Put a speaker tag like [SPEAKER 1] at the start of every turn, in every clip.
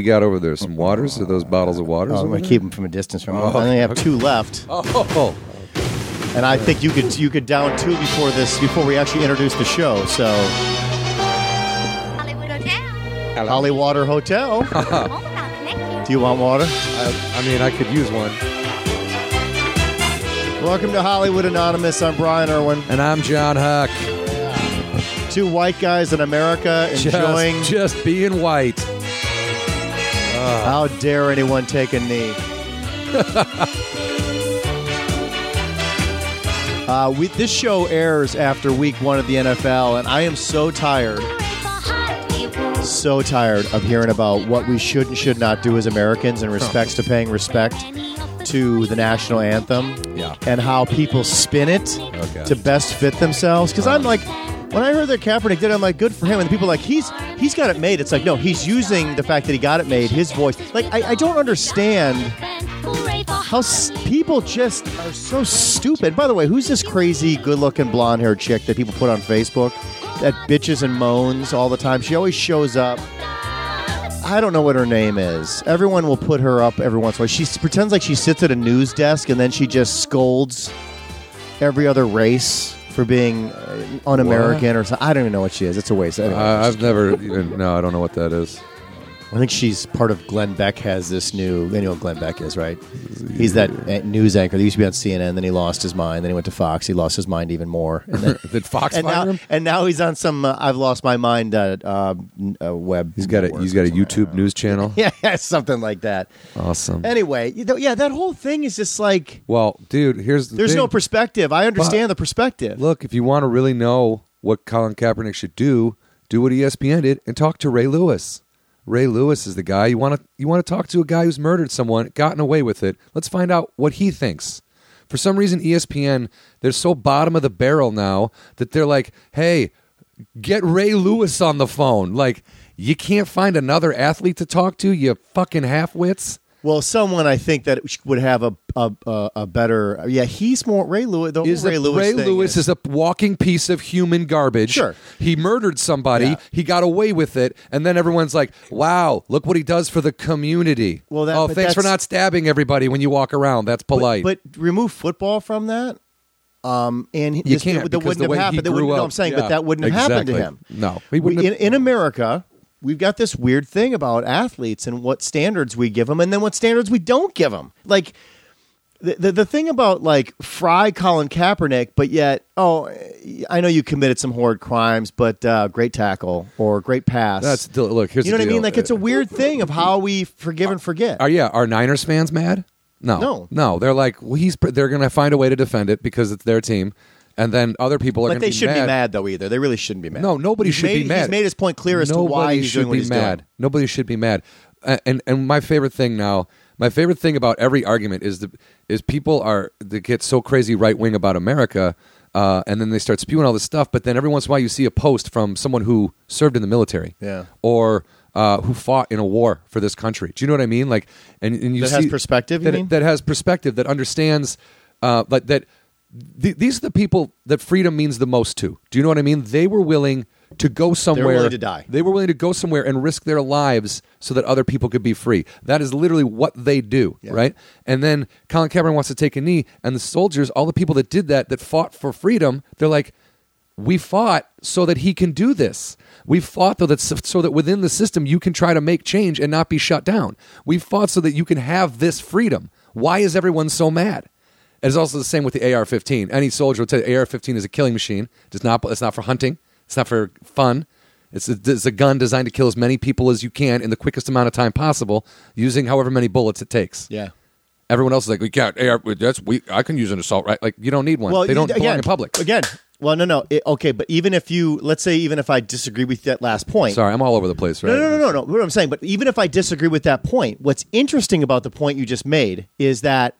[SPEAKER 1] you got over there? Some waters? Are those bottles of waters?
[SPEAKER 2] Oh, I'm
[SPEAKER 1] over
[SPEAKER 2] going
[SPEAKER 1] there?
[SPEAKER 2] to keep them from a distance from me. I only have two left,
[SPEAKER 1] Oh,
[SPEAKER 2] and I think you could you could down two before this before we actually introduce the show. So
[SPEAKER 3] Hollywood Hotel.
[SPEAKER 2] Holly Water Hotel.
[SPEAKER 3] Home about connect
[SPEAKER 2] Do you want water?
[SPEAKER 1] I, I mean, I could use one.
[SPEAKER 2] Welcome to Hollywood Anonymous. I'm Brian Irwin.
[SPEAKER 1] And I'm John Huck.
[SPEAKER 2] Two white guys in America enjoying.
[SPEAKER 1] Just, just being white.
[SPEAKER 2] How dare anyone take a knee? uh, we, this show airs after week one of the NFL, and I am so tired,
[SPEAKER 3] you.
[SPEAKER 2] so tired of hearing about what we should and should not do as Americans in respects to paying respect to the national anthem
[SPEAKER 1] Yeah.
[SPEAKER 2] and how people spin it
[SPEAKER 1] Okay. Uh-huh.
[SPEAKER 2] to best fit themselves. Because I'm like, when I heard that Kaepernick did it, I'm like, good for him. And people are like, he's he's got it made. It's like, no, he's using the fact that he got it made, his voice. Like, I, I don't understand how s- people just are so stupid. By the way, who's this crazy, good-looking blonde-haired chick that people put on Facebook that bitches and moans all the time? She always shows up. I don't know what her name is. Everyone will put her up every once in a while. She s- pretends like she sits at a news desk and then she just scolds every other race for being uh, un-American or something. I don't even know what she is. It's a waste. Anyway,
[SPEAKER 1] I, Uh, I've never even. No, I don't know what that is.
[SPEAKER 2] I think she's part of Glenn Beck has this new. You know what Glenn Beck is, right? He's that uh, news anchor. He used to be on CNN, then he lost his mind. Then he went to Fox. He lost his mind even more. And, then,
[SPEAKER 1] Did Fox
[SPEAKER 2] and
[SPEAKER 1] fire
[SPEAKER 2] now,
[SPEAKER 1] him?
[SPEAKER 2] and now he's on some uh, "I've lost my mind" uh, uh, n- uh, web.
[SPEAKER 1] He's got a he's got a YouTube Oh, news channel.
[SPEAKER 2] yeah, something like that.
[SPEAKER 1] Awesome.
[SPEAKER 2] Anyway, you know, yeah, that whole thing is just like
[SPEAKER 1] Well, dude, here's the
[SPEAKER 2] there's
[SPEAKER 1] thing.
[SPEAKER 2] no perspective. I understand the perspective.
[SPEAKER 1] Look, if you want to really know what Colin Kaepernick should do, do what E ESPN did and talk to Ray Lewis. Ray Lewis is the guy you want to you want to talk to a guy who's murdered someone, gotten away with it. Let's find out what he thinks. For some reason E ESPN, they're so bottom of the barrel now that they're like, "Hey, get Ray Lewis on the phone." Like, you can't find another athlete to talk to, you fucking halfwits.
[SPEAKER 2] Well, someone I think that would have a a, a, a better. Yeah, he's more Ray Lewis. The
[SPEAKER 1] is
[SPEAKER 2] whole Oh, Ray
[SPEAKER 1] that
[SPEAKER 2] Lewis.
[SPEAKER 1] Ray
[SPEAKER 2] thing
[SPEAKER 1] Lewis is. a walking piece of human garbage.
[SPEAKER 2] Sure.
[SPEAKER 1] He murdered somebody,
[SPEAKER 2] Yeah.
[SPEAKER 1] he got away with it, and then everyone's like, wow, look what he does for the community.
[SPEAKER 2] Well, that-
[SPEAKER 1] oh,
[SPEAKER 2] but
[SPEAKER 1] thanks for
[SPEAKER 2] that's-
[SPEAKER 1] not stabbing everybody when you walk around. That's
[SPEAKER 2] But-
[SPEAKER 1] polite.
[SPEAKER 2] But, remove football from that. Um, and you
[SPEAKER 1] can't
[SPEAKER 2] That
[SPEAKER 1] because
[SPEAKER 2] wouldn't
[SPEAKER 1] the
[SPEAKER 2] have
[SPEAKER 1] way he
[SPEAKER 2] happened. That
[SPEAKER 1] grew
[SPEAKER 2] wouldn't, no,
[SPEAKER 1] up.
[SPEAKER 2] I'm saying,
[SPEAKER 1] Yeah,
[SPEAKER 2] but that wouldn't have happened to him.
[SPEAKER 1] exactly. No, he
[SPEAKER 2] We-
[SPEAKER 1] wouldn't
[SPEAKER 2] in,
[SPEAKER 1] have-
[SPEAKER 2] in America, we've got this weird thing about athletes and what standards we give them, and then what standards we don't give them. Like the the, the thing about like Fry Colin Kaepernick, but yet, oh, I know you committed some horrid crimes, but uh, great tackle or great pass.
[SPEAKER 1] That's still- look, here's
[SPEAKER 2] you
[SPEAKER 1] the
[SPEAKER 2] know what I mean?
[SPEAKER 1] deal.
[SPEAKER 2] Like it's a weird thing of how we forgive and forget.
[SPEAKER 1] Are yeah? Are Niners fans mad? No,
[SPEAKER 2] No.
[SPEAKER 1] no. They're like, well, he's. They're gonna find a way to defend it because it's their team, and then other people are.
[SPEAKER 2] But
[SPEAKER 1] gonna
[SPEAKER 2] they
[SPEAKER 1] be
[SPEAKER 2] shouldn't
[SPEAKER 1] mad.
[SPEAKER 2] be mad though either. They really shouldn't be mad.
[SPEAKER 1] No, nobody
[SPEAKER 2] He's
[SPEAKER 1] should
[SPEAKER 2] made-
[SPEAKER 1] be mad.
[SPEAKER 2] He's made his point clear as
[SPEAKER 1] Nobody
[SPEAKER 2] to why he's
[SPEAKER 1] should
[SPEAKER 2] doing
[SPEAKER 1] be
[SPEAKER 2] what he's
[SPEAKER 1] mad.
[SPEAKER 2] doing.
[SPEAKER 1] Nobody should be mad. Uh, and and my favorite thing now, my favorite thing about every argument is the is people are that get so crazy right wing about America, uh, and then they start spewing all this stuff. But then every once in a while, you see a post from someone who served in the military,
[SPEAKER 2] Yeah.
[SPEAKER 1] or. Uh, who fought in a war for this country? Do you know what I mean? Like, and, and you
[SPEAKER 2] That
[SPEAKER 1] see
[SPEAKER 2] has perspective, you
[SPEAKER 1] That,
[SPEAKER 2] mean?
[SPEAKER 1] that has perspective. That understands. Uh, but that th- these are the people that freedom means the most to. Do you know what I mean? They were willing to go somewhere
[SPEAKER 2] They were willing
[SPEAKER 1] somewhere-
[SPEAKER 2] to die.
[SPEAKER 1] They were willing to go somewhere and risk their lives so that other people could be free. That is literally what they do,
[SPEAKER 2] Yeah.
[SPEAKER 1] right? And then Colin Kaepernick wants to take a knee, and the soldiers, all the people that did that, that fought for freedom, they're like, we fought so that he can do this. We fought though that so that within the system you can try to make change and not be shut down. We fought so that you can have this freedom. Why is everyone so mad? It's also the same with the AR-15. Any soldier will tell you AR-15 is a killing machine. It's not. It's not for hunting. It's not for fun. It's a, it's a gun designed to kill as many people as you can in the quickest amount of time possible, using however many bullets it takes.
[SPEAKER 2] Yeah.
[SPEAKER 1] Everyone else is like, we can't. AR, that's we. I can use an assault right. Like you don't need one. they
[SPEAKER 2] you-
[SPEAKER 1] don't belong
[SPEAKER 2] again,
[SPEAKER 1] in public.
[SPEAKER 2] Again, well, no, no. It- okay, but even if you, let's say, even if I disagree with that last point.
[SPEAKER 1] Sorry, I'm all over the place. Right?
[SPEAKER 2] No, no, no, no, no. What I'm saying, but even if I disagree with that point, what's interesting about the point you just made is that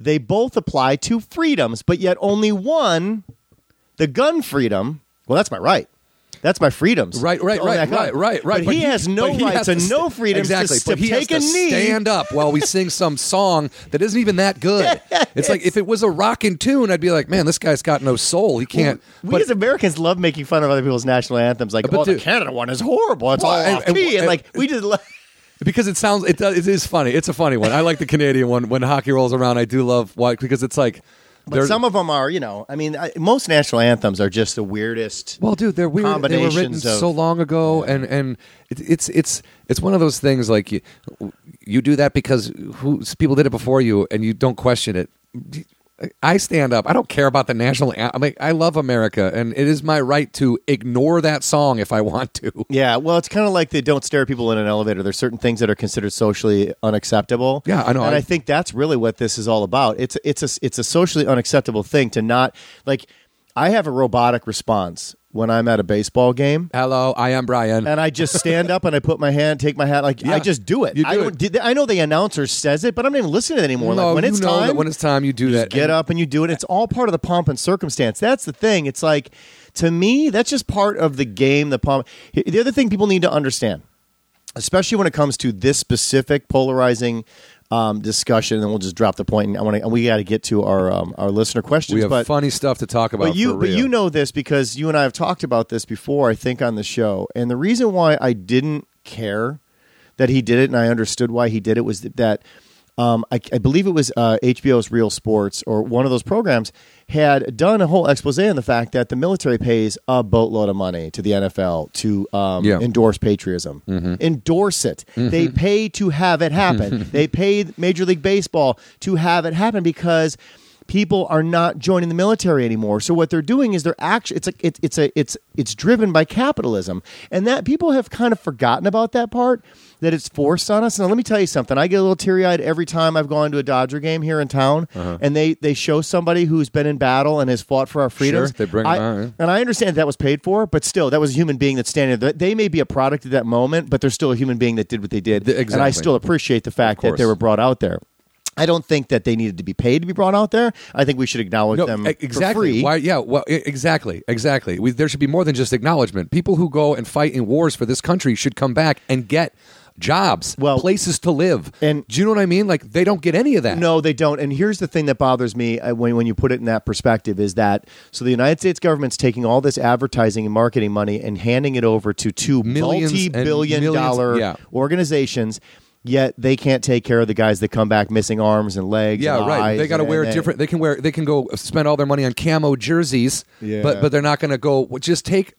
[SPEAKER 2] they both apply to freedoms, but yet only one, the gun freedom. Well, that's my right. That's my freedoms.
[SPEAKER 1] Right, right,
[SPEAKER 2] To own
[SPEAKER 1] right,
[SPEAKER 2] that gun.
[SPEAKER 1] right, right, right.
[SPEAKER 2] But, he has no
[SPEAKER 1] but he
[SPEAKER 2] right
[SPEAKER 1] has
[SPEAKER 2] to
[SPEAKER 1] st-
[SPEAKER 2] no freedoms
[SPEAKER 1] Exactly.
[SPEAKER 2] to,
[SPEAKER 1] but he
[SPEAKER 2] take
[SPEAKER 1] has
[SPEAKER 2] a
[SPEAKER 1] to
[SPEAKER 2] knee.
[SPEAKER 1] stand up while we sing some song that isn't even that good. It's like if it was a rockin' tune, I'd be like, man, this guy's got no soul. He can't.
[SPEAKER 2] We
[SPEAKER 1] but
[SPEAKER 2] as Americans love making fun of other people's national anthems. Like,
[SPEAKER 1] But
[SPEAKER 2] oh, the
[SPEAKER 1] dude-
[SPEAKER 2] Canada one is horrible. It's all
[SPEAKER 1] Well, and-
[SPEAKER 2] off key.
[SPEAKER 1] and-
[SPEAKER 2] And, like, we just.
[SPEAKER 1] because it sounds it does it is funny. It's a funny one. I like the Canadian one when hockey rolls around. I do love why because it's like
[SPEAKER 2] But some of them are, you know, I mean, I, most national anthems are just the weirdest.
[SPEAKER 1] Well, dude, they're weird. They were written
[SPEAKER 2] combinations of-
[SPEAKER 1] so long ago, and and it, it's it's it's one of those things like you you do that because who people did it before you, and you don't question it. I stand up. I don't care about the national. an- I'm like, I love America, and it is my right to ignore that song if I want to.
[SPEAKER 2] Yeah, well, it's kind of like they don't stare at people in an elevator. There's certain things that are considered socially unacceptable.
[SPEAKER 1] Yeah, I know.
[SPEAKER 2] and
[SPEAKER 1] I-
[SPEAKER 2] I, think that's really what this is all about. It's it's a it's a socially unacceptable thing to not like. I have a robotic response when I'm at a baseball game,
[SPEAKER 1] Hello, I am Brian.
[SPEAKER 2] and I just stand up and I put my hand, take my hat, like
[SPEAKER 1] Yeah,
[SPEAKER 2] I just do it.
[SPEAKER 1] you do
[SPEAKER 2] I,
[SPEAKER 1] it.
[SPEAKER 2] don't- did- I know the announcer says it, but I'm not even listening to it anymore.
[SPEAKER 1] No,
[SPEAKER 2] like when
[SPEAKER 1] you
[SPEAKER 2] it's
[SPEAKER 1] know that
[SPEAKER 2] time,
[SPEAKER 1] when it's time, you do that.
[SPEAKER 2] just get up and you do it. It's all part of the pomp and circumstance. That's the thing. It's like to me, that's just part of the game. The pomp. The other thing people need to understand, especially when it comes to this specific polarizing um, discussion, and we'll just drop the point. And I want to. We got to get to our um, our listener questions.
[SPEAKER 1] We have
[SPEAKER 2] but
[SPEAKER 1] funny stuff to talk about.
[SPEAKER 2] but you,
[SPEAKER 1] for
[SPEAKER 2] but
[SPEAKER 1] real.
[SPEAKER 2] you know this because you and I have talked about this before. I think on the show, and the reason why I didn't care that he did it, and I understood why he did it, was that, that um, I, I believe it was uh, HBO's Real Sports or one of those programs had done a whole expose on the fact that the military pays a boatload of money to the NFL to um,
[SPEAKER 1] Yeah.
[SPEAKER 2] endorse patriotism,
[SPEAKER 1] Mm-hmm.
[SPEAKER 2] endorse it. They pay to have it happen. they pay Major League Baseball to have it happen because people are not joining the military anymore. So what they're doing is they're actually it's a it, it's a it's it's driven by capitalism, and that people have kind of forgotten about that part that it's forced on us. Now let me tell you something. I get a little teary eyed every time I've gone to a Dodger game here in town,
[SPEAKER 1] Uh-huh.
[SPEAKER 2] and they they show somebody who's been in battle and has fought for our freedoms.
[SPEAKER 1] they bring 'em
[SPEAKER 2] I-
[SPEAKER 1] out, yeah.
[SPEAKER 2] and I understand that was paid for, but still, that was a human being that's standing there. They may be a product at that moment, but they're still a human being that did what they did.
[SPEAKER 1] The-
[SPEAKER 2] And I
[SPEAKER 1] exactly.
[SPEAKER 2] still appreciate the fact
[SPEAKER 1] Of
[SPEAKER 2] that they
[SPEAKER 1] course.
[SPEAKER 2] were brought out there. I don't think that they needed to be paid to be brought out there. I think we should acknowledge them
[SPEAKER 1] e-
[SPEAKER 2] for
[SPEAKER 1] exactly.
[SPEAKER 2] free.
[SPEAKER 1] Why? Yeah. Well, e- exactly. Exactly. We, there should be more than just acknowledgement. People who go and fight in wars for this country should come back and get jobs,
[SPEAKER 2] Well-
[SPEAKER 1] places to live.
[SPEAKER 2] And-
[SPEAKER 1] do you know what I mean? Like they don't get any of that.
[SPEAKER 2] No, they don't. And here's the thing that bothers me uh, when, when you put it in that perspective is that so the United States government's taking all this advertising and marketing money and handing it over to 2
[SPEAKER 1] Millions and
[SPEAKER 2] multi-billion
[SPEAKER 1] millions-
[SPEAKER 2] dollar
[SPEAKER 1] yeah.
[SPEAKER 2] organizations. Yet they can't take care of the guys that come back missing arms and legs.
[SPEAKER 1] Yeah,
[SPEAKER 2] and
[SPEAKER 1] right.
[SPEAKER 2] eyes
[SPEAKER 1] They got to
[SPEAKER 2] and-
[SPEAKER 1] wear
[SPEAKER 2] and-
[SPEAKER 1] different. They can wear. They can go spend all their money on camo jerseys.
[SPEAKER 2] Yeah.
[SPEAKER 1] But but they're not going to go. well, Just take.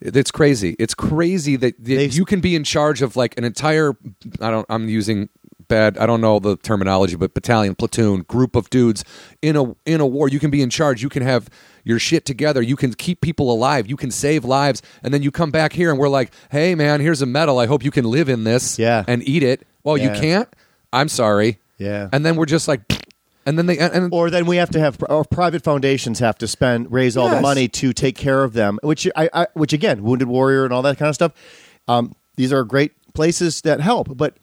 [SPEAKER 1] It's crazy. It's crazy that, that
[SPEAKER 2] They've-
[SPEAKER 1] you can be in charge of like an entire. I don't. I'm using bad. I don't know the terminology, but battalion, platoon, group of dudes in a in a war. You can be in charge. You can have your shit together. You can keep people alive. You can save lives. And then you come back here and we're like, hey man, here's a medal. I hope you can live in this.
[SPEAKER 2] Yeah.
[SPEAKER 1] And eat it. Well,
[SPEAKER 2] Yeah.
[SPEAKER 1] you can't. I'm sorry.
[SPEAKER 2] Yeah.
[SPEAKER 1] And then we're just like, and then they and, and
[SPEAKER 2] or then we have to have our private foundations have to spend raise all the
[SPEAKER 1] Yes.
[SPEAKER 2] money to take care of them which I, I which again wounded warrior and all that kind of stuff um, these are great places that help but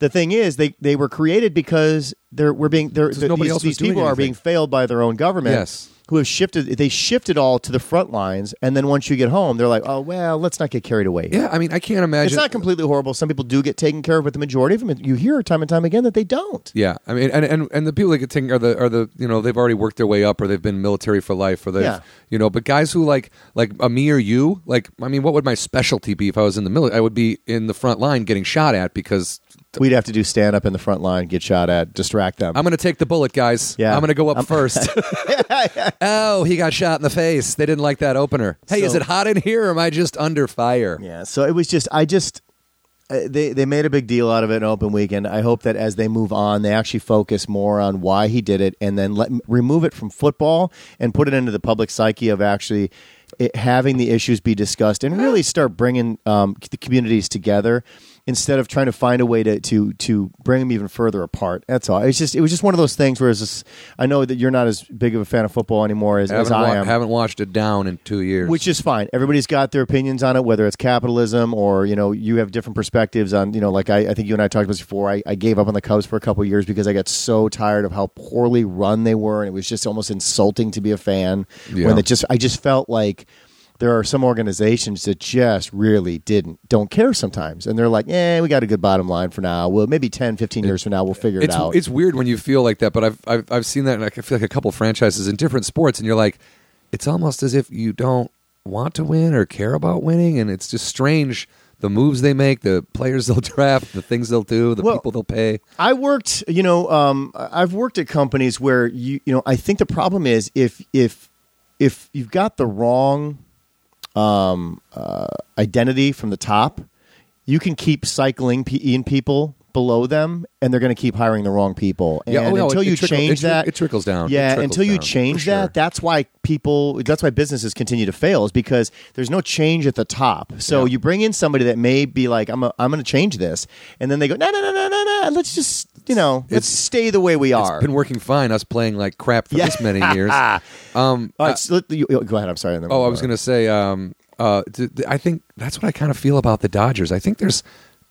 [SPEAKER 2] the thing is they, they were created because they're we're being they're,
[SPEAKER 1] Because nobody
[SPEAKER 2] these,
[SPEAKER 1] else was
[SPEAKER 2] these
[SPEAKER 1] doing
[SPEAKER 2] people are
[SPEAKER 1] anything.
[SPEAKER 2] being failed by their own government
[SPEAKER 1] Yes.
[SPEAKER 2] who have shifted they shifted all to the front lines and then once you get home they're like oh well let's not get carried away here."
[SPEAKER 1] yeah, I mean, I can't imagine.
[SPEAKER 2] it's not completely horrible some people do get taken care of but the majority of them you hear time and time again that they don't
[SPEAKER 1] yeah, I mean, and, and and the people that get taken are the are the you know they've already worked their way up or they've been military for life or they've
[SPEAKER 2] Yeah.
[SPEAKER 1] you know, but guys who like like a me or you, like I mean, what would my specialty be if I was in the military? I would be in the front line getting shot at because
[SPEAKER 2] We'd have to do stand up in the front line, get shot at, distract them.
[SPEAKER 1] I'm going to take the bullet, guys.
[SPEAKER 2] Yeah.
[SPEAKER 1] I'm going to go up first. oh, he got shot in the face. They didn't like that opener. Hey, is
[SPEAKER 2] So-
[SPEAKER 1] it hot in here? or Am I just under fire?
[SPEAKER 2] yeah, so it was just I just uh, they they made a big deal out of it in open weekend. I hope that as they move on, they actually focus more on why he did it, and then let remove it from football and put it into the public psyche of actually. It, having the issues be discussed and really start bringing um, the communities together instead of trying to find a way to to to bring them even further apart. That's all. It's just it was just one of those things where it's just, I know that you're not as big of a fan of football anymore as, as
[SPEAKER 1] Haven't,
[SPEAKER 2] I
[SPEAKER 1] wa-
[SPEAKER 2] am.
[SPEAKER 1] haven't watched it down in two years.
[SPEAKER 2] which is fine. Everybody's got their opinions on it, whether it's capitalism or you know you have different perspectives on you know like I, I think you and I talked about this before. I, I gave up on the Cubs for a couple years because I got so tired of how poorly run they were, and it was just almost insulting to be a fan
[SPEAKER 1] Yeah.
[SPEAKER 2] when it just I just felt like. There are some organizations that just really didn't don't care sometimes, and they're like, "Eh, we got a good bottom line for now. Well, maybe 10, 15 years from now, we'll figure it
[SPEAKER 1] it's,
[SPEAKER 2] out."
[SPEAKER 1] It's weird when you feel like that, but I've I've, I've seen that, and I feel like a couple franchises in different sports, and you're like, it's almost as if you don't want to win or care about winning, and it's just strange the moves they make, the players they'll draft, the things they'll do, the
[SPEAKER 2] Well-
[SPEAKER 1] people they'll pay.
[SPEAKER 2] I worked, you know, um, I- I've worked at companies where you, you know, I think the problem is if if if you've got the wrong um, uh, identity from the top, you can keep cycling P- in people below them, and they're going to keep hiring the wrong people. And
[SPEAKER 1] Yeah, oh, no,
[SPEAKER 2] until
[SPEAKER 1] it-
[SPEAKER 2] you
[SPEAKER 1] it trickle-
[SPEAKER 2] change
[SPEAKER 1] it tri-
[SPEAKER 2] that,
[SPEAKER 1] it trickles down. It
[SPEAKER 2] Yeah,
[SPEAKER 1] trickles
[SPEAKER 2] until you
[SPEAKER 1] down,
[SPEAKER 2] change
[SPEAKER 1] for sure.
[SPEAKER 2] that, that's why people that's why businesses continue to fail is because there's no change at the top so
[SPEAKER 1] Yeah.
[SPEAKER 2] you bring in somebody that may be like i'm, a, I'm going to change this and then they go no no no no no no let's just you know let's
[SPEAKER 1] It's-
[SPEAKER 2] stay the way we are
[SPEAKER 1] It's been working fine. Us playing like crap for
[SPEAKER 2] Yeah.
[SPEAKER 1] this many years. Um,
[SPEAKER 2] All right, so let- you- you- go ahead i'm sorry and then
[SPEAKER 1] Oh,
[SPEAKER 2] we'll
[SPEAKER 1] I
[SPEAKER 2] go
[SPEAKER 1] was
[SPEAKER 2] on.
[SPEAKER 1] going to say, um, uh, d- d- I think that's what I kind of feel about the Dodgers. I think there's,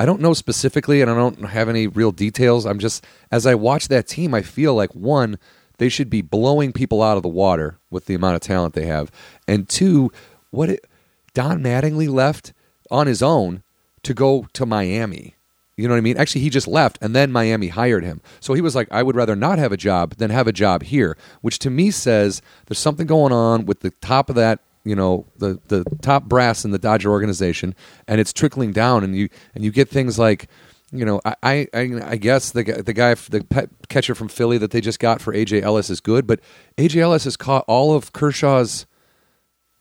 [SPEAKER 1] I don't know specifically, and I don't have any real details. I'm just, as I watch that team, I feel like one, they should be blowing people out of the water with the amount of talent they have, and two, what it, Don Mattingly left on his own to go to Miami. You know what I mean? Actually, he just left, and then Miami hired him. So he was like, I would rather not have a job than have a job here, which to me says there's something going on with the top of that, you know, the, the top brass in the Dodger organization, and it's trickling down, and you and you get things like, you know, I I, I I guess the guy- the guy the pet catcher from Philly that they just got for AJ Ellis is good, but AJ Ellis has caught all of Kershaw's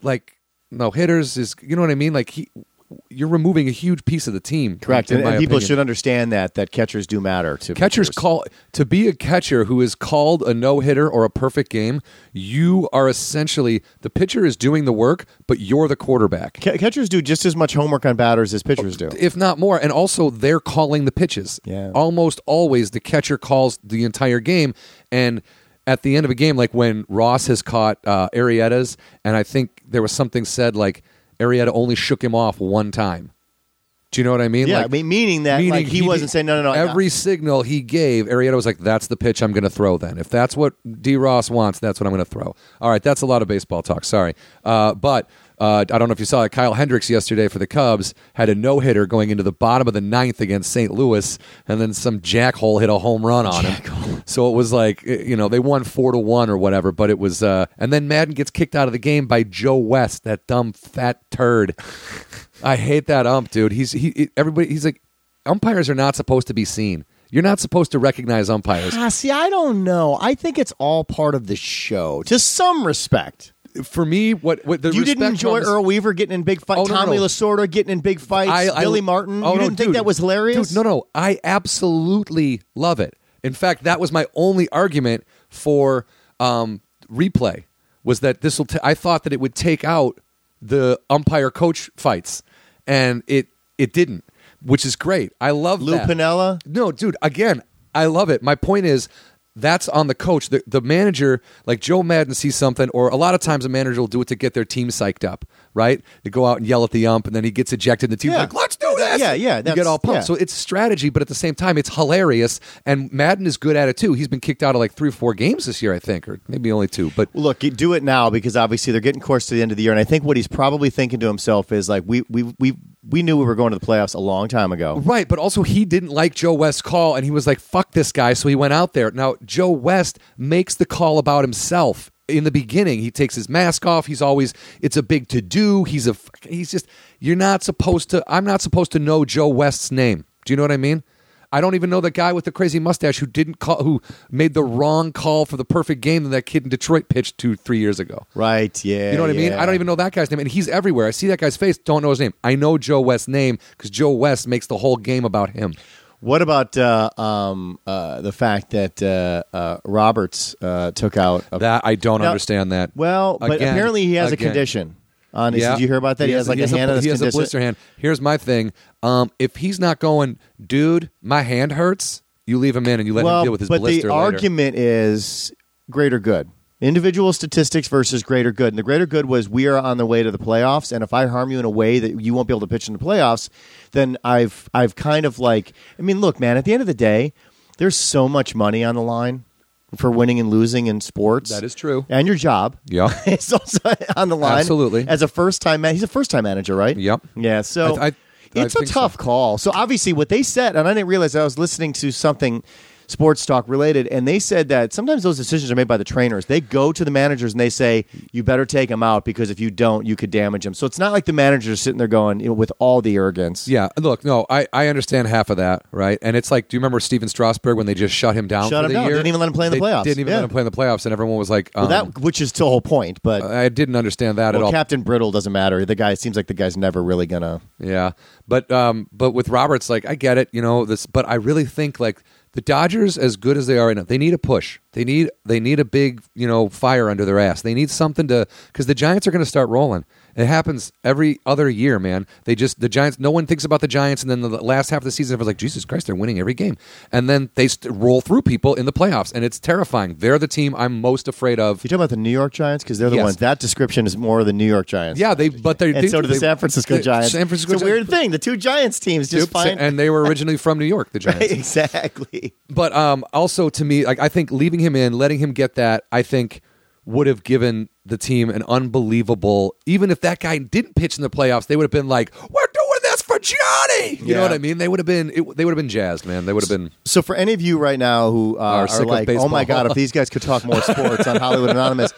[SPEAKER 1] like no hitters is you know what I mean? Like he. You're removing a huge piece of the team.
[SPEAKER 2] correct
[SPEAKER 1] in
[SPEAKER 2] and,
[SPEAKER 1] my
[SPEAKER 2] and people
[SPEAKER 1] opinion.
[SPEAKER 2] should understand that that catchers do matter to
[SPEAKER 1] Catchers
[SPEAKER 2] pitchers.
[SPEAKER 1] call to be a catcher who is called a no hitter or a perfect game. You are essentially the pitcher is doing the work, but you're the quarterback,
[SPEAKER 2] Ca- catchers do just as much homework on batters as pitchers do
[SPEAKER 1] if not more. And also, they're calling the pitches.
[SPEAKER 2] Yeah.
[SPEAKER 1] Almost always, the catcher calls the entire game. And at the end of a game, like when Ross has caught uh, Arrieta's, and I think there was something said like Arrieta only shook him off one time. Do you know what I mean?
[SPEAKER 2] yeah
[SPEAKER 1] Like,
[SPEAKER 2] I mean, meaning that like he, wasn't saying no no no
[SPEAKER 1] Every signal he gave, Arietta was like, "That's the pitch I'm going to throw." Then, if that's what D. Ross wants, that's what I'm going to throw. All right, that's a lot of baseball talk. Sorry, uh, but uh, I don't know if you saw it. Kyle Hendricks yesterday for the Cubs had a no hitter going into the bottom of the ninth against St. Louis, and then some jackhole hit a home run on him. So it was like eh, you know they won four to one or whatever, but it was. Uh, and then Madden gets kicked out of the game by Joe West, that dumb fat turd. I hate that ump, dude. He's he everybody. He's like umpires are not supposed to be seen. You're not supposed to recognize umpires.
[SPEAKER 2] Ah, see, I don't know. I think it's all part of the show to some respect.
[SPEAKER 1] For me, what, what the
[SPEAKER 2] you didn't
[SPEAKER 1] respect
[SPEAKER 2] enjoy
[SPEAKER 1] comes-
[SPEAKER 2] Earl Weaver getting in big fights,
[SPEAKER 1] Oh, no, no,
[SPEAKER 2] Tommy
[SPEAKER 1] no.
[SPEAKER 2] Lasorda getting in big fights, Billy Martin.
[SPEAKER 1] Oh,
[SPEAKER 2] you
[SPEAKER 1] no,
[SPEAKER 2] didn't think
[SPEAKER 1] dude.
[SPEAKER 2] that was hilarious?
[SPEAKER 1] Dude, no, no. I absolutely love it. In fact, that was my only argument for um, replay was that this will. T- I thought that it would take out the umpire coach fights, and it it didn't, which is great. I love
[SPEAKER 2] Lou
[SPEAKER 1] that.
[SPEAKER 2] Pinella.
[SPEAKER 1] No, dude, again, I love it. My point is that's on the coach. The, the manager, like Joe Madden sees something, or a lot of times a manager will do it to get their team psyched up, right? They go out and yell at the ump, and then he gets ejected, and the team's
[SPEAKER 2] Yeah.
[SPEAKER 1] like, let's do this.
[SPEAKER 2] Yeah, yeah,
[SPEAKER 1] You
[SPEAKER 2] that's-
[SPEAKER 1] get all pumped.
[SPEAKER 2] yeah.
[SPEAKER 1] So it's strategy, but at the same time, it's hilarious. And Madden is good at it, too. He's been kicked out of like three or four games this year, I think, or maybe only two. But
[SPEAKER 2] Well, Look, you do it now because obviously they're getting close to the end of the year, and I think what he's probably thinking to himself is like, we we we we knew we were going to the playoffs a long time ago.
[SPEAKER 1] Right, but also he didn't like Joe West's call and he was like, fuck this guy. So he went out there. Now, Joe West makes the call about himself in the beginning. He takes his mask off. He's always, it's a big to do. He's a, fuck- he's just, you're not supposed to, I'm not supposed to know Joe West's name. Do you know what I mean? I don't even know the guy with the crazy mustache who didn't call, who made the wrong call for the perfect game that that kid in Detroit pitched two, three years ago.
[SPEAKER 2] Right? Yeah.
[SPEAKER 1] You know what I mean?
[SPEAKER 2] yeah.
[SPEAKER 1] I don't even know that guy's name, and he's everywhere. I see that guy's face, don't know his name. I know Joe West's name because Joe West makes the whole game about him.
[SPEAKER 2] What about uh, um, uh, the fact that uh, uh, Roberts uh, took out a
[SPEAKER 1] That I don't
[SPEAKER 2] Now-
[SPEAKER 1] understand that.
[SPEAKER 2] Well, but
[SPEAKER 1] Again,
[SPEAKER 2] apparently he has
[SPEAKER 1] again.
[SPEAKER 2] a condition. On his, did you hear about that? He, has, like
[SPEAKER 1] he
[SPEAKER 2] a hand
[SPEAKER 1] a,
[SPEAKER 2] on his
[SPEAKER 1] He has a
[SPEAKER 2] condition.
[SPEAKER 1] blister hand. Here's my thing: um, if he's not going, dude, my hand hurts. You leave him in and you let
[SPEAKER 2] well,
[SPEAKER 1] him deal with his
[SPEAKER 2] but
[SPEAKER 1] blister.
[SPEAKER 2] the
[SPEAKER 1] later.
[SPEAKER 2] argument is greater good. Individual statistics versus greater good. And the greater good was we are on the way to the playoffs. And if I harm you in a way that you won't be able to pitch in the playoffs, then I've I've kind of like I mean, look, man. At the end of the day, there's so much money on the line for winning and losing in sports.
[SPEAKER 1] That is true.
[SPEAKER 2] And your job.
[SPEAKER 1] Yeah.
[SPEAKER 2] it's also on the line.
[SPEAKER 1] Absolutely.
[SPEAKER 2] As a first time man, he's a first time manager, right?
[SPEAKER 1] Yep.
[SPEAKER 2] Yeah. So
[SPEAKER 1] I- I- I
[SPEAKER 2] it's a
[SPEAKER 1] think so.
[SPEAKER 2] tough call. So obviously, what they said, and I didn't realize I was listening to something sports talk related, and they said that sometimes those decisions are made by the trainers. They go to the managers and they say, "You better take him out because if you don't, you could damage him." So it's not like the managers are sitting there going you know, with all the arrogance.
[SPEAKER 1] Yeah, look, no, I, I understand half of that, right? And it's like, do you remember Steven Strasberg when they just shut him down?
[SPEAKER 2] Shut
[SPEAKER 1] for
[SPEAKER 2] him
[SPEAKER 1] the
[SPEAKER 2] down.
[SPEAKER 1] Year?
[SPEAKER 2] Didn't even let him play in the
[SPEAKER 1] They
[SPEAKER 2] playoffs.
[SPEAKER 1] Didn't even
[SPEAKER 2] Yeah.
[SPEAKER 1] let him play in the playoffs, and everyone was like, um,
[SPEAKER 2] Well, that which is still the whole point, but
[SPEAKER 1] I didn't understand that Uh, at
[SPEAKER 2] well,
[SPEAKER 1] all.
[SPEAKER 2] Captain Brittle doesn't matter. The guy seems like the guy's never really gonna.
[SPEAKER 1] Yeah, but um, but with Roberts, like I get it, you know this, but I really think like the Dodgers, as good as they are right now, they need a push. They need they need a big you know fire under their ass. They need something to because the Giants are going to start rolling. It happens every other year, man. They just the Giants. No one thinks about the Giants, and then the last half of the season, everyone's like, Jesus Christ, they're winning every game, and then they st- roll through people in the playoffs, and it's terrifying. They're the team I'm most afraid of.
[SPEAKER 2] You talking about the New York Giants because they're the
[SPEAKER 1] Yes.
[SPEAKER 2] ones. That description is more of the New York Giants.
[SPEAKER 1] Yeah, they but they
[SPEAKER 2] and
[SPEAKER 1] they,
[SPEAKER 2] so do the
[SPEAKER 1] they-
[SPEAKER 2] San Francisco
[SPEAKER 1] the
[SPEAKER 2] Giants.
[SPEAKER 1] San Francisco
[SPEAKER 2] it's a
[SPEAKER 1] Giants-
[SPEAKER 2] weird thing. The two Giants teams just
[SPEAKER 1] Oops,
[SPEAKER 2] find
[SPEAKER 1] and they were originally from New York, the Giants.
[SPEAKER 2] exactly.
[SPEAKER 1] But um, also to me, like I think leaving him in, letting him get that, I think would have given the team an unbelievable. Even if that guy didn't pitch in the playoffs, they would have been like, "We're doing this for Johnny." You know
[SPEAKER 2] Yeah.
[SPEAKER 1] what I mean? They would have been. It, they would have been jazzed, man. They would have been.
[SPEAKER 2] So for any of you right now who uh,
[SPEAKER 1] Are
[SPEAKER 2] are,
[SPEAKER 1] sick of
[SPEAKER 2] like, "Oh my
[SPEAKER 1] baseball."
[SPEAKER 2] god, if these guys could talk more sports on Hollywood Anonymous,"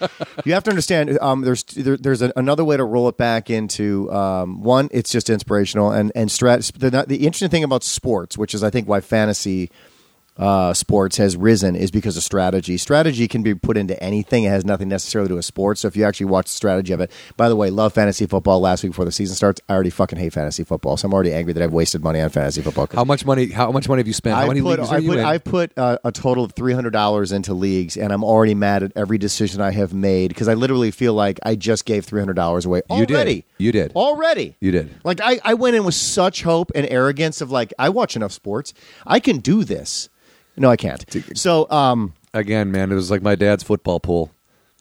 [SPEAKER 2] you have to understand um, there's there, there's a, another way to roll it back into um, one. It's just inspirational and and strat- the, the interesting thing about sports, which is I think why fantasy uh, sports has risen is because of strategy. Strategy can be put into anything. It has nothing necessarily to do with sports. So if you actually watch the strategy of it, by the way, love fantasy football last week before the season starts. I already fucking hate fantasy football. So I'm already angry that I've wasted money on fantasy football.
[SPEAKER 1] How much money? How much money have you spent? How
[SPEAKER 2] I
[SPEAKER 1] many
[SPEAKER 2] put,
[SPEAKER 1] leagues
[SPEAKER 2] I
[SPEAKER 1] are you
[SPEAKER 2] put,
[SPEAKER 1] in?
[SPEAKER 2] I've put uh, a total of three hundred dollars into leagues, and I'm already mad at every decision I have made because I literally feel like I just gave three hundred dollars away
[SPEAKER 1] You did.
[SPEAKER 2] already.
[SPEAKER 1] You did.
[SPEAKER 2] already.
[SPEAKER 1] You did.
[SPEAKER 2] Like I, I went in with such hope and arrogance of like I watch enough sports, I can do this. No, I can't. So, um,
[SPEAKER 1] Again, man, it was like my dad's football pool.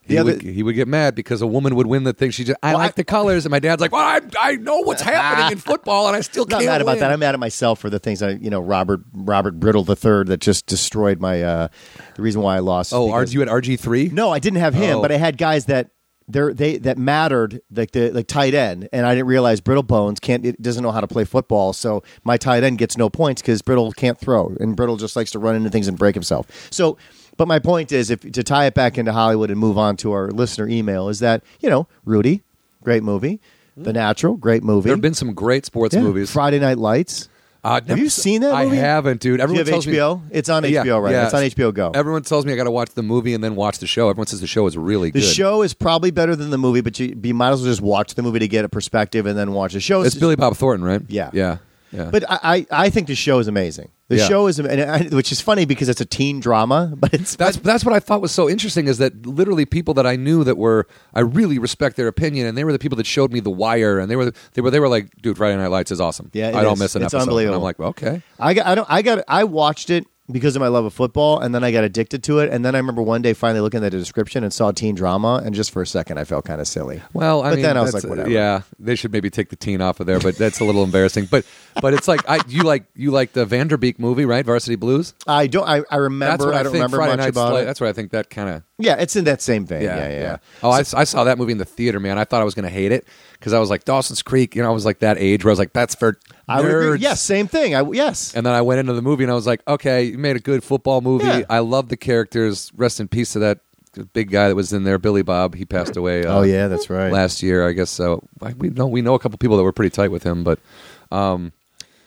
[SPEAKER 1] He,
[SPEAKER 2] The other-
[SPEAKER 1] would, he would get mad because a woman would win the thing. She just, I
[SPEAKER 2] Well, I-
[SPEAKER 1] like the colors, and my dad's like, "Well, I, I know what's happening in football, and I still
[SPEAKER 2] I'm not
[SPEAKER 1] can't."
[SPEAKER 2] mad about
[SPEAKER 1] win."
[SPEAKER 2] that. I'm mad at myself for the things I, you know, Robert Robert Brittle the third that just destroyed my. Uh, the reason why I lost. is
[SPEAKER 1] oh,
[SPEAKER 2] because-
[SPEAKER 1] are you at RG three?
[SPEAKER 2] No, I didn't have him,
[SPEAKER 1] Oh.
[SPEAKER 2] but I had guys that they they that mattered like the like tight end, and I didn't realize Brittle Bones can't it doesn't know how to play football, so my tight end gets no points because Brittle can't throw, and Brittle just likes to run into things and break himself. So. But my point is, if to tie it back into Hollywood and move on to our listener email, is that you know Rudy, great movie, The Natural, great movie.
[SPEAKER 1] Hmm. There have been some great sports
[SPEAKER 2] Yeah.
[SPEAKER 1] movies.
[SPEAKER 2] Friday Night Lights.
[SPEAKER 1] Uh,
[SPEAKER 2] Have you seen that
[SPEAKER 1] I
[SPEAKER 2] movie?
[SPEAKER 1] haven't, dude.
[SPEAKER 2] Do you
[SPEAKER 1] Everyone
[SPEAKER 2] have
[SPEAKER 1] tells
[SPEAKER 2] HBO?
[SPEAKER 1] me
[SPEAKER 2] It's on HBO
[SPEAKER 1] Yeah,
[SPEAKER 2] right
[SPEAKER 1] yeah.
[SPEAKER 2] now. It's on HBO Go.
[SPEAKER 1] Everyone tells me I got to watch the movie and then watch the show. Everyone says the show is really
[SPEAKER 2] The
[SPEAKER 1] good.
[SPEAKER 2] show is probably better than the movie, but you, you might as well just watch the movie to get a perspective and then watch the show.
[SPEAKER 1] it's Billy Bob Thornton, right?
[SPEAKER 2] Yeah.
[SPEAKER 1] yeah, yeah.
[SPEAKER 2] But I, I, I think the show is amazing. The
[SPEAKER 1] Yeah.
[SPEAKER 2] show is, am- and I, which is funny because it's a teen drama, but it's
[SPEAKER 1] that's that's what I thought was so interesting is that literally people that I knew that were I really respect their opinion, and they were the people that showed me The Wire, and they were they were they were like, dude, Friday Night Lights is awesome.
[SPEAKER 2] Yeah, it
[SPEAKER 1] I don't
[SPEAKER 2] is.
[SPEAKER 1] miss an
[SPEAKER 2] It's
[SPEAKER 1] episode.
[SPEAKER 2] unbelievable.
[SPEAKER 1] And I'm like, well, okay,
[SPEAKER 2] I got, I don't, I got, I watched it because of my love of football, and then I got addicted to it, and then I remember one day finally looking at the description and saw teen drama, and just for a second I felt kind of silly.
[SPEAKER 1] Well, I
[SPEAKER 2] but
[SPEAKER 1] mean,
[SPEAKER 2] then I was
[SPEAKER 1] that's-
[SPEAKER 2] like, whatever.
[SPEAKER 1] Yeah, they should maybe take the teen off of there, but that's a little embarrassing. But but it's like I you like you like the Vanderbeek movie, right? Varsity Blues.
[SPEAKER 2] I don't, I, I remember,
[SPEAKER 1] That's what
[SPEAKER 2] I,
[SPEAKER 1] I,
[SPEAKER 2] don't
[SPEAKER 1] think
[SPEAKER 2] remember
[SPEAKER 1] Friday
[SPEAKER 2] much
[SPEAKER 1] Night's
[SPEAKER 2] about
[SPEAKER 1] Light-
[SPEAKER 2] it.
[SPEAKER 1] That's what I think that kind of.
[SPEAKER 2] Yeah, it's in that same vein.
[SPEAKER 1] Yeah,
[SPEAKER 2] Yeah, yeah. yeah.
[SPEAKER 1] Oh, I, I saw that movie in the theater, man. I thought I was going to hate it because I was like Dawson's Creek. You know, I was like that age where I was like, that's for
[SPEAKER 2] I would agree.
[SPEAKER 1] nerds.
[SPEAKER 2] Yes, same thing. I, yes.
[SPEAKER 1] And then I went into the movie and I was like, okay, you made a good football movie.
[SPEAKER 2] Yeah.
[SPEAKER 1] I love the characters. Rest in peace to that big guy that was in there, Billy Bob. He passed away. Uh,
[SPEAKER 2] Oh yeah, that's right.
[SPEAKER 1] last year. I guess so. I- We know we know a couple people that were pretty tight with him, but um,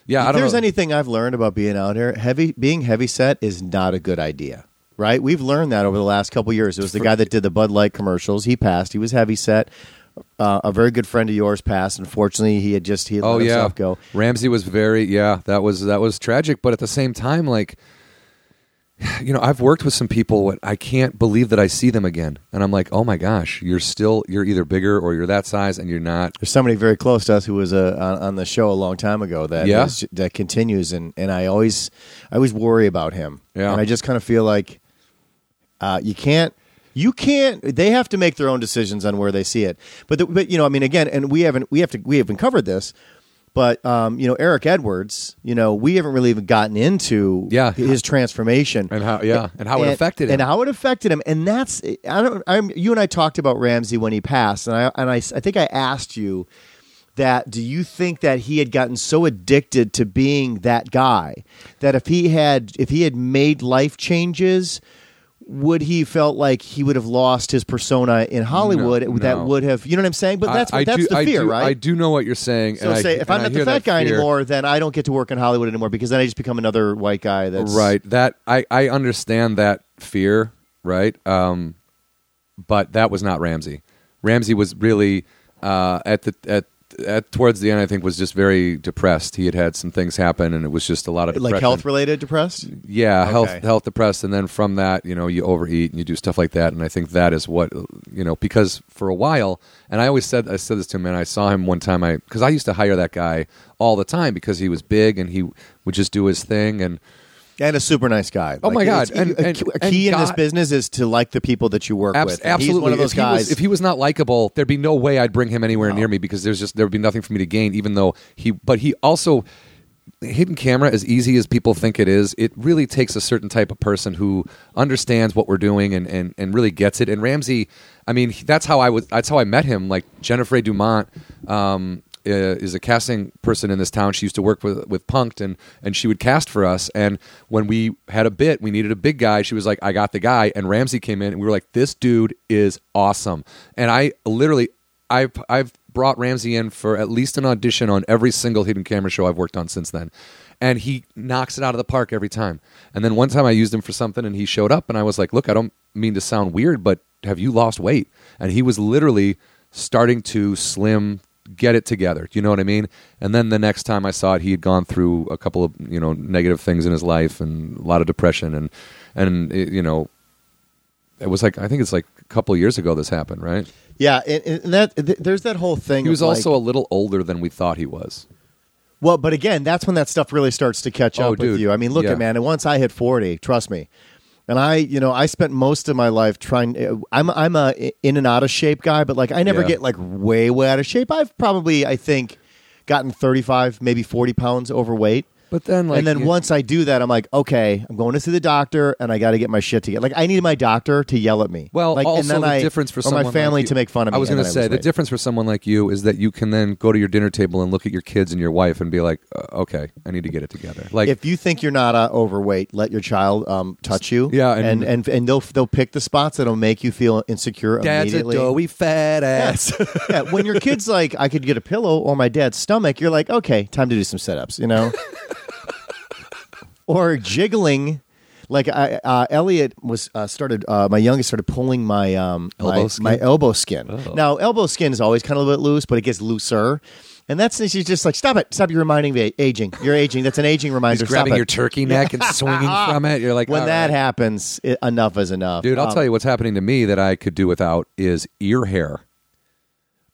[SPEAKER 1] yeah, I
[SPEAKER 2] if
[SPEAKER 1] don't
[SPEAKER 2] there's
[SPEAKER 1] know.
[SPEAKER 2] anything I've learned about being out here, heavy being heavy set is not a good idea. Right? We've learned that over the last couple years. It was the guy that did the Bud Light commercials. He passed. He was heavy set. Uh, a very good friend of yours passed. Unfortunately, he had just he had
[SPEAKER 1] oh
[SPEAKER 2] let
[SPEAKER 1] yeah,
[SPEAKER 2] himself go.
[SPEAKER 1] Ramsey was very yeah. That was that was tragic, but at the same time, like you know, I've worked with some people. What I can't believe that I see them again, and I'm like, oh my gosh, you're still you're either bigger or you're that size, and you're not.
[SPEAKER 2] There's somebody very close to us who was uh, on, on the show a long time ago that
[SPEAKER 1] Yeah?
[SPEAKER 2] is- that continues, and, and I always I always worry about him.
[SPEAKER 1] Yeah.
[SPEAKER 2] And I just kind of feel like uh, you can't you can't they have to make their own decisions on where they see it. But the, but you know I mean again, and we haven't we have to we haven't covered this. But um, you know Eric Edwards, you know we haven't really even gotten into
[SPEAKER 1] Yeah.
[SPEAKER 2] his transformation
[SPEAKER 1] And how yeah, and how it affected him.
[SPEAKER 2] and how it affected him. And that's I don't. I'm, you and I talked about Ramsey when he passed, and I and I, I think I asked you that do you think that he had gotten so addicted to being that guy that if he had if he had made life changes would he felt like he would have lost his persona in Hollywood
[SPEAKER 1] No,
[SPEAKER 2] that
[SPEAKER 1] no.
[SPEAKER 2] would have you know what I'm saying but that's
[SPEAKER 1] I, I
[SPEAKER 2] that's
[SPEAKER 1] do,
[SPEAKER 2] the
[SPEAKER 1] I
[SPEAKER 2] fear
[SPEAKER 1] do-
[SPEAKER 2] right
[SPEAKER 1] I do know what you're saying.
[SPEAKER 2] so
[SPEAKER 1] and I,
[SPEAKER 2] say if
[SPEAKER 1] and
[SPEAKER 2] I'm
[SPEAKER 1] I
[SPEAKER 2] not
[SPEAKER 1] hear
[SPEAKER 2] the fat
[SPEAKER 1] that
[SPEAKER 2] guy
[SPEAKER 1] fear.
[SPEAKER 2] anymore, then I don't get to work in Hollywood anymore because then I just become another white guy. That's
[SPEAKER 1] right? That I I understand that fear, right? Um, but that was not Ramsey. Ramsey was really uh, at the at at towards the end. I think was just very depressed. He had had some things happen, and it was just a lot of depression.
[SPEAKER 2] like health related depressed.
[SPEAKER 1] yeah, health
[SPEAKER 2] Okay.
[SPEAKER 1] health depressed, and then from that, you know, you overeat and you do stuff like that, and I think that is what you know because for a while, and I always said I said this to him, and I saw him one time, I because I used to hire that guy all the time because he was big and he would just do his thing, and
[SPEAKER 2] and a super nice guy.
[SPEAKER 1] Oh, my God.
[SPEAKER 2] it's-
[SPEAKER 1] And-
[SPEAKER 2] a,
[SPEAKER 1] and-
[SPEAKER 2] key- a
[SPEAKER 1] and
[SPEAKER 2] key in this
[SPEAKER 1] God-
[SPEAKER 2] business is to like the people that you work
[SPEAKER 1] abs-
[SPEAKER 2] with. And
[SPEAKER 1] absolutely,
[SPEAKER 2] he's one of those
[SPEAKER 1] if
[SPEAKER 2] guys.
[SPEAKER 1] He was, if he was not likable, there'd be no way I'd bring him anywhere near me because there's just there would be nothing for me to gain. Even though he, but he also hidden camera as easy as people think it is it really takes a certain type of person who understands what we're doing and and, and really gets it and ramsey i mean he- that's how i was that's how i met him like jennifer dumont um uh, is a casting person in this town she used to work with with punked and and she would cast for us and when we had a bit we needed a big guy she was like i got the guy and ramsey came in and we were like this dude is awesome and i literally I've I've brought Ramsey in for at least an audition on every single hidden camera show I've worked on since then. And he knocks it out of the park every time. And then one time I used him for something and he showed up and I was like, "Look, I don't mean to sound weird, but have you lost weight?" And he was literally starting to slim get it together. Do you know what I mean? And then the next time I saw it, he had gone through a couple of, you know, negative things in his life and a lot of depression and and eh, you know, it was like I think it's like a couple of years ago this happened, right?
[SPEAKER 2] yeah, and, and that th- there's that whole thing.
[SPEAKER 1] He was
[SPEAKER 2] of like-
[SPEAKER 1] also a little older than we thought he was.
[SPEAKER 2] well, but again, that's when that stuff really starts to catch
[SPEAKER 1] Oh,
[SPEAKER 2] up with
[SPEAKER 1] dude.
[SPEAKER 2] you. I mean, look
[SPEAKER 1] Yeah.
[SPEAKER 2] at man. And once I hit forty, trust me. And I, you know, I spent most of my life trying. uh, I'm I'm a in and out of shape guy, but like I never
[SPEAKER 1] Yeah.
[SPEAKER 2] get like way way out of shape. I've probably I think gotten 35, maybe 40 pounds overweight.
[SPEAKER 1] But then, like,
[SPEAKER 2] and then
[SPEAKER 1] you-
[SPEAKER 2] once I do that, I'm like, okay, I'm going to see the doctor, and I got to get my shit together. Like, I need my doctor to yell at me.
[SPEAKER 1] Well,
[SPEAKER 2] like,
[SPEAKER 1] also
[SPEAKER 2] and then
[SPEAKER 1] the
[SPEAKER 2] I,
[SPEAKER 1] difference for
[SPEAKER 2] or
[SPEAKER 1] someone
[SPEAKER 2] my family
[SPEAKER 1] like you-
[SPEAKER 2] to make fun of me.
[SPEAKER 1] I was
[SPEAKER 2] and
[SPEAKER 1] going to
[SPEAKER 2] then
[SPEAKER 1] say
[SPEAKER 2] lose
[SPEAKER 1] the
[SPEAKER 2] weight.
[SPEAKER 1] difference for someone like you is that you can then go to your dinner table and look at your kids and your wife and be like, uh, okay, I need to get it together. Like,
[SPEAKER 2] If you think you're not uh, overweight, let your child um, touch you.
[SPEAKER 1] Yeah,
[SPEAKER 2] and,
[SPEAKER 1] and-
[SPEAKER 2] and and they'll they'll pick the spots that'll make you feel insecure
[SPEAKER 1] dad's a
[SPEAKER 2] immediately.
[SPEAKER 1] doughy fat ass.
[SPEAKER 2] Yes. yeah, when your kid's like, I could get a pillow or my dad's stomach, you're like, okay, time to do some sit ups, you know? or jiggling. Like I, uh, Elliot was uh, started. Uh, my youngest started pulling my um,
[SPEAKER 1] Elbow
[SPEAKER 2] my,
[SPEAKER 1] skin? Oh.
[SPEAKER 2] my elbow skin. Now elbow skin is always kind of a little bit loose, but it gets looser, and that's she's just like stop it, stop. You're reminding me aging. You're aging. That's an aging reminder.
[SPEAKER 1] He's grabbing
[SPEAKER 2] stop
[SPEAKER 1] your
[SPEAKER 2] it.
[SPEAKER 1] turkey neck and swinging from it. You're like,
[SPEAKER 2] when
[SPEAKER 1] all
[SPEAKER 2] that
[SPEAKER 1] right.
[SPEAKER 2] happens, it, enough is enough,
[SPEAKER 1] dude, I'll
[SPEAKER 2] Um,
[SPEAKER 1] tell you what's happening to me that I could do without is ear hair.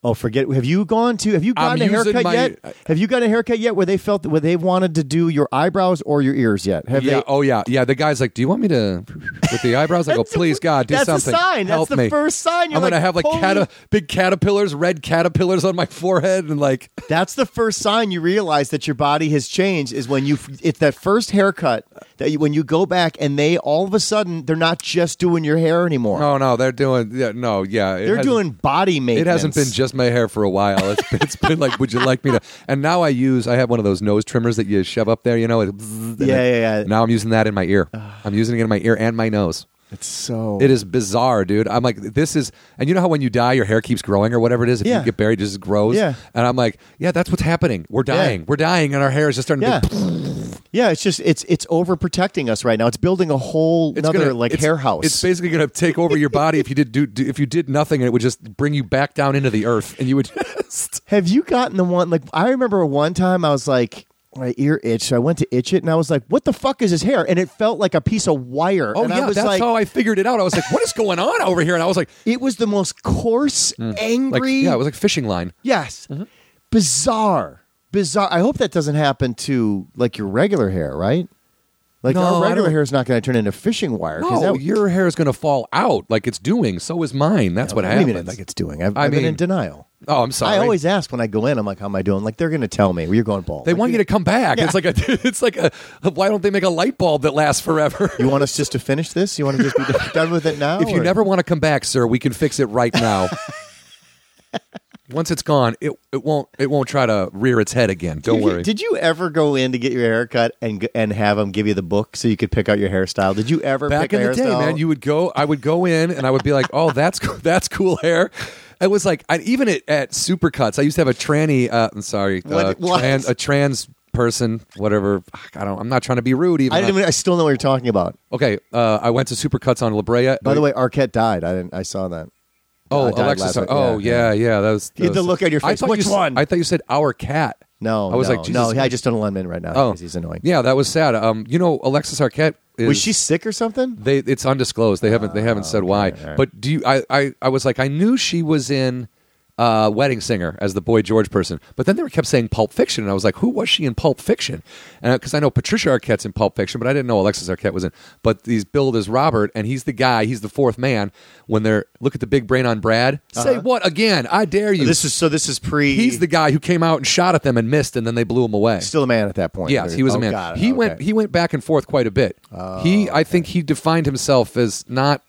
[SPEAKER 2] Oh, forget. Have you gone to? Have you
[SPEAKER 1] I'm
[SPEAKER 2] gotten a
[SPEAKER 1] using
[SPEAKER 2] haircut
[SPEAKER 1] my-
[SPEAKER 2] yet? Have you gotten a haircut yet? Where they felt where they wanted to do your eyebrows or your ears yet? Have
[SPEAKER 1] yeah.
[SPEAKER 2] they?
[SPEAKER 1] oh yeah. Yeah. The guy's like, "Do you want me to with the eyebrows?" I go,
[SPEAKER 2] That's a-
[SPEAKER 1] "Please, God, do
[SPEAKER 2] that's a
[SPEAKER 1] something.
[SPEAKER 2] sign. That's
[SPEAKER 1] Help
[SPEAKER 2] the
[SPEAKER 1] me."
[SPEAKER 2] first sign. You're
[SPEAKER 1] I'm
[SPEAKER 2] like,
[SPEAKER 1] gonna have like
[SPEAKER 2] holy-
[SPEAKER 1] cata- big caterpillars, red caterpillars on my forehead, and like,
[SPEAKER 2] That's the first sign you realize that your body has changed is when you. It's that first haircut that you, when you go back and they all of a sudden they're not just doing your hair anymore.
[SPEAKER 1] oh no, they're doing, yeah, no, yeah, it
[SPEAKER 2] they're
[SPEAKER 1] hasn't-
[SPEAKER 2] doing body
[SPEAKER 1] It
[SPEAKER 2] maintenance.
[SPEAKER 1] hasn't been just my hair for a while. It's been, it's been like, would you like me to? And now I use, I have one of those nose trimmers that you shove up there, you know. It, and
[SPEAKER 2] Yeah,
[SPEAKER 1] it-
[SPEAKER 2] yeah, yeah.
[SPEAKER 1] Now I'm using that in my ear. I'm using it in my ear and my nose.
[SPEAKER 2] It's so.
[SPEAKER 1] It is bizarre, dude. I'm like, this is, and you know how when you die, your hair keeps growing or whatever it is. If
[SPEAKER 2] Yeah.
[SPEAKER 1] you get buried, it just grows.
[SPEAKER 2] Yeah.
[SPEAKER 1] And I'm like, yeah, that's what's happening. We're
[SPEAKER 2] Yeah.
[SPEAKER 1] dying. We're dying, and our hair is just starting
[SPEAKER 2] Yeah.
[SPEAKER 1] to. Be,
[SPEAKER 2] Yeah, it's just it's it's overprotecting us right now. It's building a whole
[SPEAKER 1] it's
[SPEAKER 2] another
[SPEAKER 1] gonna-
[SPEAKER 2] like
[SPEAKER 1] it's-
[SPEAKER 2] hair house.
[SPEAKER 1] It's basically going to take over your body if you did do, do if you did nothing, and it would just bring you back down into the earth, and you would just.
[SPEAKER 2] Have you gotten the one? Like, I remember one time I was like, my ear itched. So I went to itch it, and I was like, "What the fuck is his hair?" And it felt like a piece of wire.
[SPEAKER 1] Oh
[SPEAKER 2] and
[SPEAKER 1] yeah,
[SPEAKER 2] I was
[SPEAKER 1] that's
[SPEAKER 2] like,
[SPEAKER 1] how I figured it out. I was like, what is going on over here? And I was like,
[SPEAKER 2] It was the most coarse,
[SPEAKER 1] Hmm. like
[SPEAKER 2] angry.
[SPEAKER 1] yeah, it was like Mm-hmm. fishing line.
[SPEAKER 2] yes, bizarre, bizarre. I hope that doesn't happen to like your regular hair, right? Like
[SPEAKER 1] No,
[SPEAKER 2] our
[SPEAKER 1] I
[SPEAKER 2] regular
[SPEAKER 1] don't-
[SPEAKER 2] hair is not going to turn into fishing wire. 'cause
[SPEAKER 1] No,
[SPEAKER 2] that-
[SPEAKER 1] your hair is going to fall out like it's doing. So is mine. That's what
[SPEAKER 2] what do you mean
[SPEAKER 1] happens.
[SPEAKER 2] like it's doing? I've,
[SPEAKER 1] I
[SPEAKER 2] have been in
[SPEAKER 1] mean-
[SPEAKER 2] denial.
[SPEAKER 1] oh, I'm sorry.
[SPEAKER 2] I always ask when I go in. I'm like, "How am I doing?" Like they're going to tell me. Well, you're going bald.
[SPEAKER 1] They
[SPEAKER 2] Like,
[SPEAKER 1] want you to come back. It's like a, it's like a, why don't they make a light bulb that lasts forever?
[SPEAKER 2] You want us just to finish this? You want to just be done with it now?
[SPEAKER 1] if you
[SPEAKER 2] or-
[SPEAKER 1] never want to come back, sir, we can fix it right now. Once it's gone, it, it won't it won't try to rear its head again. Don't
[SPEAKER 2] Did you-
[SPEAKER 1] worry.
[SPEAKER 2] Did you ever go in to get your hair cut and g- and have them give you the book so you could pick out your hairstyle? Did you ever
[SPEAKER 1] Back
[SPEAKER 2] pick
[SPEAKER 1] in
[SPEAKER 2] a
[SPEAKER 1] the day,
[SPEAKER 2] hairstyle?
[SPEAKER 1] man, you would go. I would go in and I would be like, "Oh, that's co- that's cool hair." It was like I, even at, at Supercuts, I used to have a tranny. Uh, I'm sorry, uh,
[SPEAKER 2] What- what?
[SPEAKER 1] Trans, a trans person, whatever. Fuck, I don't. I'm not trying to be rude. Even
[SPEAKER 2] I didn't. Even, I still know what you're talking about.
[SPEAKER 1] okay, uh, I went to Supercuts on La Brea.
[SPEAKER 2] By the way, Arquette died. I didn't. I saw that.
[SPEAKER 1] oh
[SPEAKER 2] I died
[SPEAKER 1] Alexis,
[SPEAKER 2] last night.
[SPEAKER 1] oh yeah, yeah, that was.
[SPEAKER 2] You had
[SPEAKER 1] that
[SPEAKER 2] the
[SPEAKER 1] was-
[SPEAKER 2] look on your
[SPEAKER 1] I
[SPEAKER 2] face.
[SPEAKER 1] thought
[SPEAKER 2] Which
[SPEAKER 1] you s-
[SPEAKER 2] one?
[SPEAKER 1] I thought you said our cat.
[SPEAKER 2] No,
[SPEAKER 1] I was
[SPEAKER 2] no,
[SPEAKER 1] like,
[SPEAKER 2] no.
[SPEAKER 1] Jesus.
[SPEAKER 2] I just don't let him in right now
[SPEAKER 1] Oh.
[SPEAKER 2] because he's annoying.
[SPEAKER 1] Yeah, that was sad. Um, you know, Alexis Arquette is
[SPEAKER 2] Was she sick or something?
[SPEAKER 1] They it's undisclosed. They haven't they haven't said why.
[SPEAKER 2] okay, all right.
[SPEAKER 1] But do you? I, I I was like I knew she was in uh, Wedding Singer as the Boy George person, but then they were kept saying Pulp Fiction, and I was like, who was she in Pulp Fiction? And because I know Patricia Arquette's in Pulp Fiction, but I didn't know Alexis Arquette was in. But he's billed as Robert, and he's the guy. He's the fourth man when they're look at the big brain on Brad. Say what again? I dare you.
[SPEAKER 2] Uh-huh. This is so. This is pre.
[SPEAKER 1] he's the guy who came out and shot at them and missed, and then they blew him away.
[SPEAKER 2] still a man at that point.
[SPEAKER 1] Yes, he was
[SPEAKER 2] Oh,
[SPEAKER 1] a man.
[SPEAKER 2] got it.
[SPEAKER 1] he
[SPEAKER 2] Okay. Oh,
[SPEAKER 1] went he went back and forth quite a bit. he I think he defined himself as not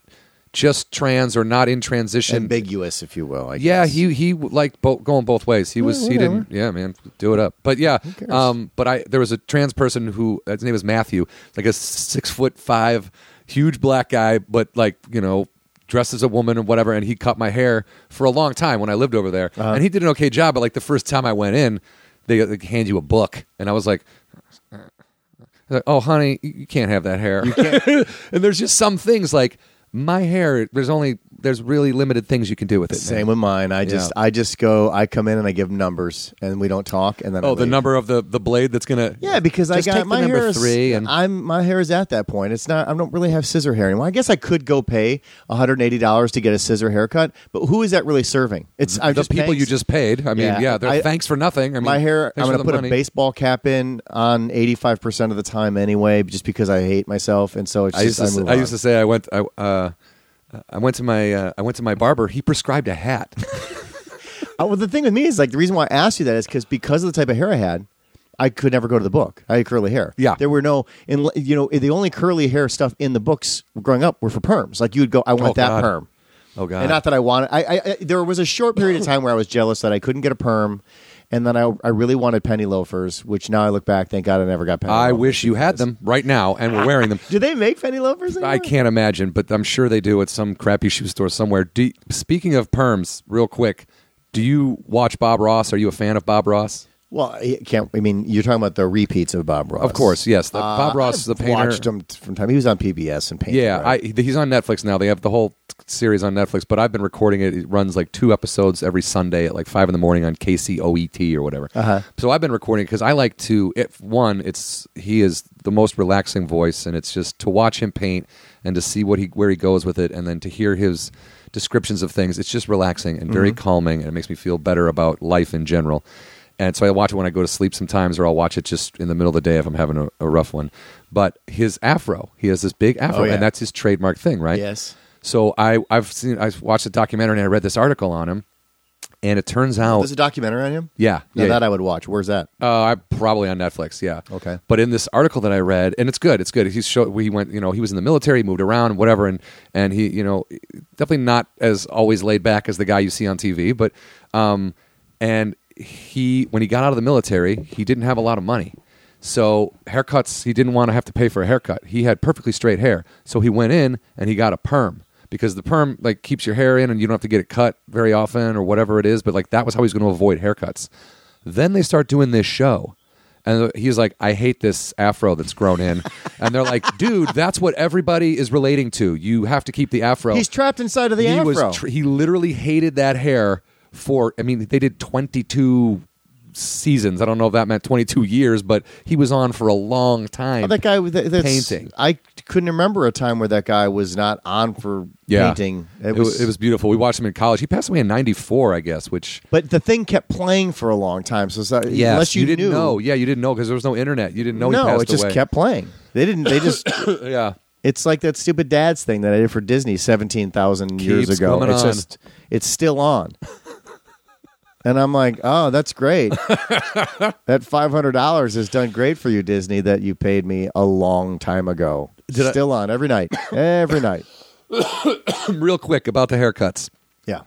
[SPEAKER 1] just trans or not in transition.
[SPEAKER 2] ambiguous, if you will. I
[SPEAKER 1] yeah,
[SPEAKER 2] guess.
[SPEAKER 1] he he liked bo- going both ways. He was he didn't yeah man do it up. But yeah,
[SPEAKER 2] cares?
[SPEAKER 1] um, but I there was a trans person who uh, his name was Matthew, like a six foot five, huge black guy, but like you know. Dressed as a woman and whatever, and he cut my hair for a long time when I lived over there,
[SPEAKER 2] Uh-huh.
[SPEAKER 1] and he did an okay job. But like the first time I went in, they uh, like, hand you a book, and I was like, I was like, oh, honey, you you can't have that hair. and there's just some things like my hair. There's only there's really limited things you can do with it. man.
[SPEAKER 2] Same with mine. I just,
[SPEAKER 1] Yeah.
[SPEAKER 2] I just go. I come in and I give numbers, and we don't talk. And then I
[SPEAKER 1] Oh, the
[SPEAKER 2] leave.
[SPEAKER 1] number of the the blade that's gonna.
[SPEAKER 2] Yeah, because
[SPEAKER 1] Just
[SPEAKER 2] I got
[SPEAKER 1] take the
[SPEAKER 2] my
[SPEAKER 1] number
[SPEAKER 2] hair is,
[SPEAKER 1] three and
[SPEAKER 2] I'm my hair is at that point. It's not. I don't really have scissor hair anymore. I guess I could go pay 180 dollars to get a scissor haircut, but who is that really serving? It's I'm
[SPEAKER 1] the
[SPEAKER 2] just
[SPEAKER 1] people
[SPEAKER 2] paying-
[SPEAKER 1] you just paid. I mean,
[SPEAKER 2] Yeah,
[SPEAKER 1] yeah, they're
[SPEAKER 2] I-
[SPEAKER 1] thanks for nothing. I mean,
[SPEAKER 2] my hair. I'm
[SPEAKER 1] thanks for
[SPEAKER 2] going
[SPEAKER 1] the
[SPEAKER 2] to put
[SPEAKER 1] money.
[SPEAKER 2] a baseball cap in on 85 percent of the time anyway, just because I hate myself, and so it's
[SPEAKER 1] I used
[SPEAKER 2] just
[SPEAKER 1] to.
[SPEAKER 2] I,
[SPEAKER 1] s-
[SPEAKER 2] move
[SPEAKER 1] I used
[SPEAKER 2] on.
[SPEAKER 1] to say I went. I, uh, I went to my uh, I went to my barber. He prescribed a hat.
[SPEAKER 2] Uh, well, the thing with me is like the reason why I asked you that is because because of the type of hair I had, I could never go to the book. I had curly hair.
[SPEAKER 1] Yeah.
[SPEAKER 2] there were no, and you know, the only curly hair stuff in the books growing up were for perms. Like you would go, I want
[SPEAKER 1] Oh,
[SPEAKER 2] that
[SPEAKER 1] God.
[SPEAKER 2] perm.
[SPEAKER 1] Oh God!
[SPEAKER 2] And not that I wanted. I, I, I there was a short period of time where I was jealous that I couldn't get a perm, and then I I really wanted penny loafers, which now I look back, thank God I never got penny.
[SPEAKER 1] I
[SPEAKER 2] loafers
[SPEAKER 1] wish you had
[SPEAKER 2] because-
[SPEAKER 1] them right now, and we're wearing them.
[SPEAKER 2] Do they make penny loafers? Anymore?
[SPEAKER 1] I can't imagine, but I'm sure they do at some crappy shoe store somewhere. Do, speaking of perms, real quick, do you watch Bob Ross? Are you a fan of Bob Ross?
[SPEAKER 2] Well, I can't. I mean, you're talking about the repeats of Bob Ross.
[SPEAKER 1] Of course, yes. The, Bob Ross is the
[SPEAKER 2] Uh, I've
[SPEAKER 1] painter.
[SPEAKER 2] Watched him from time. He was on PBS and painted.
[SPEAKER 1] Yeah,
[SPEAKER 2] right?
[SPEAKER 1] I, he's on Netflix now. They have the whole series on Netflix, but I've been recording it. It runs like two episodes every Sunday at like five in the morning on KCOET E or whatever. Uh-huh. So I've been recording because I like to. If one, it's he is the most relaxing voice, and it's just to watch him paint and to see what he where he goes with it, and then to hear his descriptions of things. It's just relaxing and
[SPEAKER 2] Mm-hmm.
[SPEAKER 1] very calming, and it makes me feel better about life in general. And so I watch it when I go to sleep sometimes, or I'll watch it just in the middle of the day if I'm having a, a rough one. But his afro, he has this big afro,
[SPEAKER 2] Oh, yeah.
[SPEAKER 1] and that's his trademark thing, right?
[SPEAKER 2] Yes.
[SPEAKER 1] So I, I've seen, I watched a documentary and I read this article on him, and it turns out,
[SPEAKER 2] There's a documentary on him.
[SPEAKER 1] Oh. yeah,
[SPEAKER 2] Oh, Now
[SPEAKER 1] yeah,
[SPEAKER 2] that I would watch. Where's that?
[SPEAKER 1] uh, I probably on Netflix, yeah.
[SPEAKER 2] Okay.
[SPEAKER 1] But in this article that I read, and it's good, it's good. He's show, he went, you know, he was in the military, moved around, whatever, and and he, you know, definitely not as always laid back as the guy you see on TV, but um, and he when he got out of the military, he didn't have a lot of money, so haircuts he didn't want to have to pay for a haircut. He had perfectly straight hair, so he went in and he got a perm because the perm like keeps your hair in and you don't have to get it cut very often or whatever it is. But like that was how he's going to avoid haircuts. Then they start doing this show. And he's like, I hate this afro that's grown in. And they're like, dude, that's what everybody is relating to. You have to keep the afro.
[SPEAKER 2] He's trapped inside of the
[SPEAKER 1] Oh. he
[SPEAKER 2] afro.
[SPEAKER 1] was tr- he literally hated that hair for I mean, they did 22 seasons. I don't know if that meant 22 years, but he was on for a long time.
[SPEAKER 2] Oh, that guy with that, that's,
[SPEAKER 1] Painting.
[SPEAKER 2] I couldn't remember a time where that guy was not on for painting.
[SPEAKER 1] It was, it was beautiful. We watched him in college. He passed away in 94, I guess, which
[SPEAKER 2] but the thing kept playing for a long time. So it's not-
[SPEAKER 1] Yes,
[SPEAKER 2] unless you,
[SPEAKER 1] didn't
[SPEAKER 2] knew,
[SPEAKER 1] know. Yeah, you didn't know because there was no internet. You didn't know he
[SPEAKER 2] no,
[SPEAKER 1] passed
[SPEAKER 2] it just
[SPEAKER 1] away.
[SPEAKER 2] kept playing. They didn't. They just.
[SPEAKER 1] yeah.
[SPEAKER 2] it's like that stupid dad's thing that I did for Disney seventeen thousand years
[SPEAKER 1] Keeps
[SPEAKER 2] ago.
[SPEAKER 1] coming
[SPEAKER 2] It's
[SPEAKER 1] on.
[SPEAKER 2] just. It's still on. And I'm like, oh, that's great. that five hundred dollars has done great for you, Disney. That you paid me a long time ago.
[SPEAKER 1] Did I-
[SPEAKER 2] Still on every night, every night.
[SPEAKER 1] Real quick about the haircuts.
[SPEAKER 2] Yeah.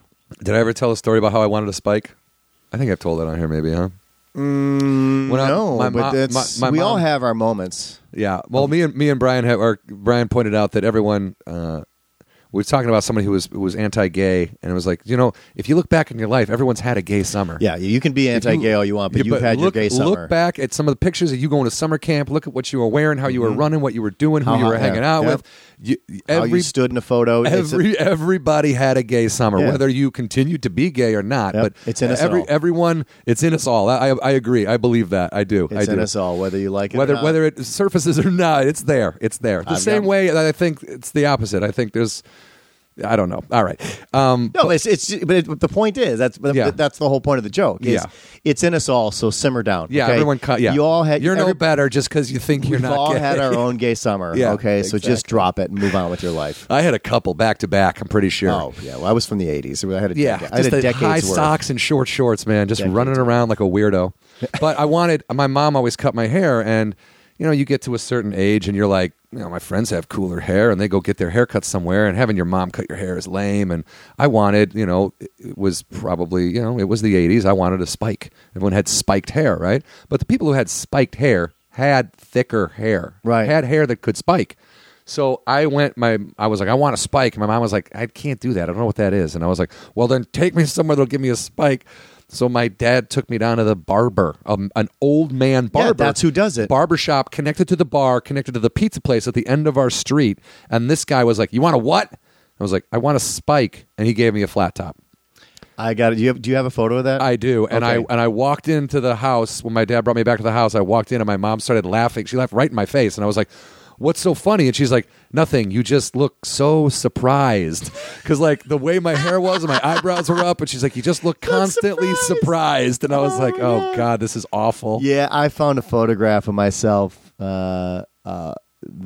[SPEAKER 1] Did I ever tell a story about how I wanted a spike? I think I've told that on here, maybe, huh?
[SPEAKER 2] Mm,
[SPEAKER 1] When I-
[SPEAKER 2] no,
[SPEAKER 1] my
[SPEAKER 2] but
[SPEAKER 1] mom-
[SPEAKER 2] that's,
[SPEAKER 1] my- my
[SPEAKER 2] we all
[SPEAKER 1] mom-
[SPEAKER 2] have our moments.
[SPEAKER 1] Yeah. Well, me and me and Brian have, or Brian pointed out that everyone uh, we were talking about somebody who was who was anti-gay, and it was like, you know, if you look back in your life, everyone's had a gay summer.
[SPEAKER 2] Yeah, you can be anti-gay all you want, but
[SPEAKER 1] Yeah,
[SPEAKER 2] you've had
[SPEAKER 1] look,
[SPEAKER 2] your gay summer.
[SPEAKER 1] Look back at some of the pictures of you going to summer camp. Look at what you were wearing, how you were running, what you were doing, who
[SPEAKER 2] How
[SPEAKER 1] you
[SPEAKER 2] hot-
[SPEAKER 1] were hanging
[SPEAKER 2] Mm-hmm. Uh-huh. yeah,
[SPEAKER 1] out
[SPEAKER 2] yeah.
[SPEAKER 1] with. You,
[SPEAKER 2] How
[SPEAKER 1] every
[SPEAKER 2] you stood in a photo. It's a-
[SPEAKER 1] every everybody had a gay summer,
[SPEAKER 2] Yeah.
[SPEAKER 1] whether you continued to be gay or not.
[SPEAKER 2] Yep,
[SPEAKER 1] But
[SPEAKER 2] it's in us
[SPEAKER 1] every,
[SPEAKER 2] all.
[SPEAKER 1] Everyone, it's in us all. I, I, I agree. I believe that. I do. I
[SPEAKER 2] it's
[SPEAKER 1] do.
[SPEAKER 2] in us all, whether you like it
[SPEAKER 1] whether
[SPEAKER 2] or not.
[SPEAKER 1] whether it surfaces or not, it's there. It's there. The
[SPEAKER 2] I've
[SPEAKER 1] same
[SPEAKER 2] got-
[SPEAKER 1] way that I think it's the opposite. I think there's, I don't know. All right. Um,
[SPEAKER 2] No, it's it's but it, the point is that's
[SPEAKER 1] Yeah.
[SPEAKER 2] that's the whole point of the joke. is
[SPEAKER 1] Yeah.
[SPEAKER 2] it's in us all, so simmer down.
[SPEAKER 1] yeah,
[SPEAKER 2] okay?
[SPEAKER 1] everyone. Cut, yeah,
[SPEAKER 2] you all had
[SPEAKER 1] You're
[SPEAKER 2] every,
[SPEAKER 1] no better just because you think you're
[SPEAKER 2] We've
[SPEAKER 1] not.
[SPEAKER 2] all
[SPEAKER 1] gay.
[SPEAKER 2] had our own gay summer.
[SPEAKER 1] Yeah,
[SPEAKER 2] okay, so just
[SPEAKER 1] exactly.
[SPEAKER 2] drop it and move on with your life.
[SPEAKER 1] I had a couple back to back. I'm pretty sure.
[SPEAKER 2] Oh yeah, well, I was from the '80s. I had a
[SPEAKER 1] Yeah,
[SPEAKER 2] decade. I
[SPEAKER 1] just
[SPEAKER 2] had a
[SPEAKER 1] the
[SPEAKER 2] decade's
[SPEAKER 1] high
[SPEAKER 2] worth.
[SPEAKER 1] socks and short shorts, man, just
[SPEAKER 2] Decades
[SPEAKER 1] running around like a weirdo. but I wanted my mom always cut my hair, and you know, you get to a certain age, and you're like, you know, my friends have cooler hair, and they go get their hair cut somewhere, and having your mom cut your hair is lame. And I wanted, you know, it- it was probably, you know, it was the '80s. I wanted a spike. Everyone had spiked hair, right? But the people who had spiked hair had thicker hair,
[SPEAKER 2] Right.
[SPEAKER 1] Had hair that could spike. So I went. My I was like, I want a spike. And my mom was like, I can't do that. I don't know what that is. And I was like, Well, then take me somewhere that'll give me a spike. So my dad took me down to the barber, um, an old man barber.
[SPEAKER 2] that's who does it.
[SPEAKER 1] Barber shop connected to the bar, connected to the pizza place at the end of our street. And this guy was like, You want a what? I was like, I want a spike. And he gave me a flat top.
[SPEAKER 2] I got it. Do you have, do you have a photo of that?
[SPEAKER 1] I do, and I
[SPEAKER 2] Okay.
[SPEAKER 1] and I walked into the house when my dad brought me back to the house. I walked in, and my mom started laughing. She laughed right in my face, and I was like, "What's so funny?" And she's like, "Nothing. You just look so surprised because like the way my hair was and my eyebrows were up." And she's like, "You just look constantly surprised. and I was like, "Oh God, this is awful."
[SPEAKER 2] Yeah, I found a photograph of myself. Uh, uh,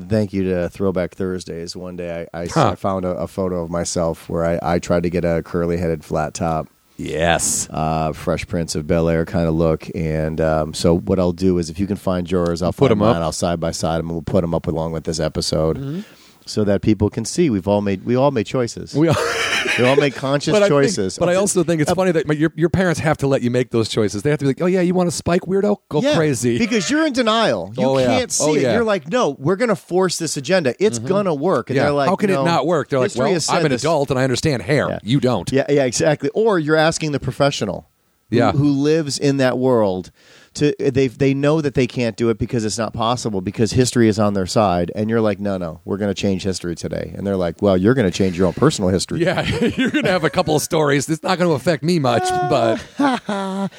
[SPEAKER 2] thank you to Throwback Thursdays. One day I, I, s-
[SPEAKER 1] Huh.
[SPEAKER 2] I found a, a photo of myself where I, I tried to get a curly headed flat top,
[SPEAKER 1] Yes.
[SPEAKER 2] uh, Fresh Prince of Bel Air kind of look. And um, so what I'll do is if you can find yours, I'll
[SPEAKER 1] Put
[SPEAKER 2] find
[SPEAKER 1] 'em up. Mm-hmm.
[SPEAKER 2] mine, I'll side by side 'em, and we'll put them up along with this episode. So that people can see, we've all made we all made choices.
[SPEAKER 1] We
[SPEAKER 2] We,
[SPEAKER 1] are.
[SPEAKER 2] all made conscious
[SPEAKER 1] But, I,
[SPEAKER 2] choices. Um,
[SPEAKER 1] think, but I also think it's funny that my, your, your parents have to let you make those choices. They have to be like, oh, yeah, you want to spike weirdo? Go
[SPEAKER 2] Yeah,
[SPEAKER 1] crazy.
[SPEAKER 2] because you're in denial. You
[SPEAKER 1] Oh, yeah.
[SPEAKER 2] can't see
[SPEAKER 1] Oh,
[SPEAKER 2] it.
[SPEAKER 1] yeah. Mm-hmm.
[SPEAKER 2] You're like, no, we're gonna force this agenda. It's gonna work. And
[SPEAKER 1] yeah.
[SPEAKER 2] they're like,
[SPEAKER 1] How can
[SPEAKER 2] no,
[SPEAKER 1] it not work? They're like,
[SPEAKER 2] history
[SPEAKER 1] well,
[SPEAKER 2] has said
[SPEAKER 1] I'm an
[SPEAKER 2] this-
[SPEAKER 1] adult and I understand hair.
[SPEAKER 2] Yeah.
[SPEAKER 1] You don't.
[SPEAKER 2] Yeah, yeah, exactly. Or you're asking the professional, who-
[SPEAKER 1] Yeah.
[SPEAKER 2] who, lives in that world. To they they know that they can't do it because it's not possible because history is on their side. And you're like, no, no, we're gonna change history today. And they're like, well, you're gonna change your own personal history.
[SPEAKER 1] Yeah, you're gonna have a couple of stories. It's not going to affect me much,
[SPEAKER 2] Uh,
[SPEAKER 1] but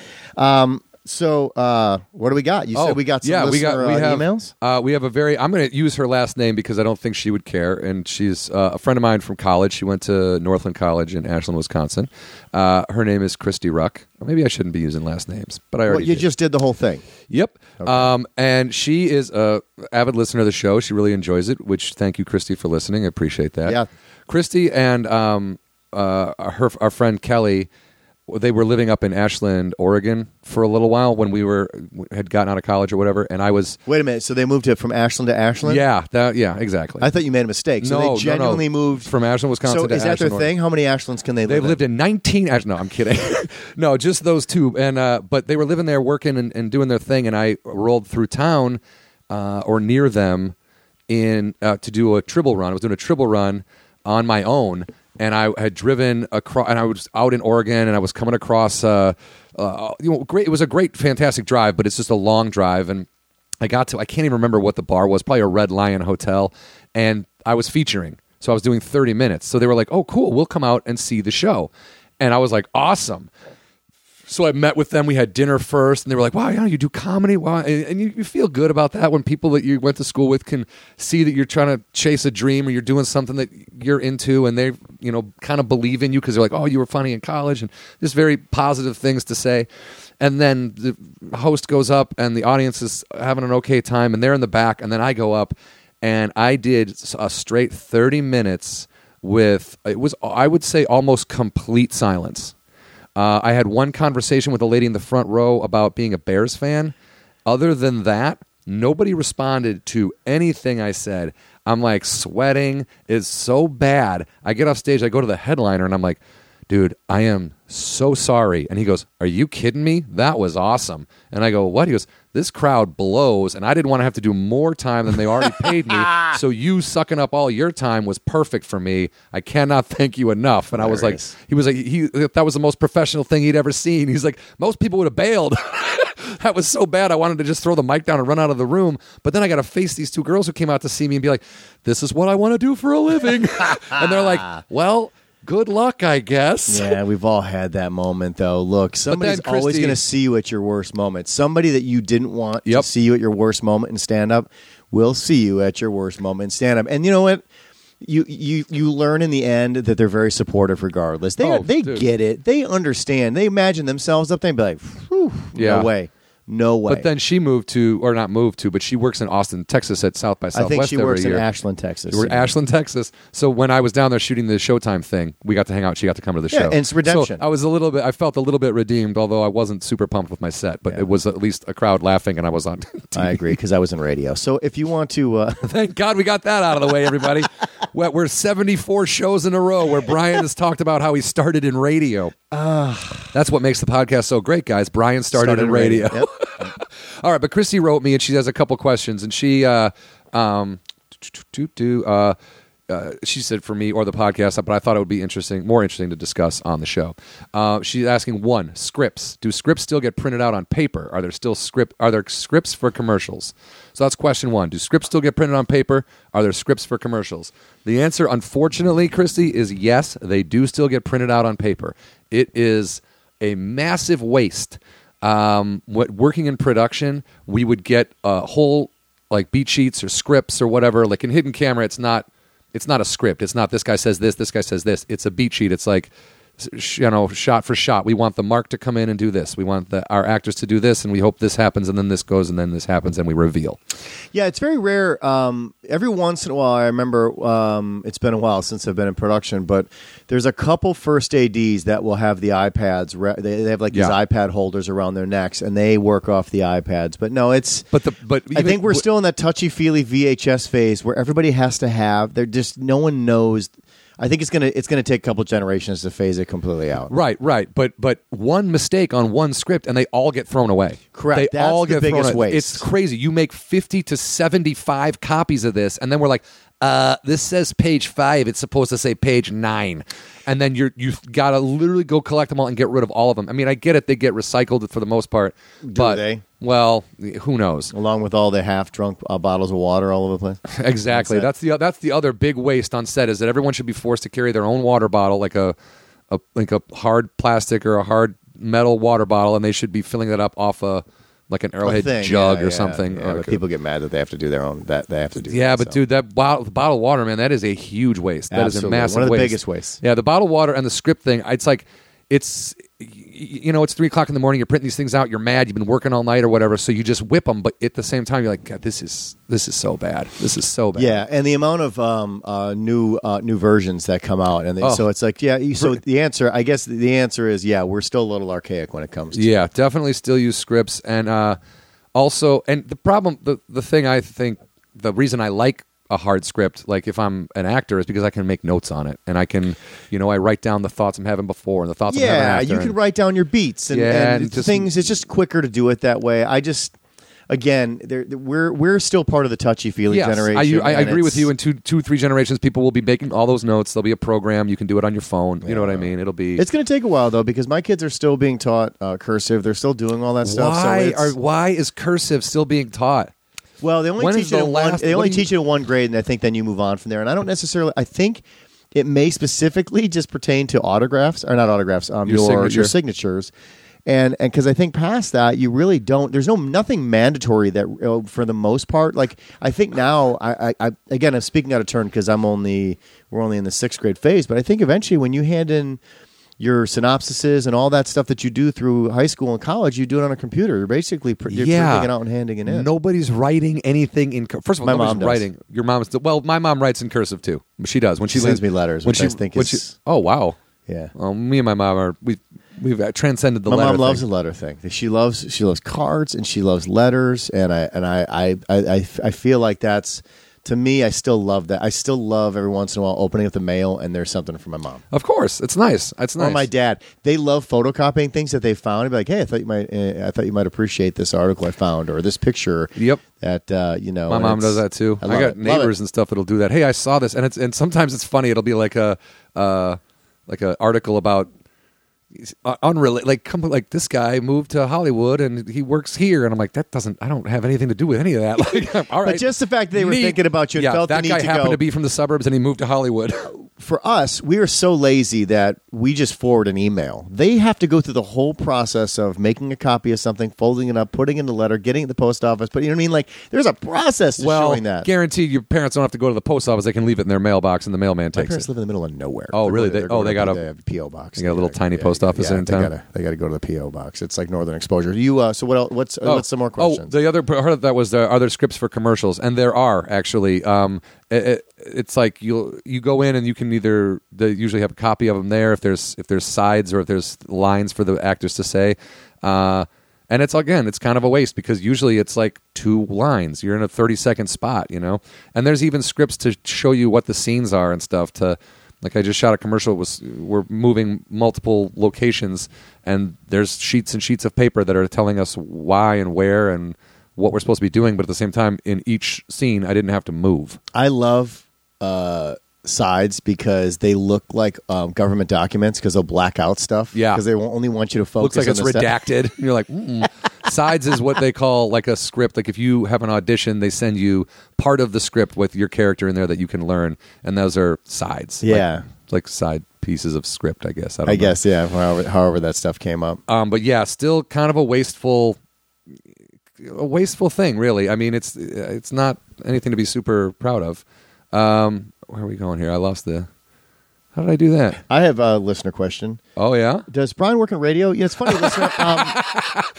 [SPEAKER 2] So uh, what do we got? You said we got some
[SPEAKER 1] Oh, yeah, we
[SPEAKER 2] listener,
[SPEAKER 1] got we
[SPEAKER 2] uh,
[SPEAKER 1] have
[SPEAKER 2] emails.
[SPEAKER 1] Uh, we have a very. I'm going to use her last name because I don't think she would care, and she's uh, a friend of mine from college. She went to Northland College in Ashland, Wisconsin. Uh, her name is Christy Ruck. Maybe I shouldn't be using last names, but I already
[SPEAKER 2] Well, you
[SPEAKER 1] did.
[SPEAKER 2] just did the whole thing.
[SPEAKER 1] Yep. Um, and she is a avid listener of the show. She really enjoys it, which thank you, Christy, for listening. I appreciate that.
[SPEAKER 2] Yeah.
[SPEAKER 1] Christy and um, uh, her our friend Kelly, they were living up in Ashland, Oregon, for a little while when we were had gotten out of college or whatever. And I was,
[SPEAKER 2] Wait a minute. So they moved it from Ashland to Ashland.
[SPEAKER 1] yeah, that, yeah, exactly.
[SPEAKER 2] I thought you made a mistake. So
[SPEAKER 1] No, no, no.
[SPEAKER 2] they genuinely moved
[SPEAKER 1] From Ashland, Wisconsin
[SPEAKER 2] So
[SPEAKER 1] to
[SPEAKER 2] is that
[SPEAKER 1] Ashland,
[SPEAKER 2] their
[SPEAKER 1] Oregon.
[SPEAKER 2] thing? How many Ashlands can they live?
[SPEAKER 1] They've lived
[SPEAKER 2] in?
[SPEAKER 1] in 19 Ash- no i'm kidding no just those two and uh, but they were living there working and, and doing their thing and i rolled through town uh, or near them in uh, to do a tribble run i was doing a tribble run on my own and i had driven across and i was out in oregon and i was coming across uh, uh, you know great it was a great fantastic drive but it's just a long drive and I got to I can't even remember what the bar was, probably a Red Lion Hotel, and I was featuring. So I was doing 30 minutes. So they were like, "Oh, cool. We'll come out and see the show." And I was like, "Awesome." So I met with them. We had dinner first, and they were like, "Wow, you know, you do comedy. Wow, and, and you, you feel good about that when people that you went to school with can see that you're trying to chase a dream or you're doing something that you're into, and they, you know, kind of believe in you because they're like, oh, you were funny in college, and just very positive things to say. And then the host goes up, and the audience is having an okay time, and they're in the back, and then I go up, and I did a straight thirty minutes with it was I would say almost complete silence. Uh, I had one conversation with a lady in the front row about being a Bears fan. Other than that, nobody responded to anything I said. I'm like sweating. It's so bad. I get off stage. I go to the headliner, and I'm like, dude, I am so sorry. And he goes, Are you kidding me? That was awesome. And I go, What? He goes, This crowd blows, and I didn't want to have to do more time than they already paid me. So you sucking up all your time was perfect for me. I cannot thank you enough. And I was like,
[SPEAKER 2] Hilarious.
[SPEAKER 1] He was like, he, That was the most professional thing he'd ever seen. He's like, Most people would have bailed. That was so bad. I wanted to just throw the mic down and run out of the room. But then I got to face these two girls who came out to see me and be like, this is what I want to do for a living. and they're like, well, good luck, I guess.
[SPEAKER 2] Yeah, we've all had that moment though. Look, somebody's always
[SPEAKER 1] Christy-
[SPEAKER 2] going to see you at your worst moment. Somebody that you didn't want
[SPEAKER 1] Yep.
[SPEAKER 2] to see you at your worst moment in stand up will see you at your worst moment in stand up. And you know what? You you you learn in the end that they're very supportive regardless. They
[SPEAKER 1] Oh,
[SPEAKER 2] they
[SPEAKER 1] dude.
[SPEAKER 2] get it. They understand. They imagine themselves up there and be like, "Phew,
[SPEAKER 1] Yeah.
[SPEAKER 2] no way. No way."
[SPEAKER 1] But then she moved to, or not moved to, but she works in Austin, Texas at South by
[SPEAKER 2] I
[SPEAKER 1] Southwest
[SPEAKER 2] think she
[SPEAKER 1] every
[SPEAKER 2] works
[SPEAKER 1] year.
[SPEAKER 2] in Ashland, Texas.
[SPEAKER 1] We're in Ashland, Texas. So when I was down there shooting the Showtime thing, we got to hang out. She got to come to the
[SPEAKER 2] Yeah,
[SPEAKER 1] show.
[SPEAKER 2] and it's
[SPEAKER 1] So
[SPEAKER 2] redemption.
[SPEAKER 1] I was a little bit. I felt a little bit redeemed, although I wasn't super pumped with my set. But it was at least a crowd laughing, and I was on. TV.
[SPEAKER 2] I agree because I was in radio. So if you want to uh,
[SPEAKER 1] Thank God we got that out of the way, everybody. we're, we're 74 shows in a row where Brian has talked about how he started in radio. That's what makes the podcast so great, guys. Brian started, in radio.
[SPEAKER 2] Yep.
[SPEAKER 1] All right, but Christy wrote me and she has a couple questions, and she, uh, um, do, do, uh, uh, she said for me or the podcast, but I thought it would be interesting, more interesting to discuss on the show. Uh, she's asking one scripts. Do scripts still get printed out on paper? Are there still script? Are there scripts for commercials? So that's question one. Do scripts still get printed on paper? Are there scripts for commercials? The answer, unfortunately, Christy, is yes. They do still get printed out on paper. It is a massive waste um, what working in production, we would get uh, whole like beat sheets or scripts or whatever. Like in hidden camera, it's not it's not a script. It's not this guy says this, this guy says this. It's a beat sheet. It's like sh- you know, shot for shot. We want the mark to come in and do this. We want the, our actors to do this, and we hope this happens, and then this goes, and then this happens, and we reveal.
[SPEAKER 2] Yeah, it's very rare. Um, every once in a while, I remember um, it's been a while since I've been in production, but there's a couple first ADs that will have the iPads. Re- they, they have like
[SPEAKER 1] Yeah.
[SPEAKER 2] these iPad holders around their necks, and they work off the iPads. But no, it's.
[SPEAKER 1] But the but
[SPEAKER 2] I
[SPEAKER 1] even-
[SPEAKER 2] think we're
[SPEAKER 1] wh-
[SPEAKER 2] still in that touchy feely VHS phase where everybody has to have. They're just no one knows. I think it's gonna it's gonna take a couple generations to phase it completely out.
[SPEAKER 1] Right, right, but but one mistake on one script and they all get thrown away.
[SPEAKER 2] Correct.
[SPEAKER 1] They
[SPEAKER 2] That's
[SPEAKER 1] all
[SPEAKER 2] the
[SPEAKER 1] get
[SPEAKER 2] biggest
[SPEAKER 1] thrown away.
[SPEAKER 2] waste.
[SPEAKER 1] It's crazy. You make fifty to seventy-five copies of this, and then we're like, uh, "This says page five. It's supposed to say page nine. And then you're you gotta literally go collect them all and get rid of all of them. I mean, I get it; they get recycled for the most part. but
[SPEAKER 2] they?
[SPEAKER 1] well, who knows?
[SPEAKER 2] Along with all the half drunk uh, bottles of water all over the place.
[SPEAKER 1] Exactly.
[SPEAKER 2] That's
[SPEAKER 1] That's, the that's the other big waste on set is that everyone should be forced to carry their own water bottle, like a, a like a hard plastic or a hard metal water bottle, and they should be filling that up off a like an
[SPEAKER 2] A
[SPEAKER 1] arrowhead
[SPEAKER 2] thing,
[SPEAKER 1] jug
[SPEAKER 2] yeah,
[SPEAKER 1] or
[SPEAKER 2] yeah,
[SPEAKER 1] something.
[SPEAKER 2] yeah,
[SPEAKER 1] Or
[SPEAKER 2] but
[SPEAKER 1] like a-
[SPEAKER 2] people get mad that they have to do their own. That they have to do.
[SPEAKER 1] yeah,
[SPEAKER 2] that,
[SPEAKER 1] but
[SPEAKER 2] so.
[SPEAKER 1] dude, that bottle, the bottled water, man, that is a huge waste. That is
[SPEAKER 2] Absolutely.
[SPEAKER 1] a massive
[SPEAKER 2] One of the
[SPEAKER 1] waste.
[SPEAKER 2] biggest wastes.
[SPEAKER 1] Yeah, the bottled water and the script thing. It's like, it's y- y- you know, it's three o'clock in the morning. You're printing these things out. You're mad. You've been working all night or whatever. So you just whip them. But at the same time, you're like, God, this is this is so bad. This is so bad.
[SPEAKER 2] Yeah, and the amount of um, uh, new uh, new versions that come out, and they,
[SPEAKER 1] Oh.
[SPEAKER 2] so it's like, yeah. you- So the answer, I guess, the answer is, yeah, we're still a little archaic when it comes. to
[SPEAKER 1] Yeah, definitely still use scripts and uh, also and the problem the the thing I think the reason I like a hard script like if I'm an actor is because I can make notes on it and I can you know I write down the thoughts I'm having before and the thoughts I'm having
[SPEAKER 2] Yeah,
[SPEAKER 1] after
[SPEAKER 2] you can
[SPEAKER 1] and-
[SPEAKER 2] write down your beats and,
[SPEAKER 1] Yeah,
[SPEAKER 2] and
[SPEAKER 1] and just-
[SPEAKER 2] things. It's just quicker to do it that way. I just, again, there, we're we're still part of the touchy feely
[SPEAKER 1] Yes, I-
[SPEAKER 2] generation.
[SPEAKER 1] I, I
[SPEAKER 2] and
[SPEAKER 1] agree with
[SPEAKER 2] it's-
[SPEAKER 1] you. In two, two, three generations, people will be making all those notes. There'll be a program. You can do it on your phone. you know what I mean? It'll be.
[SPEAKER 2] It's going to take a while though because my kids are still being taught uh, cursive. They're still doing all that stuff. so
[SPEAKER 1] why
[SPEAKER 2] it's-
[SPEAKER 1] are why is cursive still being taught?
[SPEAKER 2] Well, they only
[SPEAKER 1] When is
[SPEAKER 2] teach
[SPEAKER 1] the
[SPEAKER 2] it in one.
[SPEAKER 1] last-
[SPEAKER 2] They
[SPEAKER 1] what
[SPEAKER 2] only
[SPEAKER 1] do you-
[SPEAKER 2] teach it in one grade, and I think then you move on from there. And I don't necessarily. I think it may specifically just pertain to autographs or not autographs. Um,
[SPEAKER 1] Your
[SPEAKER 2] your
[SPEAKER 1] signature.
[SPEAKER 2] your signatures, and and because I think past that you really don't. There's no nothing mandatory that uh, for the most part. Like I think now, I, I, I again I'm speaking out of turn because I'm only we're only in the sixth grade phase, but I think eventually when you hand in. Your synopsises and all that stuff that you do through high school and college, you do it on a computer. You're basically pr- you're printing it out and handing it in.
[SPEAKER 1] Nobody's writing anything in. cur- First of all,
[SPEAKER 2] My
[SPEAKER 1] nobody's
[SPEAKER 2] mom does.
[SPEAKER 1] writing. Your mom's well. My mom writes in cursive too. She does when she,
[SPEAKER 2] She sends
[SPEAKER 1] leaves-
[SPEAKER 2] me letters,
[SPEAKER 1] When
[SPEAKER 2] which
[SPEAKER 1] she
[SPEAKER 2] I think
[SPEAKER 1] when
[SPEAKER 2] is-
[SPEAKER 1] she- oh wow,
[SPEAKER 2] Yeah.
[SPEAKER 1] Well, me and my mom are we we've uh, transcended the.
[SPEAKER 2] my
[SPEAKER 1] letter
[SPEAKER 2] mom loves the
[SPEAKER 1] thing.
[SPEAKER 2] letter thing. She loves she loves cards and she loves letters and I and I I I, I, I feel like that's to me, I still love that. I still love every once in a while opening up the mail and there's something from my mom.
[SPEAKER 1] Of course, it's nice. It's nice.
[SPEAKER 2] Or my dad, they love photocopying things that they found. I'd be like, "Hey, I thought you might, uh, I thought you might appreciate this article I found or this picture."
[SPEAKER 1] Yep.
[SPEAKER 2] That uh, you know,
[SPEAKER 1] My
[SPEAKER 2] and
[SPEAKER 1] mom
[SPEAKER 2] it's-
[SPEAKER 1] does that too.
[SPEAKER 2] I,
[SPEAKER 1] I,
[SPEAKER 2] love
[SPEAKER 1] got
[SPEAKER 2] it. Love
[SPEAKER 1] neighbors
[SPEAKER 2] it.
[SPEAKER 1] and stuff that'll do that. Hey, I saw this, and it's and sometimes it's funny. It'll be like a uh, like a article about uh, unrelated, like come like this guy moved to Hollywood and he works here, and I'm like that doesn't. I don't have anything to do with any of that. Like, all right,
[SPEAKER 2] just the fact that they were thinking about you and
[SPEAKER 1] yeah,
[SPEAKER 2] felt the
[SPEAKER 1] that
[SPEAKER 2] need
[SPEAKER 1] guy
[SPEAKER 2] to
[SPEAKER 1] happened
[SPEAKER 2] go-
[SPEAKER 1] to be from the suburbs and he moved to Hollywood.
[SPEAKER 2] For us, we are so lazy that we just forward an email. They have to go through the whole process of making a copy of something, folding it up, putting it in the letter, getting it to the post office. But you know what I mean? Like, there's a process to
[SPEAKER 1] well,
[SPEAKER 2] showing that.
[SPEAKER 1] guaranteed your parents don't have to go to the post office; they can leave it in their mailbox, and the mailman
[SPEAKER 2] My
[SPEAKER 1] takes
[SPEAKER 2] parents
[SPEAKER 1] it.
[SPEAKER 2] live in the middle of nowhere.
[SPEAKER 1] Oh,
[SPEAKER 2] They're
[SPEAKER 1] really?
[SPEAKER 2] going-
[SPEAKER 1] They-
[SPEAKER 2] they're
[SPEAKER 1] oh, they
[SPEAKER 2] going
[SPEAKER 1] got
[SPEAKER 2] to-
[SPEAKER 1] a-
[SPEAKER 2] they have PO box.
[SPEAKER 1] they got a little
[SPEAKER 2] gotta-
[SPEAKER 1] tiny
[SPEAKER 2] yeah,
[SPEAKER 1] post office
[SPEAKER 2] yeah,
[SPEAKER 1] in
[SPEAKER 2] they
[SPEAKER 1] town.
[SPEAKER 2] Gotta, they got to go to the PO box. It's like Northern Exposure. You. Uh, so what? Else, what's what's some more
[SPEAKER 1] Oh,
[SPEAKER 2] questions?
[SPEAKER 1] the other part of that was there are there scripts for commercials, and there are actually. Um, it, it, it's like you you go in and you can either they usually have a copy of them there if there's if there's sides or if there's lines for the actors to say, uh, and it's again it's kind of a waste because usually it's like two lines. You're in a thirty second spot, you know, and there's even scripts to show you what the scenes are and stuff to. Like I just shot a commercial. It was we're moving multiple locations, and there's sheets and sheets of paper that are telling us why and where and what we're supposed to be doing. But at the same time, in each scene, I didn't have to move.
[SPEAKER 2] I love uh, sides because they look like um, government documents because they'll black out stuff.
[SPEAKER 1] Yeah.
[SPEAKER 2] because they won't only want you to
[SPEAKER 1] Looks
[SPEAKER 2] focus.
[SPEAKER 1] like
[SPEAKER 2] on
[SPEAKER 1] it's
[SPEAKER 2] Oh, the stuff-
[SPEAKER 1] redacted. and you're like, mm sides is what they call like a script. Like if you have an audition, they send you part of the script with your character in there that you can learn, and those are sides. Like-
[SPEAKER 2] Yeah.
[SPEAKER 1] like, side pieces of script. I guess. I, don't
[SPEAKER 2] I
[SPEAKER 1] know.
[SPEAKER 2] guess yeah. However, however that stuff came up.
[SPEAKER 1] Um, but yeah, still kind of a wasteful, a wasteful thing, really. I mean, it's it's not anything to be super proud of. Um, where are we going here? I lost the. How did I do that?
[SPEAKER 2] I have a listener question.
[SPEAKER 1] Oh yeah.
[SPEAKER 2] Does Brian work in radio? Yeah, it's funny, listener. Um,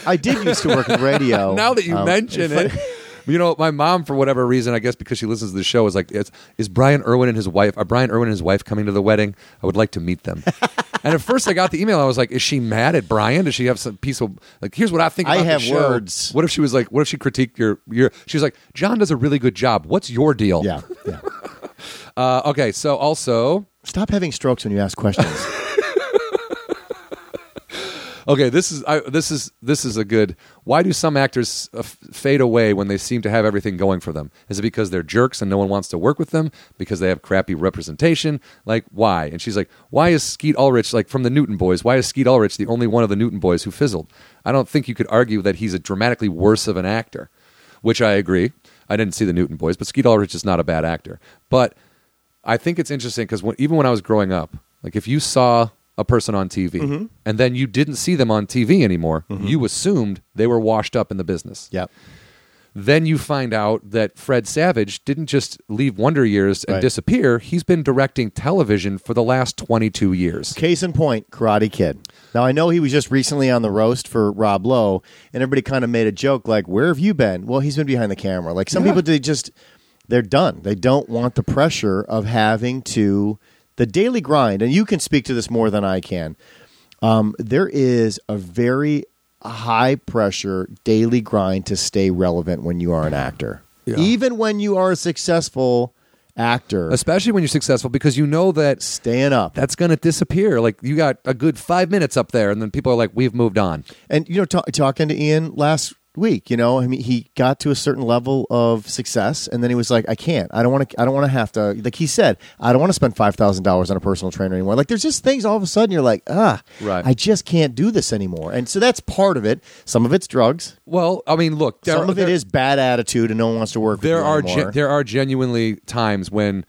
[SPEAKER 2] I did used to work in radio.
[SPEAKER 1] Now that you
[SPEAKER 2] Um,
[SPEAKER 1] mention it. Oh, You know, my mom, for whatever reason, I guess because she listens to the show, is like, it's, "Is Brian Irwin and his wife? Are Brian Irwin and his wife coming to the wedding? I would like to meet them." and at first, I got the email. I was like, "Is she mad at Brian? Does she have some piece of like?" Here's what I think.
[SPEAKER 2] I
[SPEAKER 1] about the
[SPEAKER 2] have
[SPEAKER 1] show."
[SPEAKER 2] words.
[SPEAKER 1] What if she was like? What if she critiqued your your? She was like, "John does a really good job. What's your deal?"
[SPEAKER 2] Yeah, yeah.
[SPEAKER 1] Uh, okay. So also,
[SPEAKER 2] Stop having strokes when you ask questions.
[SPEAKER 1] Okay, this is I, this is this is a good. Why do some actors uh, f- fade away when they seem to have everything going for them? Is it because they're jerks and no one wants to work with them? Because they have crappy representation? Like why? And she's like, why is Skeet Ulrich like from the Newton Boys? Why is Skeet Ulrich the only one of the Newton Boys who fizzled? I don't think you could argue that he's a dramatically worse of an actor, which I agree. I didn't see the Newton Boys, but Skeet Ulrich is not a bad actor. But I think it's interesting because when, even when I was growing up, like if you saw a person on TV and then you didn't see them on TV anymore, you assumed they were washed up in the business.
[SPEAKER 2] yep.
[SPEAKER 1] Then you find out that Fred Savage didn't just leave Wonder Years and
[SPEAKER 2] Right.
[SPEAKER 1] disappear. He's been directing television for the last 22 years.
[SPEAKER 2] Case in point, Karate Kid. Now I know he was just recently on the roast for Rob Lowe, and everybody kind of made a joke like, "Where have you been?" Well, he's been behind the camera. Like some people, they just they're done. They don't want the pressure of having to the daily grind. And you can speak to this more than I can. Um, there is a very high pressure daily grind to stay relevant when you are an actor,
[SPEAKER 1] Yeah.
[SPEAKER 2] even when you are a successful actor.
[SPEAKER 1] Especially when you're successful because you know that
[SPEAKER 2] Staying up.
[SPEAKER 1] that's going to disappear. Like you got a good five minutes up there, and then people are like, we've moved on.
[SPEAKER 2] And you know, ta talking to Ian last week, you know, I mean, he got to a certain level of success, and then he was like, "I can't. I don't want to. I don't want to have to." Like he said, "I don't want to spend five thousand dollars on a personal trainer anymore." Like there's just things all of a sudden you're like, "Ah,
[SPEAKER 1] Right.
[SPEAKER 2] I just can't do this anymore." And so that's part of it. Some of it's drugs.
[SPEAKER 1] Well, I mean, look, there-
[SPEAKER 2] Some of
[SPEAKER 1] there-
[SPEAKER 2] it is bad attitude, and no one wants to work.
[SPEAKER 1] there
[SPEAKER 2] with you
[SPEAKER 1] are
[SPEAKER 2] anymore.
[SPEAKER 1] gen- there are genuinely times when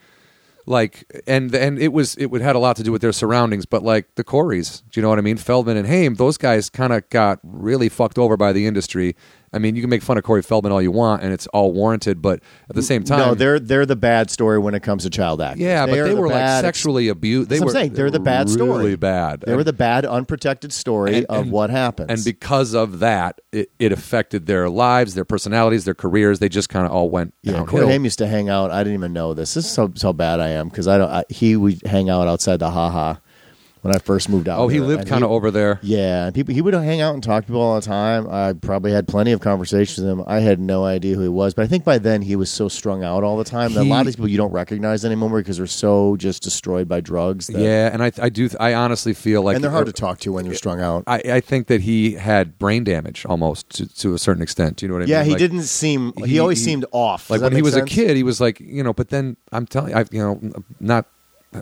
[SPEAKER 1] like and and it was it would had a lot to do with their surroundings but like the coreys do you know what i mean feldman and haim those guys kind of got really fucked over by the industry i mean you can make fun of corey feldman all you want and it's all warranted but at the same time
[SPEAKER 2] no, they're they're the bad story when it comes to child actors.
[SPEAKER 1] yeah but
[SPEAKER 2] are
[SPEAKER 1] they
[SPEAKER 2] the
[SPEAKER 1] were like
[SPEAKER 2] bad-
[SPEAKER 1] sexually abused they
[SPEAKER 2] That's
[SPEAKER 1] were
[SPEAKER 2] what I'm saying. They're the bad
[SPEAKER 1] really
[SPEAKER 2] story.
[SPEAKER 1] bad
[SPEAKER 2] They were the bad, unprotected story
[SPEAKER 1] And-
[SPEAKER 2] of
[SPEAKER 1] and-
[SPEAKER 2] what happens.
[SPEAKER 1] and because of that it, it affected their lives their personalities their careers they just kind of all went
[SPEAKER 2] Yeah,
[SPEAKER 1] downhill.
[SPEAKER 2] Corey Haim used to hang out. I didn't even know this. This is how, how bad I am because I don't. I, he would hang out outside the haha when I first moved out.
[SPEAKER 1] Oh, he
[SPEAKER 2] there.
[SPEAKER 1] lived
[SPEAKER 2] And
[SPEAKER 1] kind of over there.
[SPEAKER 2] Yeah, and people he would hang out and talk to people all the time. I probably had plenty of conversations with him. I had no idea who he was, but I think by then he was so strung out all the time that a lot of
[SPEAKER 1] He-
[SPEAKER 2] these people you don't recognize anymore because they're so just destroyed by drugs. That,
[SPEAKER 1] Yeah, and I I do I honestly feel like er,
[SPEAKER 2] and they're hard to talk to when you're strung out.
[SPEAKER 1] I, I think that he had brain damage almost to, to a certain extent. Do you know what I mean?
[SPEAKER 2] yeah, he
[SPEAKER 1] Like-
[SPEAKER 2] didn't seem. He,
[SPEAKER 1] he-
[SPEAKER 2] always
[SPEAKER 1] he-
[SPEAKER 2] seemed off. Does
[SPEAKER 1] Like
[SPEAKER 2] that
[SPEAKER 1] when he
[SPEAKER 2] make
[SPEAKER 1] was
[SPEAKER 2] sense?
[SPEAKER 1] a kid, he was like you know. But then I'm telling I you know not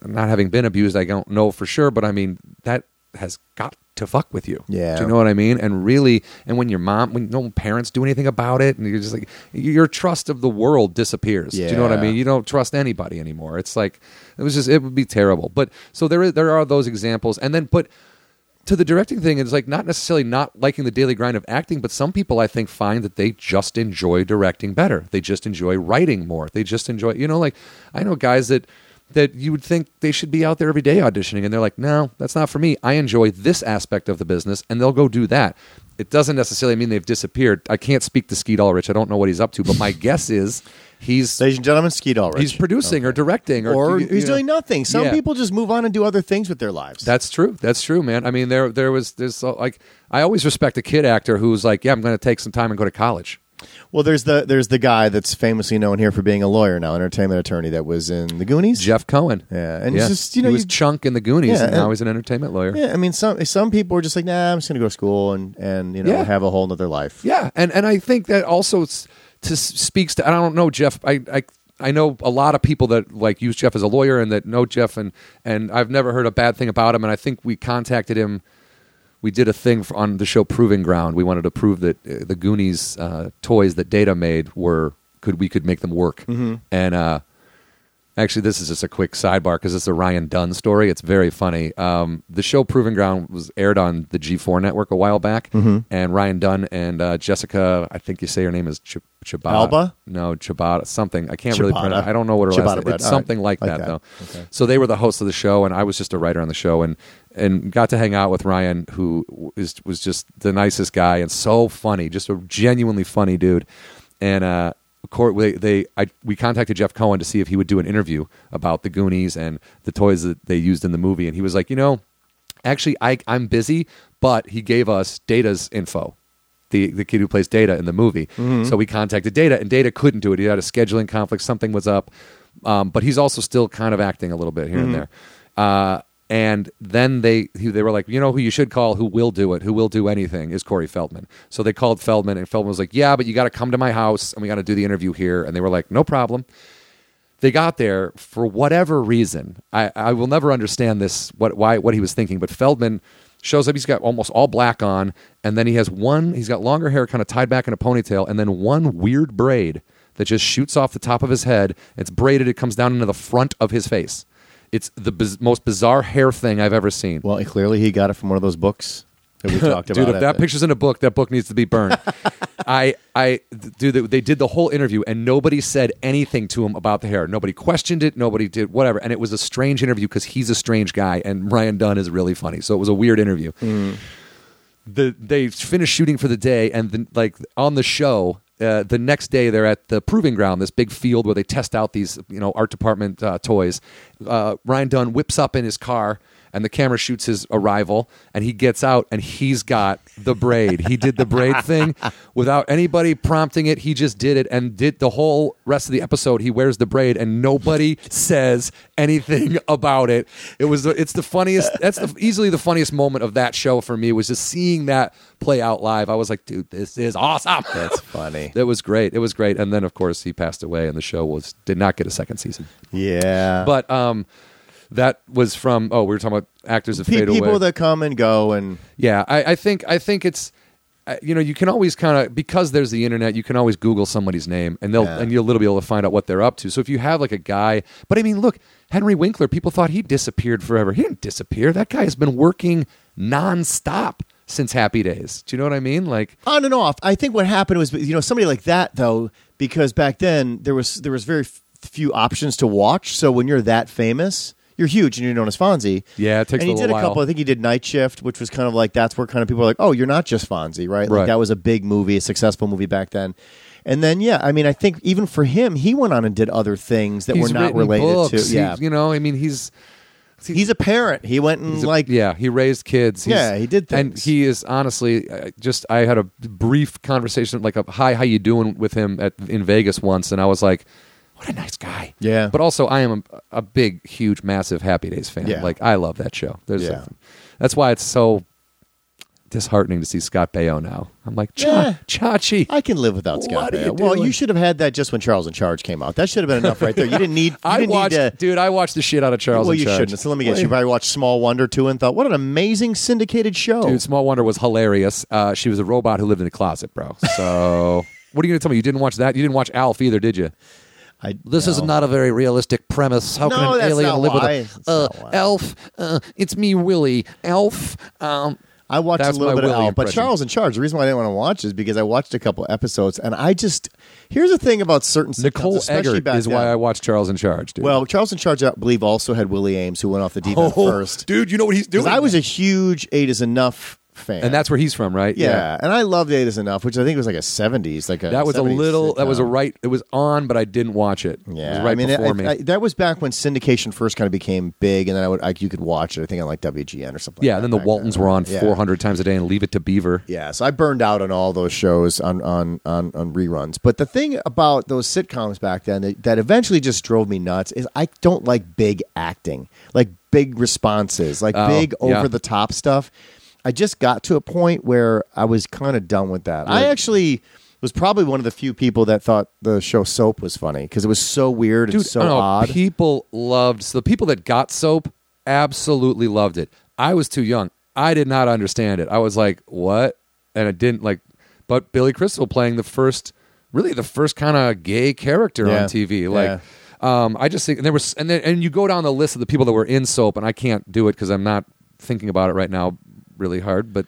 [SPEAKER 1] not having been abused, I don't know for sure. But I mean that has got to fuck with you.
[SPEAKER 2] Yeah.
[SPEAKER 1] do you know what I mean? And really, and when your mom, when no parents do anything about it, and you're just like your trust of the world disappears. Do you know what I
[SPEAKER 2] Yeah.
[SPEAKER 1] mean? You don't trust anybody anymore. It's like it was just it would be terrible. But so there is there are those examples, and then but to the directing thing, it's like not necessarily not liking the daily grind of acting, but some people I think find that they just enjoy directing better. They just enjoy writing more. They just enjoy, you know, like I know guys that that you would think they should be out there every day auditioning, and they're like, no, that's not for me. I enjoy this aspect of the business, and they'll go do that. It doesn't necessarily mean they've disappeared. I can't speak to Skeet Ulrich. I don't know what he's up to, but my guess is he's
[SPEAKER 2] ladies and gentlemen, Skeet Ulrich.
[SPEAKER 1] he's producing or directing or,
[SPEAKER 2] or
[SPEAKER 1] you-
[SPEAKER 2] he's
[SPEAKER 1] you know.
[SPEAKER 2] doing nothing. Some
[SPEAKER 1] Yeah.
[SPEAKER 2] people just move on and do other things with their lives.
[SPEAKER 1] That's true. That's true, man. I mean, there there was there's uh, like I always respect a kid actor who's like, yeah, I'm going to take some time and go to college.
[SPEAKER 2] well, there's the there's the guy that's famously known here for being a lawyer now, an entertainment attorney that was in the Goonies.
[SPEAKER 1] Jeff Cohen.
[SPEAKER 2] Yeah, and he's just, you know,
[SPEAKER 1] he was
[SPEAKER 2] you-
[SPEAKER 1] Chunk in the Goonies,
[SPEAKER 2] Yeah,
[SPEAKER 1] and now
[SPEAKER 2] and-
[SPEAKER 1] he's an entertainment lawyer.
[SPEAKER 2] Yeah, I mean, some some people are just like, nah, I'm just gonna go to school and and you know
[SPEAKER 1] Yeah.
[SPEAKER 2] have a whole nother life.
[SPEAKER 1] Yeah, and and I think that also s- to s- speaks to I don't know Jeff. I I I know a lot of people that like use Jeff as a lawyer and that know Jeff and and I've never heard a bad thing about him. And I think we contacted him. We did a thing for, on the show Proving Ground. We wanted to prove that uh, the Goonies uh, toys that Data made were could we could make them work. And uh, Actually, this is just a quick sidebar because it's a Ryan Dunn story. It's very funny. Um, the show Proving Ground was aired on the G4 network a while back, and Ryan Dunn and uh, Jessica, I think you say her name is Ch- Chibata.
[SPEAKER 2] Alba?
[SPEAKER 1] No, Chibata, something. I can't really
[SPEAKER 2] Ciabatta.
[SPEAKER 1] pronounce I don't know what her
[SPEAKER 2] Ciabatta
[SPEAKER 1] last name
[SPEAKER 2] bread.
[SPEAKER 1] It's
[SPEAKER 2] All right.
[SPEAKER 1] something like,
[SPEAKER 2] Like
[SPEAKER 1] that,
[SPEAKER 2] that.
[SPEAKER 1] though.
[SPEAKER 2] Okay.
[SPEAKER 1] So they were the hosts of the show, and I was just a writer on the show, and and got to hang out with Ryan, who is was just the nicest guy and so funny, just a genuinely funny dude. And uh, of course, they, they I, we contacted Jeff Cohen to see if he would do an interview about the Goonies and the toys that they used in the movie, and he was like, you know, actually, I I'm busy, but he gave us Data's info the, the kid who plays Data in the movie. So we contacted Data, and Data couldn't do it. He had a scheduling conflict. Something was up. Um, but he's also still kind of acting a little bit here and there. Uh, and then they he- they were like, you know who you should call, who will do it, who will do anything, is Corey Feldman. So they called Feldman, and Feldman was like, yeah, but you got to come to my house, and we got to do the interview here. And they were like, no problem they got there for whatever reason. I, I will never understand this what why what he was thinking, but Feldman shows up, he's got almost all black on, and then he has one he's got longer hair kind of tied back in a ponytail, and then one weird braid that just shoots off the top of his head. It's braided, it comes down into the front of his face. It's the biz- most bizarre hair thing I've ever seen.
[SPEAKER 2] Well, clearly he got it from one of those books that we talked about.
[SPEAKER 1] Dude, if
[SPEAKER 2] at
[SPEAKER 1] that
[SPEAKER 2] the-
[SPEAKER 1] picture's in a book, that book needs to be burned. I, I, dude, they did the whole interview and nobody said anything to him about the hair. Nobody questioned it. Nobody did whatever. And it was a strange interview because he's a strange guy and Ryan Dunn is really funny. So it was a weird interview the they finished shooting for the day and then like on the show uh, the next day they're at the proving ground this big field where they test out these you know art department uh, toys uh, ryan dunn whips up in his car and the camera shoots his arrival and he gets out and he's got the braid he did the braid thing without anybody prompting it he just did it and did the whole rest of the episode he wears the braid and nobody says anything about it it was the- it's the funniest that's the, easily the funniest moment of that show for me was just seeing that play out live i was like dude this is awesome
[SPEAKER 2] That's funny.
[SPEAKER 1] it was great it was great and then of course he passed away and the show was did not get a second season
[SPEAKER 2] yeah,
[SPEAKER 1] but um that was from oh we were talking about actors of
[SPEAKER 2] Pe-
[SPEAKER 1] fade away
[SPEAKER 2] people that come and go and
[SPEAKER 1] yeah, I, I think I think it's I- you know you can always kind of because there's the internet you can always Google somebody's name and they'll
[SPEAKER 2] Yeah.
[SPEAKER 1] and you'll literally be able to find out what they're up to. So if you have like a guy, but I mean, look, Henry Winkler, people thought he disappeared forever. He didn't disappear. That guy has been working nonstop since Happy Days. Do you know what I mean? Like
[SPEAKER 2] on and off. I think what happened was you know somebody like that though because back then there was there was very f- few options to watch. So when you're that famous. You're huge, and you're known as Fonzie.
[SPEAKER 1] Yeah, it takes a
[SPEAKER 2] And he
[SPEAKER 1] little
[SPEAKER 2] did a
[SPEAKER 1] while.
[SPEAKER 2] couple. I think he did Night Shift, which was kind of like that's where kind of people are like, "Oh, you're not just Fonzie, right?" Like
[SPEAKER 1] Right.
[SPEAKER 2] that was a big movie, a successful movie back then. And then, yeah, I mean, I think even for him, he went on and did other things that
[SPEAKER 1] he's
[SPEAKER 2] were not
[SPEAKER 1] written
[SPEAKER 2] related
[SPEAKER 1] books.
[SPEAKER 2] to.
[SPEAKER 1] He-
[SPEAKER 2] Yeah,
[SPEAKER 1] you know, I mean, he's See-
[SPEAKER 2] he's a parent. He went and
[SPEAKER 1] He's a-
[SPEAKER 2] like
[SPEAKER 1] yeah, he raised kids.
[SPEAKER 2] Yeah, he did
[SPEAKER 1] And
[SPEAKER 2] things.
[SPEAKER 1] he is honestly I just. I had a brief conversation, like a hi, how you doing, with him at in Vegas once, and I was like, what a nice guy.
[SPEAKER 2] Yeah.
[SPEAKER 1] But also, I am a, a big, huge, massive Happy Days fan.
[SPEAKER 2] Yeah.
[SPEAKER 1] Like I love that show. There's
[SPEAKER 2] Yeah.
[SPEAKER 1] something- That's why it's so disheartening to see Scott Baio now. I'm like,
[SPEAKER 2] Yeah.
[SPEAKER 1] Cha- Chachi.
[SPEAKER 2] I can live without Scott
[SPEAKER 1] What are you
[SPEAKER 2] Baio. Well,
[SPEAKER 1] doing?
[SPEAKER 2] you should have had that just when Charles in Charge came out. That should have been enough right there. You didn't need. You
[SPEAKER 1] I
[SPEAKER 2] didn't
[SPEAKER 1] watched,
[SPEAKER 2] need to,
[SPEAKER 1] dude. I watched the shit out of Charles.
[SPEAKER 2] Well,
[SPEAKER 1] in
[SPEAKER 2] you
[SPEAKER 1] Charge.
[SPEAKER 2] shouldn't. So let me guess. You probably watched Small Wonder too and thought, what an amazing syndicated show.
[SPEAKER 1] Dude, Small Wonder was hilarious. Uh, she was a robot who lived in a closet, bro. So, what are you going to tell me? You didn't watch that? You didn't watch Alf either, did you?
[SPEAKER 2] I,
[SPEAKER 1] This is
[SPEAKER 2] no.
[SPEAKER 1] not a very realistic premise. How
[SPEAKER 2] No,
[SPEAKER 1] can an
[SPEAKER 2] that's
[SPEAKER 1] alien
[SPEAKER 2] not
[SPEAKER 1] live
[SPEAKER 2] why.
[SPEAKER 1] with
[SPEAKER 2] That's
[SPEAKER 1] a uh,
[SPEAKER 2] not why.
[SPEAKER 1] Alf? Uh, it's me, Willie. Alf. Um,
[SPEAKER 2] I watched a
[SPEAKER 1] That's
[SPEAKER 2] little
[SPEAKER 1] my
[SPEAKER 2] bit of
[SPEAKER 1] Willy
[SPEAKER 2] Alf, but
[SPEAKER 1] impression.
[SPEAKER 2] Charles in Charge. The reason why I didn't want to watch is because I watched a couple episodes, and I just here's the thing about certain sitcoms,
[SPEAKER 1] Nicole
[SPEAKER 2] especially
[SPEAKER 1] Eggert
[SPEAKER 2] back
[SPEAKER 1] is why
[SPEAKER 2] then.
[SPEAKER 1] I watched Charles in Charge, dude. Oh,
[SPEAKER 2] Well, Charles in Charge, I believe, also had Willie Ames, who went off the deep end first.
[SPEAKER 1] dude, you know what he's
[SPEAKER 2] Because
[SPEAKER 1] doing?
[SPEAKER 2] I was a huge Eight Is Enough fan,
[SPEAKER 1] and that's where he's from, right?
[SPEAKER 2] yeah, and I loved Eight Is Enough, which I think was like a seventies, like a
[SPEAKER 1] That was a
[SPEAKER 2] 70s
[SPEAKER 1] little. That was a
[SPEAKER 2] sitcom.
[SPEAKER 1] right. It was on, but I didn't watch it. It was
[SPEAKER 2] Yeah,
[SPEAKER 1] right
[SPEAKER 2] I mean,
[SPEAKER 1] before
[SPEAKER 2] I-
[SPEAKER 1] me.
[SPEAKER 2] I- that was back when syndication first kind of became big, and then I would I, you could watch it. I think on like WGN or something.
[SPEAKER 1] yeah, and
[SPEAKER 2] like
[SPEAKER 1] then
[SPEAKER 2] that
[SPEAKER 1] the
[SPEAKER 2] back
[SPEAKER 1] Waltons were on
[SPEAKER 2] Yeah.
[SPEAKER 1] 400 times a day, and Leave It to Beaver.
[SPEAKER 2] Yeah, so I burned out on all those shows on on on, on reruns. But the thing about those sitcoms back then that, that eventually just drove me nuts is I don't like big acting, like big responses, like
[SPEAKER 1] Oh,
[SPEAKER 2] big
[SPEAKER 1] yeah.
[SPEAKER 2] over the top stuff. I just got to a point where I was kind of done with that. I
[SPEAKER 1] Right.
[SPEAKER 2] actually was probably one of the few people that thought the show Soap was funny because it was so weird and
[SPEAKER 1] Dude, oh,
[SPEAKER 2] so
[SPEAKER 1] I don't know,
[SPEAKER 2] odd.
[SPEAKER 1] People loved so the people that got soap absolutely loved it. I was too young. I did not understand it. I was like, what? And it didn't like but Billy Crystal playing the first really the first kind of gay character
[SPEAKER 2] Yeah.
[SPEAKER 1] on TV. Like um I just think and there was and then and you go down the list of the people that were in soap and I can't do it cuz I'm not thinking about it right now really hard, but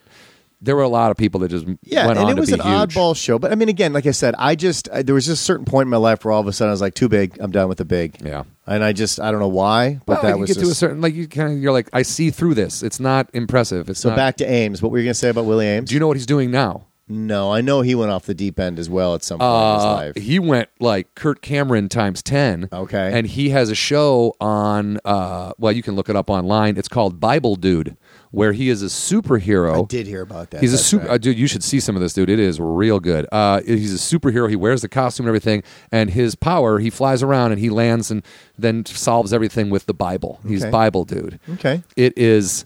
[SPEAKER 1] there were a lot of people that just
[SPEAKER 2] Yeah,
[SPEAKER 1] went
[SPEAKER 2] and
[SPEAKER 1] on
[SPEAKER 2] it was
[SPEAKER 1] to
[SPEAKER 2] an
[SPEAKER 1] be huge.
[SPEAKER 2] oddball show. But I mean, again, like I said, I just I, there was just a certain point in my life where all of a sudden I was like, too big. I'm done with the big.
[SPEAKER 1] Yeah.
[SPEAKER 2] and I just I don't know why,
[SPEAKER 1] Well,
[SPEAKER 2] but that
[SPEAKER 1] you
[SPEAKER 2] was
[SPEAKER 1] get to a
[SPEAKER 2] just-
[SPEAKER 1] certain like you kind of you're like I see through this. It's not impressive. It's
[SPEAKER 2] so
[SPEAKER 1] not,
[SPEAKER 2] back to Ames. What were you gonna say about Willie Ames?
[SPEAKER 1] Do you know what he's doing now?
[SPEAKER 2] no, I know he went off the deep end as well at some point in his life.
[SPEAKER 1] Uh, he went like Kurt Cameron times 10.
[SPEAKER 2] Okay.
[SPEAKER 1] And he has a show on, uh, well, you can look it up online. It's called Bible Dude, where he is a superhero.
[SPEAKER 2] I did hear about that.
[SPEAKER 1] He's a
[SPEAKER 2] That's
[SPEAKER 1] super
[SPEAKER 2] right.
[SPEAKER 1] uh, dude. You should see some of this, dude. It is real good. Uh, he's a superhero. He wears the costume and everything, and his power. He flies around and he lands and then solves everything with the Bible. He's
[SPEAKER 2] Okay.
[SPEAKER 1] Bible dude.
[SPEAKER 2] Okay.
[SPEAKER 1] It is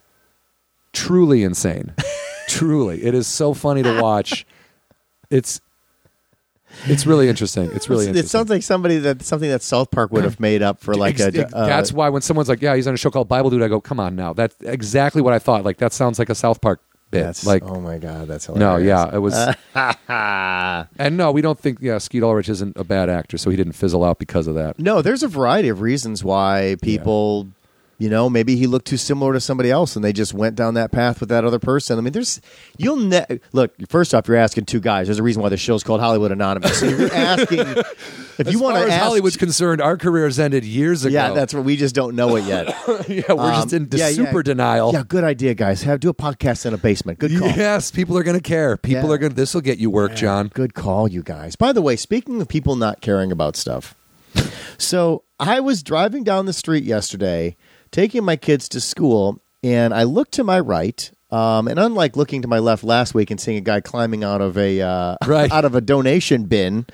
[SPEAKER 1] truly insane. truly, it is so funny to watch. It's it's really interesting. It's really
[SPEAKER 2] It
[SPEAKER 1] interesting.
[SPEAKER 2] sounds like somebody that something that South Park would have made up for like a. uh,
[SPEAKER 1] Ex- ex- that's why when someone's like, "Yeah, he's on a show called Bible Dude," I go, "Come on now." That's exactly what I thought. Like that sounds like a South Park bit.
[SPEAKER 2] that's
[SPEAKER 1] like,
[SPEAKER 2] oh my god, that's
[SPEAKER 1] no,
[SPEAKER 2] hilarious.
[SPEAKER 1] yeah, it was. and no, we don't think. Yeah, Skeet Ulrich isn't a bad actor, so he didn't fizzle out because of that.
[SPEAKER 2] No, there's a variety of reasons why people, you know, maybe he looked too similar to somebody else and they just went down that path with that other person. I mean, there's, you'll ne- look, first off, you're asking two guys. There's a reason why the show's called Hollywood Anonymous. So you're asking, if you want
[SPEAKER 1] as far
[SPEAKER 2] to
[SPEAKER 1] as
[SPEAKER 2] ask.
[SPEAKER 1] Hollywood's concerned, our careers ended years ago.
[SPEAKER 2] yeah, that's what we just don't know it yet.
[SPEAKER 1] yeah. We're just
[SPEAKER 2] Um,
[SPEAKER 1] in de-
[SPEAKER 2] yeah, yeah.
[SPEAKER 1] super denial.
[SPEAKER 2] Yeah, good idea, guys. Have do a podcast in a basement. Good call.
[SPEAKER 1] Yes, people are going to care. People
[SPEAKER 2] Yeah.
[SPEAKER 1] are going. to This will get you work, John.
[SPEAKER 2] Good call, you guys. By the way, speaking of people not caring about stuff, so I was driving down the street yesterday, taking my kids to school, and I looked to my right. Um, and unlike looking to my left last week and seeing a guy climbing out of a uh,
[SPEAKER 1] Right.
[SPEAKER 2] out of a donation bin,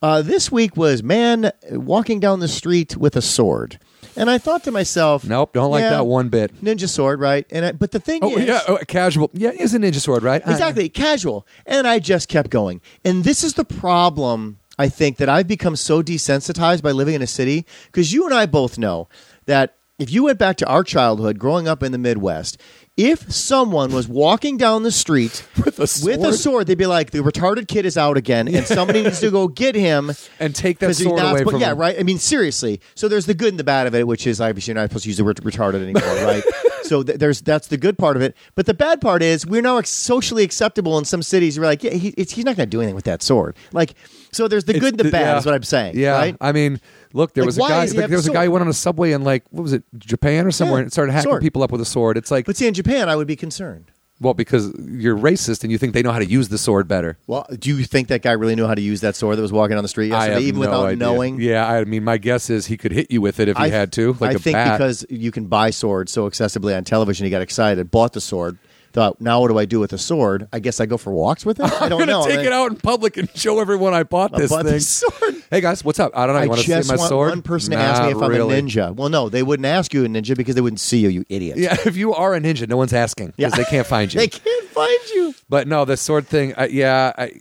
[SPEAKER 2] uh, this week was man walking down the street with a sword, and I thought to myself,
[SPEAKER 1] Nope, don't like
[SPEAKER 2] yeah,
[SPEAKER 1] that one bit.
[SPEAKER 2] ninja sword, right?" And I, but the thing
[SPEAKER 1] Oh
[SPEAKER 2] is,
[SPEAKER 1] yeah, oh, casual. Yeah, is a ninja sword, right? I-
[SPEAKER 2] Exactly, casual. And I just kept going. And this is the problem, I think, that I've become so desensitized by living in a city. Because you and I both know that if you went back to our childhood growing up in the Midwest, if someone was walking down the street
[SPEAKER 1] With a sword?
[SPEAKER 2] sword, they'd be like, the retarded kid is out again, and somebody needs to go get him.
[SPEAKER 1] And take that
[SPEAKER 2] 'Cause he's
[SPEAKER 1] sword
[SPEAKER 2] not
[SPEAKER 1] away
[SPEAKER 2] suppo-
[SPEAKER 1] from
[SPEAKER 2] yeah,
[SPEAKER 1] him.
[SPEAKER 2] right. I mean, seriously. So there's the good and the bad of it, which is obviously you're not supposed to use the word retarded anymore, right? so th- there's that's the good part of it. But the bad part is we're now ex- socially acceptable in some cities. We're like, yeah, he, it's, he's not going to do anything with that sword. Like, so there's the
[SPEAKER 1] It's
[SPEAKER 2] good and the
[SPEAKER 1] th-
[SPEAKER 2] bad
[SPEAKER 1] yeah.
[SPEAKER 2] is what I'm saying.
[SPEAKER 1] Yeah,
[SPEAKER 2] right?
[SPEAKER 1] I mean, look, there
[SPEAKER 2] Like,
[SPEAKER 1] was a
[SPEAKER 2] why
[SPEAKER 1] guy.
[SPEAKER 2] does he
[SPEAKER 1] like,
[SPEAKER 2] have
[SPEAKER 1] there
[SPEAKER 2] a
[SPEAKER 1] was a guy
[SPEAKER 2] sword?
[SPEAKER 1] who went on a subway in like what was it, Japan or somewhere,
[SPEAKER 2] Yeah,
[SPEAKER 1] and started hacking
[SPEAKER 2] sword.
[SPEAKER 1] people up with a sword. It's like
[SPEAKER 2] But see, in Japan, I would be concerned.
[SPEAKER 1] Well, because you're racist and you think they know how to use the sword better.
[SPEAKER 2] Well, do you think that guy really knew how to use that sword that was walking down the street
[SPEAKER 1] I
[SPEAKER 2] yesterday,
[SPEAKER 1] have no
[SPEAKER 2] even without
[SPEAKER 1] idea.
[SPEAKER 2] knowing?
[SPEAKER 1] Yeah, I mean, my guess is he could hit you with it if he
[SPEAKER 2] I
[SPEAKER 1] had to, like
[SPEAKER 2] I
[SPEAKER 1] a
[SPEAKER 2] think
[SPEAKER 1] bat.
[SPEAKER 2] because you can buy swords so accessibly on television, he got excited, bought the sword, thought, now what do I do with the sword? I guess I go for walks with it. I
[SPEAKER 1] I'm
[SPEAKER 2] don't
[SPEAKER 1] gonna
[SPEAKER 2] know.
[SPEAKER 1] take
[SPEAKER 2] I-
[SPEAKER 1] it out in public and show everyone I bought this
[SPEAKER 2] bought
[SPEAKER 1] thing.
[SPEAKER 2] this sword.
[SPEAKER 1] Hey guys, what's up? I don't know. You
[SPEAKER 2] I
[SPEAKER 1] want to see my
[SPEAKER 2] just want
[SPEAKER 1] sword?
[SPEAKER 2] one person to ask me if
[SPEAKER 1] Not really.
[SPEAKER 2] I'm a ninja. Well, no, they wouldn't ask you a ninja because they wouldn't see you, you idiot.
[SPEAKER 1] Yeah, if you are a ninja, no one's asking because they can't find you.
[SPEAKER 2] they can't find you.
[SPEAKER 1] But no, the sword thing. I, yeah, I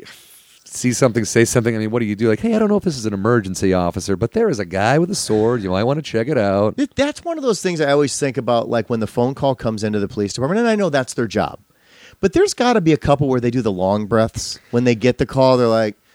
[SPEAKER 1] see something, say something. I mean, what do you do? Like, hey, I don't know if this is an emergency officer, but there is a guy with a sword. You might want to check it out.
[SPEAKER 2] Th- That's one of those things I always think about, like when the phone call comes into the police department, and I know that's their job. But there's got to be a couple where they do the long breaths when they get the call. They're like,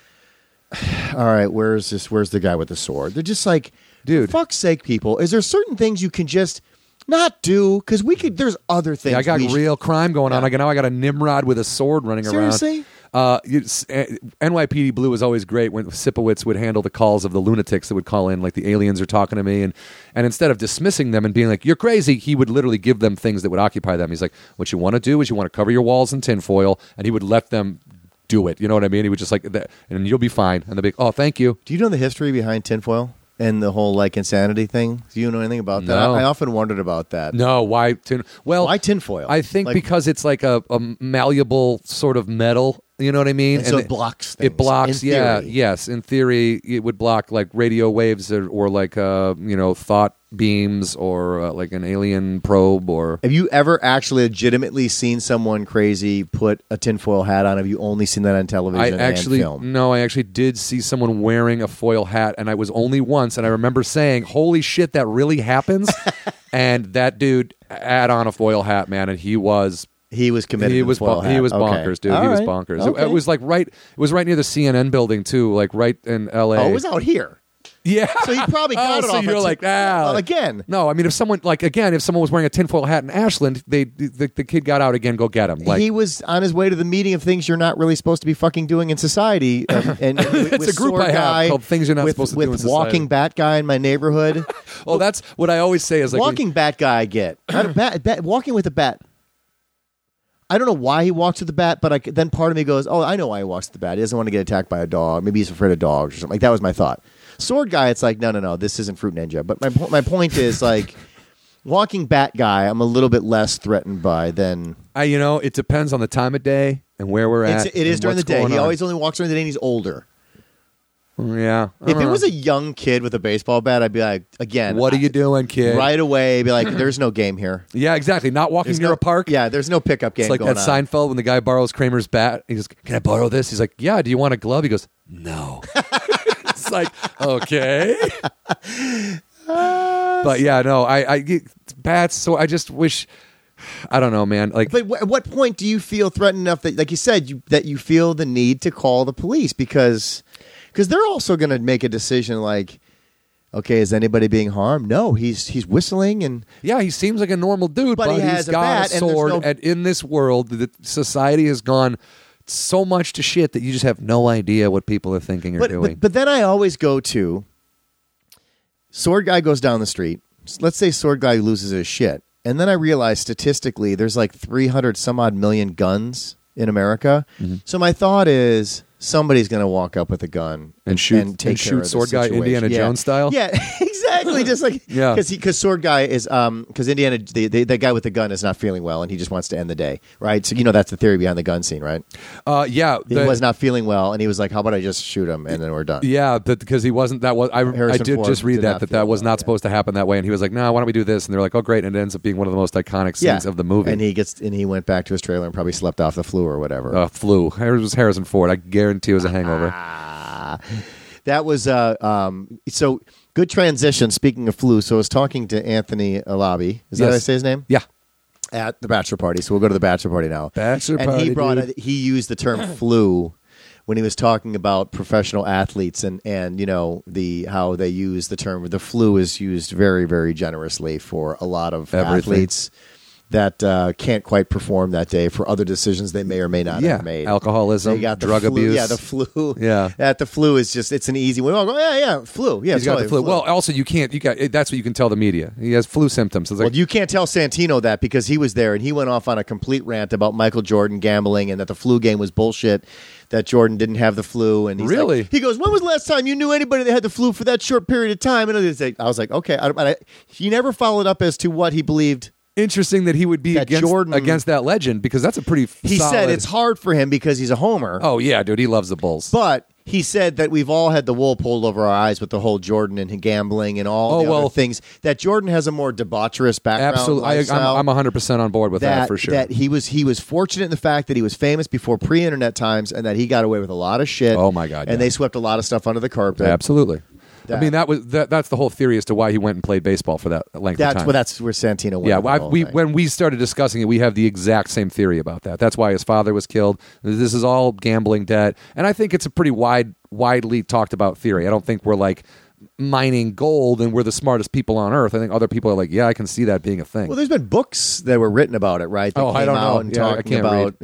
[SPEAKER 2] "All right, where's this? Where's the guy with the sword?" They're just like,
[SPEAKER 1] Dude.
[SPEAKER 2] for fuck's sake, people! Is there certain things you can just not do because we could? There's other things.
[SPEAKER 1] Yeah, I got
[SPEAKER 2] we sh-
[SPEAKER 1] real crime going on.
[SPEAKER 2] Yeah.
[SPEAKER 1] Like now, I got a Nimrod with a sword running
[SPEAKER 2] Seriously?
[SPEAKER 1] around. Uh, you- s- uh, NYPD Blue was always great when Sipowicz would handle the calls of the lunatics that would call in, like the aliens are talking to me, and and instead of dismissing them and being like you're crazy, he would literally give them things that would occupy them. He's like, what you want to do is you want to cover your walls in tinfoil, and he would let them do it. You know what I mean? He would just like, that, and you'll be fine. And they'd be, like, oh, thank you.
[SPEAKER 2] Do you know the history behind tinfoil and the whole like insanity thing? Do you know anything about that?
[SPEAKER 1] No.
[SPEAKER 2] I, I often wondered about that.
[SPEAKER 1] No, why tin? Well,
[SPEAKER 2] Why tinfoil?
[SPEAKER 1] I think
[SPEAKER 2] Like-
[SPEAKER 1] because it's like a, a malleable sort of metal. You know what I mean?
[SPEAKER 2] And so it blocks things,
[SPEAKER 1] It blocks.
[SPEAKER 2] in
[SPEAKER 1] yeah.
[SPEAKER 2] theory.
[SPEAKER 1] Yes. In theory, it would block like radio waves or, or like uh, you know thought beams or uh, like an alien probe or.
[SPEAKER 2] Have you ever actually legitimately seen someone crazy put a tinfoil hat on? Have you only seen that on
[SPEAKER 1] I
[SPEAKER 2] television
[SPEAKER 1] actually
[SPEAKER 2] and film?
[SPEAKER 1] no, I actually did see someone wearing a foil hat, and I was only once, and I remember saying, "Holy shit, that really happens!" and that dude had on a foil hat, man, and he was
[SPEAKER 2] He was committed.
[SPEAKER 1] He
[SPEAKER 2] to the
[SPEAKER 1] was
[SPEAKER 2] foil
[SPEAKER 1] bon-
[SPEAKER 2] hat.
[SPEAKER 1] he was
[SPEAKER 2] Okay.
[SPEAKER 1] bonkers, dude.
[SPEAKER 2] All
[SPEAKER 1] he was
[SPEAKER 2] right.
[SPEAKER 1] bonkers. It-
[SPEAKER 2] Okay.
[SPEAKER 1] It, was like right. It was right near the CNN building too, like right in L.A.
[SPEAKER 2] Oh, it was out here.
[SPEAKER 1] yeah.
[SPEAKER 2] So he probably got
[SPEAKER 1] oh,
[SPEAKER 2] it
[SPEAKER 1] so
[SPEAKER 2] off a
[SPEAKER 1] you're
[SPEAKER 2] tin-
[SPEAKER 1] like ah
[SPEAKER 2] Well, again.
[SPEAKER 1] No, I mean if someone like again if someone was wearing a tinfoil hat in Ashland, they the, the kid got out again. Go get him. Like
[SPEAKER 2] he was on his way to the meeting of things you're not really supposed to be fucking doing in society. um, and with,
[SPEAKER 1] It's
[SPEAKER 2] with
[SPEAKER 1] a group
[SPEAKER 2] sword
[SPEAKER 1] I have
[SPEAKER 2] guy,
[SPEAKER 1] called Things You're Not
[SPEAKER 2] with,
[SPEAKER 1] Supposed to Do
[SPEAKER 2] with
[SPEAKER 1] in Society.
[SPEAKER 2] walking bat guy in my neighborhood.
[SPEAKER 1] oh, that's what I always say is like
[SPEAKER 2] walking bat guy, I get Not a bat, bat- walking with a bat. I don't know why he walks with the bat, but I, c- then part of me goes, "Oh, I know why he walks with the bat. He doesn't want to get attacked by a dog. Maybe he's afraid of dogs or something." Like that was my thought. Sword guy, it's like, no, no, no, this isn't Fruit Ninja. But my po- my point is like, walking bat guy, I'm a little bit less threatened by than
[SPEAKER 1] I you know it depends on the time of day and where we're
[SPEAKER 2] it's,
[SPEAKER 1] at.
[SPEAKER 2] it is
[SPEAKER 1] and
[SPEAKER 2] during the
[SPEAKER 1] what's
[SPEAKER 2] day.
[SPEAKER 1] going
[SPEAKER 2] He
[SPEAKER 1] on.
[SPEAKER 2] always only walks during the day. and He's older.
[SPEAKER 1] yeah. I
[SPEAKER 2] If
[SPEAKER 1] don't
[SPEAKER 2] it
[SPEAKER 1] know.
[SPEAKER 2] was a young kid with a baseball bat, I'd be like, again,
[SPEAKER 1] Uh-huh. what are you doing, kid?
[SPEAKER 2] right away? Be like, there's no game here.
[SPEAKER 1] Yeah, exactly. Not walking
[SPEAKER 2] There's
[SPEAKER 1] near
[SPEAKER 2] no,
[SPEAKER 1] a park.
[SPEAKER 2] Yeah, there's no pickup game.
[SPEAKER 1] It's like
[SPEAKER 2] going
[SPEAKER 1] that
[SPEAKER 2] on.
[SPEAKER 1] Seinfeld when the guy borrows Kramer's bat. He goes, "Can I borrow this?" He's like, "Yeah." Do you want a glove? He goes, "No." it's like, okay. but yeah, no, I, I get- bats. So I just wish, I don't know, man. Like,
[SPEAKER 2] But w- at what point do you feel threatened enough that, like you said, you, that you feel the need to call the police because because they're also going to make a decision like, okay, is anybody being harmed? No, he's he's whistling and
[SPEAKER 1] yeah, he seems like a normal dude,
[SPEAKER 2] But
[SPEAKER 1] but,
[SPEAKER 2] he
[SPEAKER 1] has
[SPEAKER 2] has a
[SPEAKER 1] got
[SPEAKER 2] bat
[SPEAKER 1] a
[SPEAKER 2] and there's
[SPEAKER 1] sword.
[SPEAKER 2] no-
[SPEAKER 1] and in this world, the society has gone so much to shit that you just have no idea what people are thinking or
[SPEAKER 2] but,
[SPEAKER 1] doing.
[SPEAKER 2] but but then I always go to sword guy goes down the street. S- Let's say sword guy loses his shit, and then I realize statistically there's like 300 some odd million guns in America.
[SPEAKER 1] Mm-hmm.
[SPEAKER 2] So my thought is somebody's going to walk up with a gun
[SPEAKER 1] And shoot-
[SPEAKER 2] take
[SPEAKER 1] and
[SPEAKER 2] care
[SPEAKER 1] shoot
[SPEAKER 2] of the
[SPEAKER 1] sword guy
[SPEAKER 2] situation.
[SPEAKER 1] Indiana
[SPEAKER 2] Yeah.
[SPEAKER 1] Jones style?
[SPEAKER 2] Yeah, exactly. Just like
[SPEAKER 1] Yeah.
[SPEAKER 2] because because sword guy is um because Indiana the, the the guy with the gun is not feeling well and he just wants to end the day, right? So you know that's the theory behind the gun scene, right?
[SPEAKER 1] uh, yeah,
[SPEAKER 2] He
[SPEAKER 1] the-
[SPEAKER 2] was not feeling well and he was like, how about I just shoot him and then we're done.
[SPEAKER 1] Yeah, but because he wasn't that was I, I
[SPEAKER 2] Harrison
[SPEAKER 1] did
[SPEAKER 2] Ford
[SPEAKER 1] just read
[SPEAKER 2] did
[SPEAKER 1] that
[SPEAKER 2] not
[SPEAKER 1] that
[SPEAKER 2] feel
[SPEAKER 1] that was
[SPEAKER 2] well,
[SPEAKER 1] not
[SPEAKER 2] yeah.
[SPEAKER 1] supposed to happen that way, and he was like, "No, why don't we do this?" And they're like, "Oh, great!" And it ends up being one of the most iconic scenes of the movie.
[SPEAKER 2] And he gets and he went back to his trailer and probably slept off the flu or whatever.
[SPEAKER 1] uh, flew. It was Harrison Ford. I guarantee it was a hangover.
[SPEAKER 2] Ah. that was uh, um, so good transition. Speaking of flu, so I was talking to Anthony Alabi. Is that
[SPEAKER 1] Yes.
[SPEAKER 2] how I say his name?
[SPEAKER 1] yeah,
[SPEAKER 2] At the bachelor party. So we'll go to the bachelor party now.
[SPEAKER 1] Bachelor
[SPEAKER 2] and
[SPEAKER 1] party,
[SPEAKER 2] he brought
[SPEAKER 1] dude.
[SPEAKER 2] he used the term flu when he was talking about professional athletes and and you know the how they use the term the flu is used very very generously for a lot of
[SPEAKER 1] Everything.
[SPEAKER 2] athletes. that uh, can't quite perform that day for other decisions they may or may not
[SPEAKER 1] Yeah.
[SPEAKER 2] have made.
[SPEAKER 1] Alcoholism,
[SPEAKER 2] They got the
[SPEAKER 1] drug
[SPEAKER 2] flu-
[SPEAKER 1] abuse.
[SPEAKER 2] Yeah, the flu.
[SPEAKER 1] Yeah.
[SPEAKER 2] that the flu is just it's an easy one. We all go, yeah, yeah, flu. Yeah,
[SPEAKER 1] He's got
[SPEAKER 2] totally,
[SPEAKER 1] the flu. Well, also you can't. You got. That's what you can tell the media. He has flu symptoms. It's like,
[SPEAKER 2] well, you can't tell Santino that because he was there and he went off on a complete rant about Michael Jordan gambling and that the flu game was bullshit, that Jordan didn't have the flu. And he's like-
[SPEAKER 1] Really?
[SPEAKER 2] he goes, "When was the last time you knew anybody that had the flu for that short period of time?" And I was like, I was like, "Okay." I, I, he never followed up as to what he believed.
[SPEAKER 1] interesting that he would be
[SPEAKER 2] That
[SPEAKER 1] against
[SPEAKER 2] Jordan-
[SPEAKER 1] against that legend because that's a pretty.
[SPEAKER 2] He said
[SPEAKER 1] solid-
[SPEAKER 2] it's hard for him because he's a homer.
[SPEAKER 1] Oh yeah, dude, he loves the Bulls.
[SPEAKER 2] But he said that we've all had the wool pulled over our eyes with the whole Jordan and gambling and all
[SPEAKER 1] Oh,
[SPEAKER 2] the
[SPEAKER 1] well-
[SPEAKER 2] other things. That Jordan has a more debaucherous background.
[SPEAKER 1] Absolutely, I,
[SPEAKER 2] lifestyle.
[SPEAKER 1] I'm, I'm 100% on board with that, for sure.
[SPEAKER 2] That he was he was fortunate in the fact that he was famous before pre-internet times, and that he got away with a lot of shit.
[SPEAKER 1] Oh, my God,
[SPEAKER 2] And
[SPEAKER 1] yeah.
[SPEAKER 2] they swept a lot of stuff under the carpet.
[SPEAKER 1] Absolutely. I
[SPEAKER 2] That-
[SPEAKER 1] mean, that was that, that's the whole theory as to why he went and played baseball for that length of
[SPEAKER 2] That's
[SPEAKER 1] time.
[SPEAKER 2] well, that's where Santino went.
[SPEAKER 1] yeah,
[SPEAKER 2] with the
[SPEAKER 1] well, I,
[SPEAKER 2] whole
[SPEAKER 1] we
[SPEAKER 2] thing.
[SPEAKER 1] when we started discussing it, we have the exact same theory about that. That's why his father was killed. This is all gambling debt, and I think it's a pretty wide, widely talked about theory. I don't think we're like mining gold and we're the smartest people on earth. I think other people are like, yeah, I can see that being a thing.
[SPEAKER 2] Well, there's been books that were written about it, right? That
[SPEAKER 1] Oh, I
[SPEAKER 2] came
[SPEAKER 1] don't
[SPEAKER 2] out
[SPEAKER 1] know.
[SPEAKER 2] And
[SPEAKER 1] Yeah, I
[SPEAKER 2] talking
[SPEAKER 1] can't
[SPEAKER 2] about,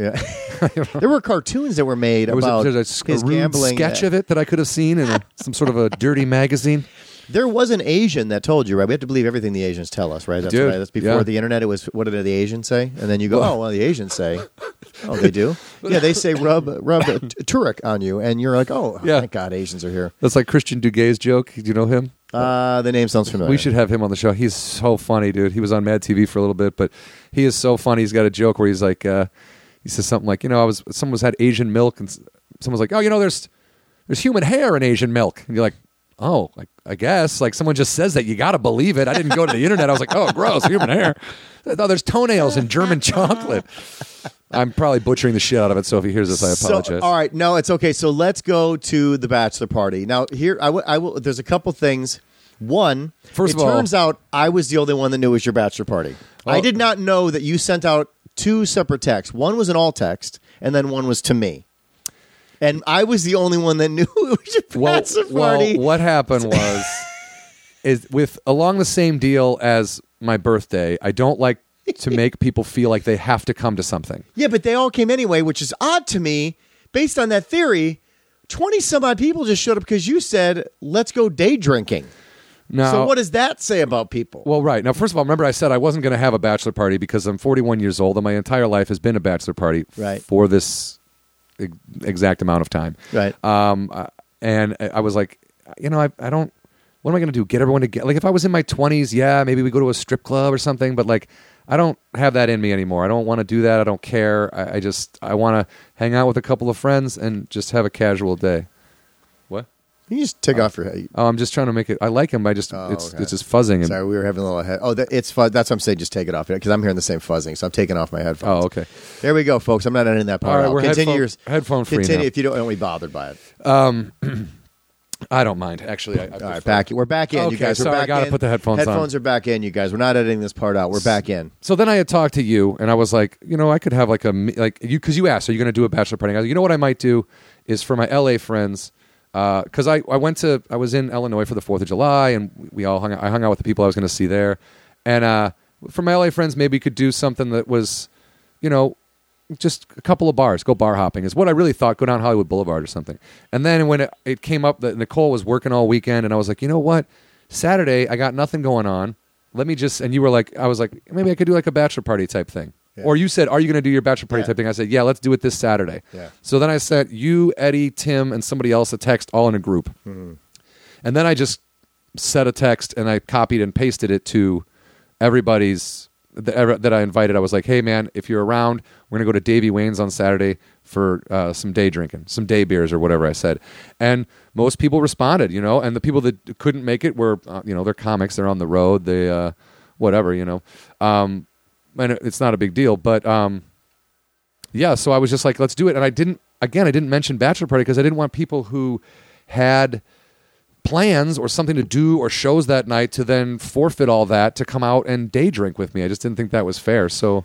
[SPEAKER 2] Yeah. there were cartoons that were made
[SPEAKER 1] there was a,
[SPEAKER 2] about
[SPEAKER 1] there's a
[SPEAKER 2] his
[SPEAKER 1] s- rude
[SPEAKER 2] gambling.
[SPEAKER 1] sketch of it that I could have seen in a, some sort of a dirty magazine.
[SPEAKER 2] There was an Asian that told you, right? We have to believe everything the Asians tell us, right? That's
[SPEAKER 1] Dude,
[SPEAKER 2] right. That's before
[SPEAKER 1] yeah.
[SPEAKER 2] the internet. It was what did the Asians say? And then you go, oh, well, the Asians say, oh, they do. Yeah, they say rub rub a t- turmeric on you, and you're like, oh,
[SPEAKER 1] Yeah.
[SPEAKER 2] thank God, Asians are here.
[SPEAKER 1] That's like Christian Duguay's joke. Do you know him?
[SPEAKER 2] Uh, the name sounds familiar.
[SPEAKER 1] We should have him on the show. He's so funny, dude. He was on Mad TV for a little bit, but he is so funny. He's got a joke where he's like, uh, he says something like, you know, I was someone was had Asian milk, and s- someone's like, oh, you know, there's there's human hair in Asian milk, and you're like, oh, like I guess, like someone just says that, you got to believe it. I didn't go to the internet. I was like, oh, gross, human hair. No, there's toenails in German chocolate. I'm probably butchering the shit out of it. So if he hears this, I apologize.
[SPEAKER 2] So, all right, no, it's okay. So let's go to the bachelor party now. Here, I will- I will. There's a couple things. One,
[SPEAKER 1] First
[SPEAKER 2] it
[SPEAKER 1] of all-
[SPEAKER 2] turns out I was the only one that knew it was your bachelor party. I
[SPEAKER 1] Well-
[SPEAKER 2] did not know that you sent out two separate texts. One was an all text, and then one was to me. And I was the only one that knew it was your
[SPEAKER 1] well,
[SPEAKER 2] bachelor
[SPEAKER 1] well,
[SPEAKER 2] party.
[SPEAKER 1] what happened was is with along the same deal as my birthday. I don't like to make people feel like they have to come to something.
[SPEAKER 2] Yeah, but they all came anyway, which is odd to me. Based on that theory, twenty some odd people just showed up because you said, "Let's go day drinking."
[SPEAKER 1] Now,
[SPEAKER 2] so what does that say about people?
[SPEAKER 1] well, right now, first of all, remember I said I wasn't going to have a bachelor party because I'm 41 years old and my entire life has been a bachelor party
[SPEAKER 2] Right.
[SPEAKER 1] for this ex- exact amount of time.
[SPEAKER 2] right.
[SPEAKER 1] um, uh, and I I was like, you know, I, I don't. What am I going to do? Get everyone to get like if I was in my twenties, yeah, maybe we go to a strip club or something. But like, I don't have that in me anymore. I don't want to do that. I don't care. I, I just I want to hang out with a couple of friends and just have a casual day. What?
[SPEAKER 2] You just take off your head.
[SPEAKER 1] Oh, I'm just trying to make it. I like him. I just
[SPEAKER 2] Oh,
[SPEAKER 1] it's
[SPEAKER 2] okay.
[SPEAKER 1] it's just fuzzing. And,
[SPEAKER 2] Sorry, we were having a little head. Oh, that, it's fuzz. That's what I'm saying. Just take it off because I'm hearing the same fuzzing. So I'm taking off my headphones.
[SPEAKER 1] oh, okay.
[SPEAKER 2] There we go, folks. I'm not ending that part.
[SPEAKER 1] All right,
[SPEAKER 2] out.
[SPEAKER 1] we're
[SPEAKER 2] continue
[SPEAKER 1] headphone-
[SPEAKER 2] your
[SPEAKER 1] headphone free
[SPEAKER 2] Continue
[SPEAKER 1] now.
[SPEAKER 2] if you don't, don't be bothered by it.
[SPEAKER 1] I don't mind actually. I, I
[SPEAKER 2] All right,
[SPEAKER 1] prefer-
[SPEAKER 2] back. We're back in.
[SPEAKER 1] Okay,
[SPEAKER 2] you guys
[SPEAKER 1] sorry,
[SPEAKER 2] are
[SPEAKER 1] I
[SPEAKER 2] back
[SPEAKER 1] gotta
[SPEAKER 2] in.
[SPEAKER 1] put the headphones on.
[SPEAKER 2] Headphones are back in. You guys, we're not editing this part out. We're back in.
[SPEAKER 1] So then I had talked to you, and I was like, you know, I could have like a me- like you because you asked, are you going to do a bachelor party? I was like, you know what I might do is for my LA friends, because I I went to I was in Illinois for the Fourth of July, and we- we all hung out- I hung out with the people I was going to see there, and uh, for my LA friends, maybe we could do something that was, you know, just a couple of bars, go bar hopping is what I really thought. Go down Hollywood Boulevard or something. And then when it, it came up that Nicole was working all weekend, and I was like, you know what? Saturday, I got nothing going on. Let me just. And you were like, I was like, maybe I could do like a bachelor party type thing.
[SPEAKER 2] Yeah.
[SPEAKER 1] Or you said, are you going to do your bachelor party
[SPEAKER 2] Yeah.
[SPEAKER 1] type thing? I said, yeah, let's do it this Saturday.
[SPEAKER 2] Yeah.
[SPEAKER 1] So then I sent you, Eddie, Tim, and somebody else a text all in a group. And then I just set a text and I copied and pasted it to everybody's the, ever, that I invited. I was like, "Hey, man, if you're around, we're gonna go to Davy Wayne's on Saturday for uh, some day drinking, some day beers or whatever." I said, and most people responded, you know. And the people that couldn't make it were, uh, you know, they're comics, they're on the road, they, uh, whatever, you know. Um, and it- it's not a big deal, but um, yeah, so I was just like, let's do it. And I didn't, again, I didn't mention Bachelor Party because I didn't want people who had plans or something to do or shows that night to then forfeit all that to come out and day drink with me. I just didn't think that was fair. So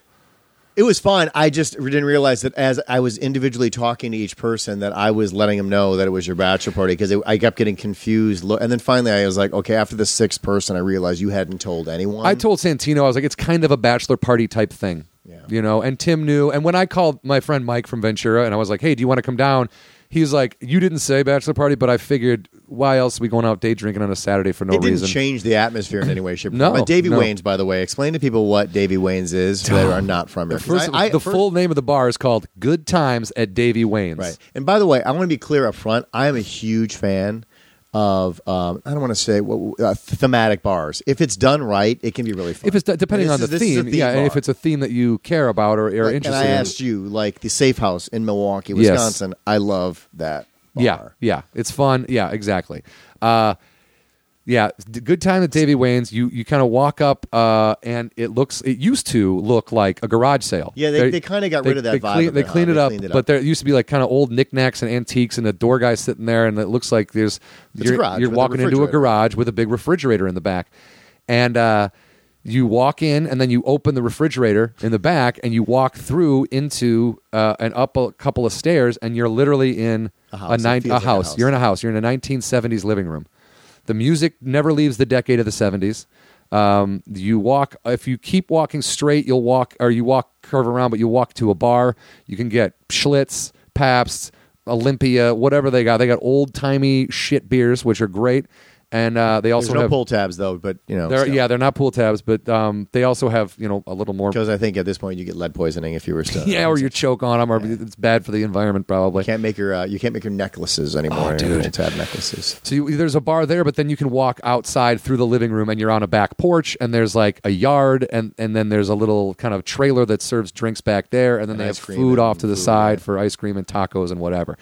[SPEAKER 2] It was fun. I just didn't realize that as I was individually talking to each person, that I was letting them know that it was your bachelor party because I kept getting confused. Lo- And then finally, I was like, okay, after the sixth person, I realized you hadn't told anyone.
[SPEAKER 1] I told Santino, I was like, it's kind of a bachelor party type thing.
[SPEAKER 2] Yeah.
[SPEAKER 1] You know, and Tim knew. And when I called my friend Mike from Ventura and I was like, hey, do you want to come down? He's like, you didn't say bachelor party, but I figured why else are we going out day drinking on a Saturday for no
[SPEAKER 2] It didn't
[SPEAKER 1] reason?
[SPEAKER 2] change the atmosphere in any way, shape, or
[SPEAKER 1] No,
[SPEAKER 2] form. But Davy
[SPEAKER 1] no.
[SPEAKER 2] Waynes, by the way, explain to people what Davy Waynes is. They are not from here. 'Cause
[SPEAKER 1] First,
[SPEAKER 2] I- I-
[SPEAKER 1] the
[SPEAKER 2] first-
[SPEAKER 1] full name of the bar is called Good Times at Davy Wayne's.
[SPEAKER 2] Right. And by the way, I want to be clear up front. I am a huge fan of um, I don't want to say what, uh, thematic bars. If it's done right, it can be really fun.
[SPEAKER 1] If it's depending
[SPEAKER 2] This
[SPEAKER 1] on
[SPEAKER 2] is-
[SPEAKER 1] the
[SPEAKER 2] this is a
[SPEAKER 1] theme, yeah, and if
[SPEAKER 2] bar.
[SPEAKER 1] it's a theme that you care about or, or are
[SPEAKER 2] Like,
[SPEAKER 1] interested
[SPEAKER 2] And I
[SPEAKER 1] in,
[SPEAKER 2] asked you, like the Safe House in Milwaukee,
[SPEAKER 1] Yes.
[SPEAKER 2] Wisconsin. I love that. Bar.
[SPEAKER 1] Yeah, yeah, it's fun. Yeah, exactly. Uh, yeah, d- good time at Davy Wayne's. You you kind of walk up, uh, and it looks. It used to look like a garage sale.
[SPEAKER 2] Yeah, they- they kinda got rid of that
[SPEAKER 1] They,
[SPEAKER 2] vibe
[SPEAKER 1] clean,
[SPEAKER 2] of
[SPEAKER 1] they
[SPEAKER 2] it, huh?
[SPEAKER 1] cleaned it
[SPEAKER 2] They
[SPEAKER 1] up,
[SPEAKER 2] cleaned it
[SPEAKER 1] but
[SPEAKER 2] up.
[SPEAKER 1] there used to be like kind of old knickknacks and antiques, and the door guy sitting there, and it looks like there's
[SPEAKER 2] It's a
[SPEAKER 1] you're,
[SPEAKER 2] garage
[SPEAKER 1] you're
[SPEAKER 2] with a
[SPEAKER 1] walking into a
[SPEAKER 2] refrigerator.
[SPEAKER 1] garage with a big refrigerator in the back, and. Uh, you walk in and then you open the refrigerator in the back and you walk through into uh, and up a couple of stairs and you're literally in
[SPEAKER 2] A
[SPEAKER 1] a,
[SPEAKER 2] house. It
[SPEAKER 1] nine,
[SPEAKER 2] feels
[SPEAKER 1] a
[SPEAKER 2] like a
[SPEAKER 1] house.
[SPEAKER 2] house.
[SPEAKER 1] You're in a house. You're in a 1970s living room. The music never leaves the decade of the 70s. Um, you walk if you keep walking straight, you'll walk or you walk curve around, but you walk to a bar. You can get Schlitz, Pabst, Olympia, whatever they got. They got old timey shit beers, which are great, and uh, they
[SPEAKER 2] There's
[SPEAKER 1] also
[SPEAKER 2] no
[SPEAKER 1] have.
[SPEAKER 2] pull tabs though, but you know,
[SPEAKER 1] they're, yeah, they're not pool tabs, but um, they also have you know a little more.
[SPEAKER 2] Because uh, I think at this point you get lead poisoning if you were still.
[SPEAKER 1] Yeah, or you choke on them, or it's bad for the environment probably.
[SPEAKER 2] can't make your uh, you can't make your necklaces anymore.
[SPEAKER 1] Oh,
[SPEAKER 2] your
[SPEAKER 1] dude.
[SPEAKER 2] pull tab necklaces.
[SPEAKER 1] So you, there's a bar there, but then you can walk outside through the living room, and you're on a back porch, and there's like a yard, and and then there's a little kind of trailer that serves drinks back there, and then
[SPEAKER 2] And
[SPEAKER 1] they
[SPEAKER 2] ice
[SPEAKER 1] have
[SPEAKER 2] cream
[SPEAKER 1] food
[SPEAKER 2] and
[SPEAKER 1] off to the
[SPEAKER 2] food,
[SPEAKER 1] side
[SPEAKER 2] yeah.
[SPEAKER 1] for ice cream and tacos and whatever.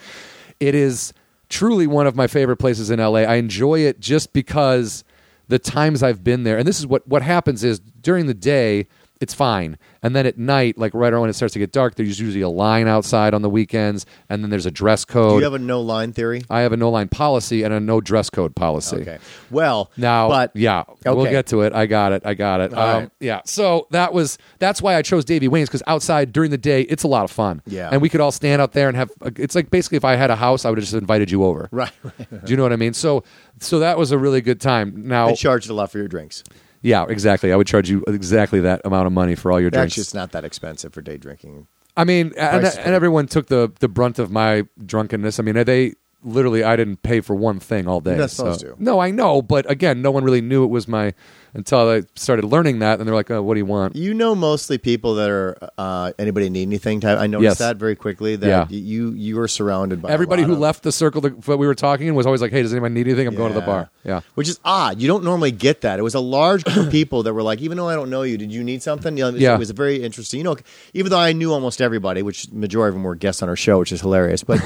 [SPEAKER 1] It is truly one of my favorite places in LA. I enjoy it just because the times I've been there, and this is what what happens is during the day. It's fine, and then at night, like right around when it starts to get dark, there's usually a line outside on the weekends, and then there's a dress
[SPEAKER 2] Do
[SPEAKER 1] code.
[SPEAKER 2] you have a no line theory?
[SPEAKER 1] I have a no line policy and a no dress code policy.
[SPEAKER 2] Okay. Well,
[SPEAKER 1] Now,
[SPEAKER 2] but
[SPEAKER 1] yeah, we'll
[SPEAKER 2] Okay.
[SPEAKER 1] get to it. I got it. I got it.
[SPEAKER 2] All
[SPEAKER 1] Um,
[SPEAKER 2] right.
[SPEAKER 1] Yeah. So that was that's why I chose Davy Wayne's because outside during the day it's a lot of fun.
[SPEAKER 2] Yeah.
[SPEAKER 1] and we could all stand out there and have. uh, It's like basically if I had a house, I would have just invited you over.
[SPEAKER 2] right, right.
[SPEAKER 1] Do you know what I mean? So, so that was a really good time. Now,
[SPEAKER 2] I charged a lot for your drinks.
[SPEAKER 1] yeah, exactly. I would charge you exactly that amount of money for all your drinks.
[SPEAKER 2] That's just not that expensive for day drinking.
[SPEAKER 1] I mean, and,
[SPEAKER 2] Price is
[SPEAKER 1] and everyone took the the brunt of my drunkenness. I mean, they literally, I didn't pay for one thing all day.
[SPEAKER 2] You're not
[SPEAKER 1] so-
[SPEAKER 2] supposed to.
[SPEAKER 1] No, I know, but again, no one really knew it was my until I started learning that, and they're like, "Oh, what do you want?"
[SPEAKER 2] You know, mostly people that are uh, anybody need anything. Type. I noticed
[SPEAKER 1] Yes.
[SPEAKER 2] that very quickly. That
[SPEAKER 1] Yeah.
[SPEAKER 2] you you are surrounded by a
[SPEAKER 1] Everybody
[SPEAKER 2] lot
[SPEAKER 1] who
[SPEAKER 2] of-
[SPEAKER 1] left the circle that that we were talking in was always like, "Hey, does anyone need anything? I'm going to the
[SPEAKER 2] Yeah.
[SPEAKER 1] bar." Yeah,
[SPEAKER 2] which is odd. You don't normally get that. It was a large group of people that were like, even though I don't know you, did you need something? You know, it was-
[SPEAKER 1] Yeah.
[SPEAKER 2] it was very interesting. You know, even though I knew almost everybody, which majority of them were guests on our show, which is hilarious. But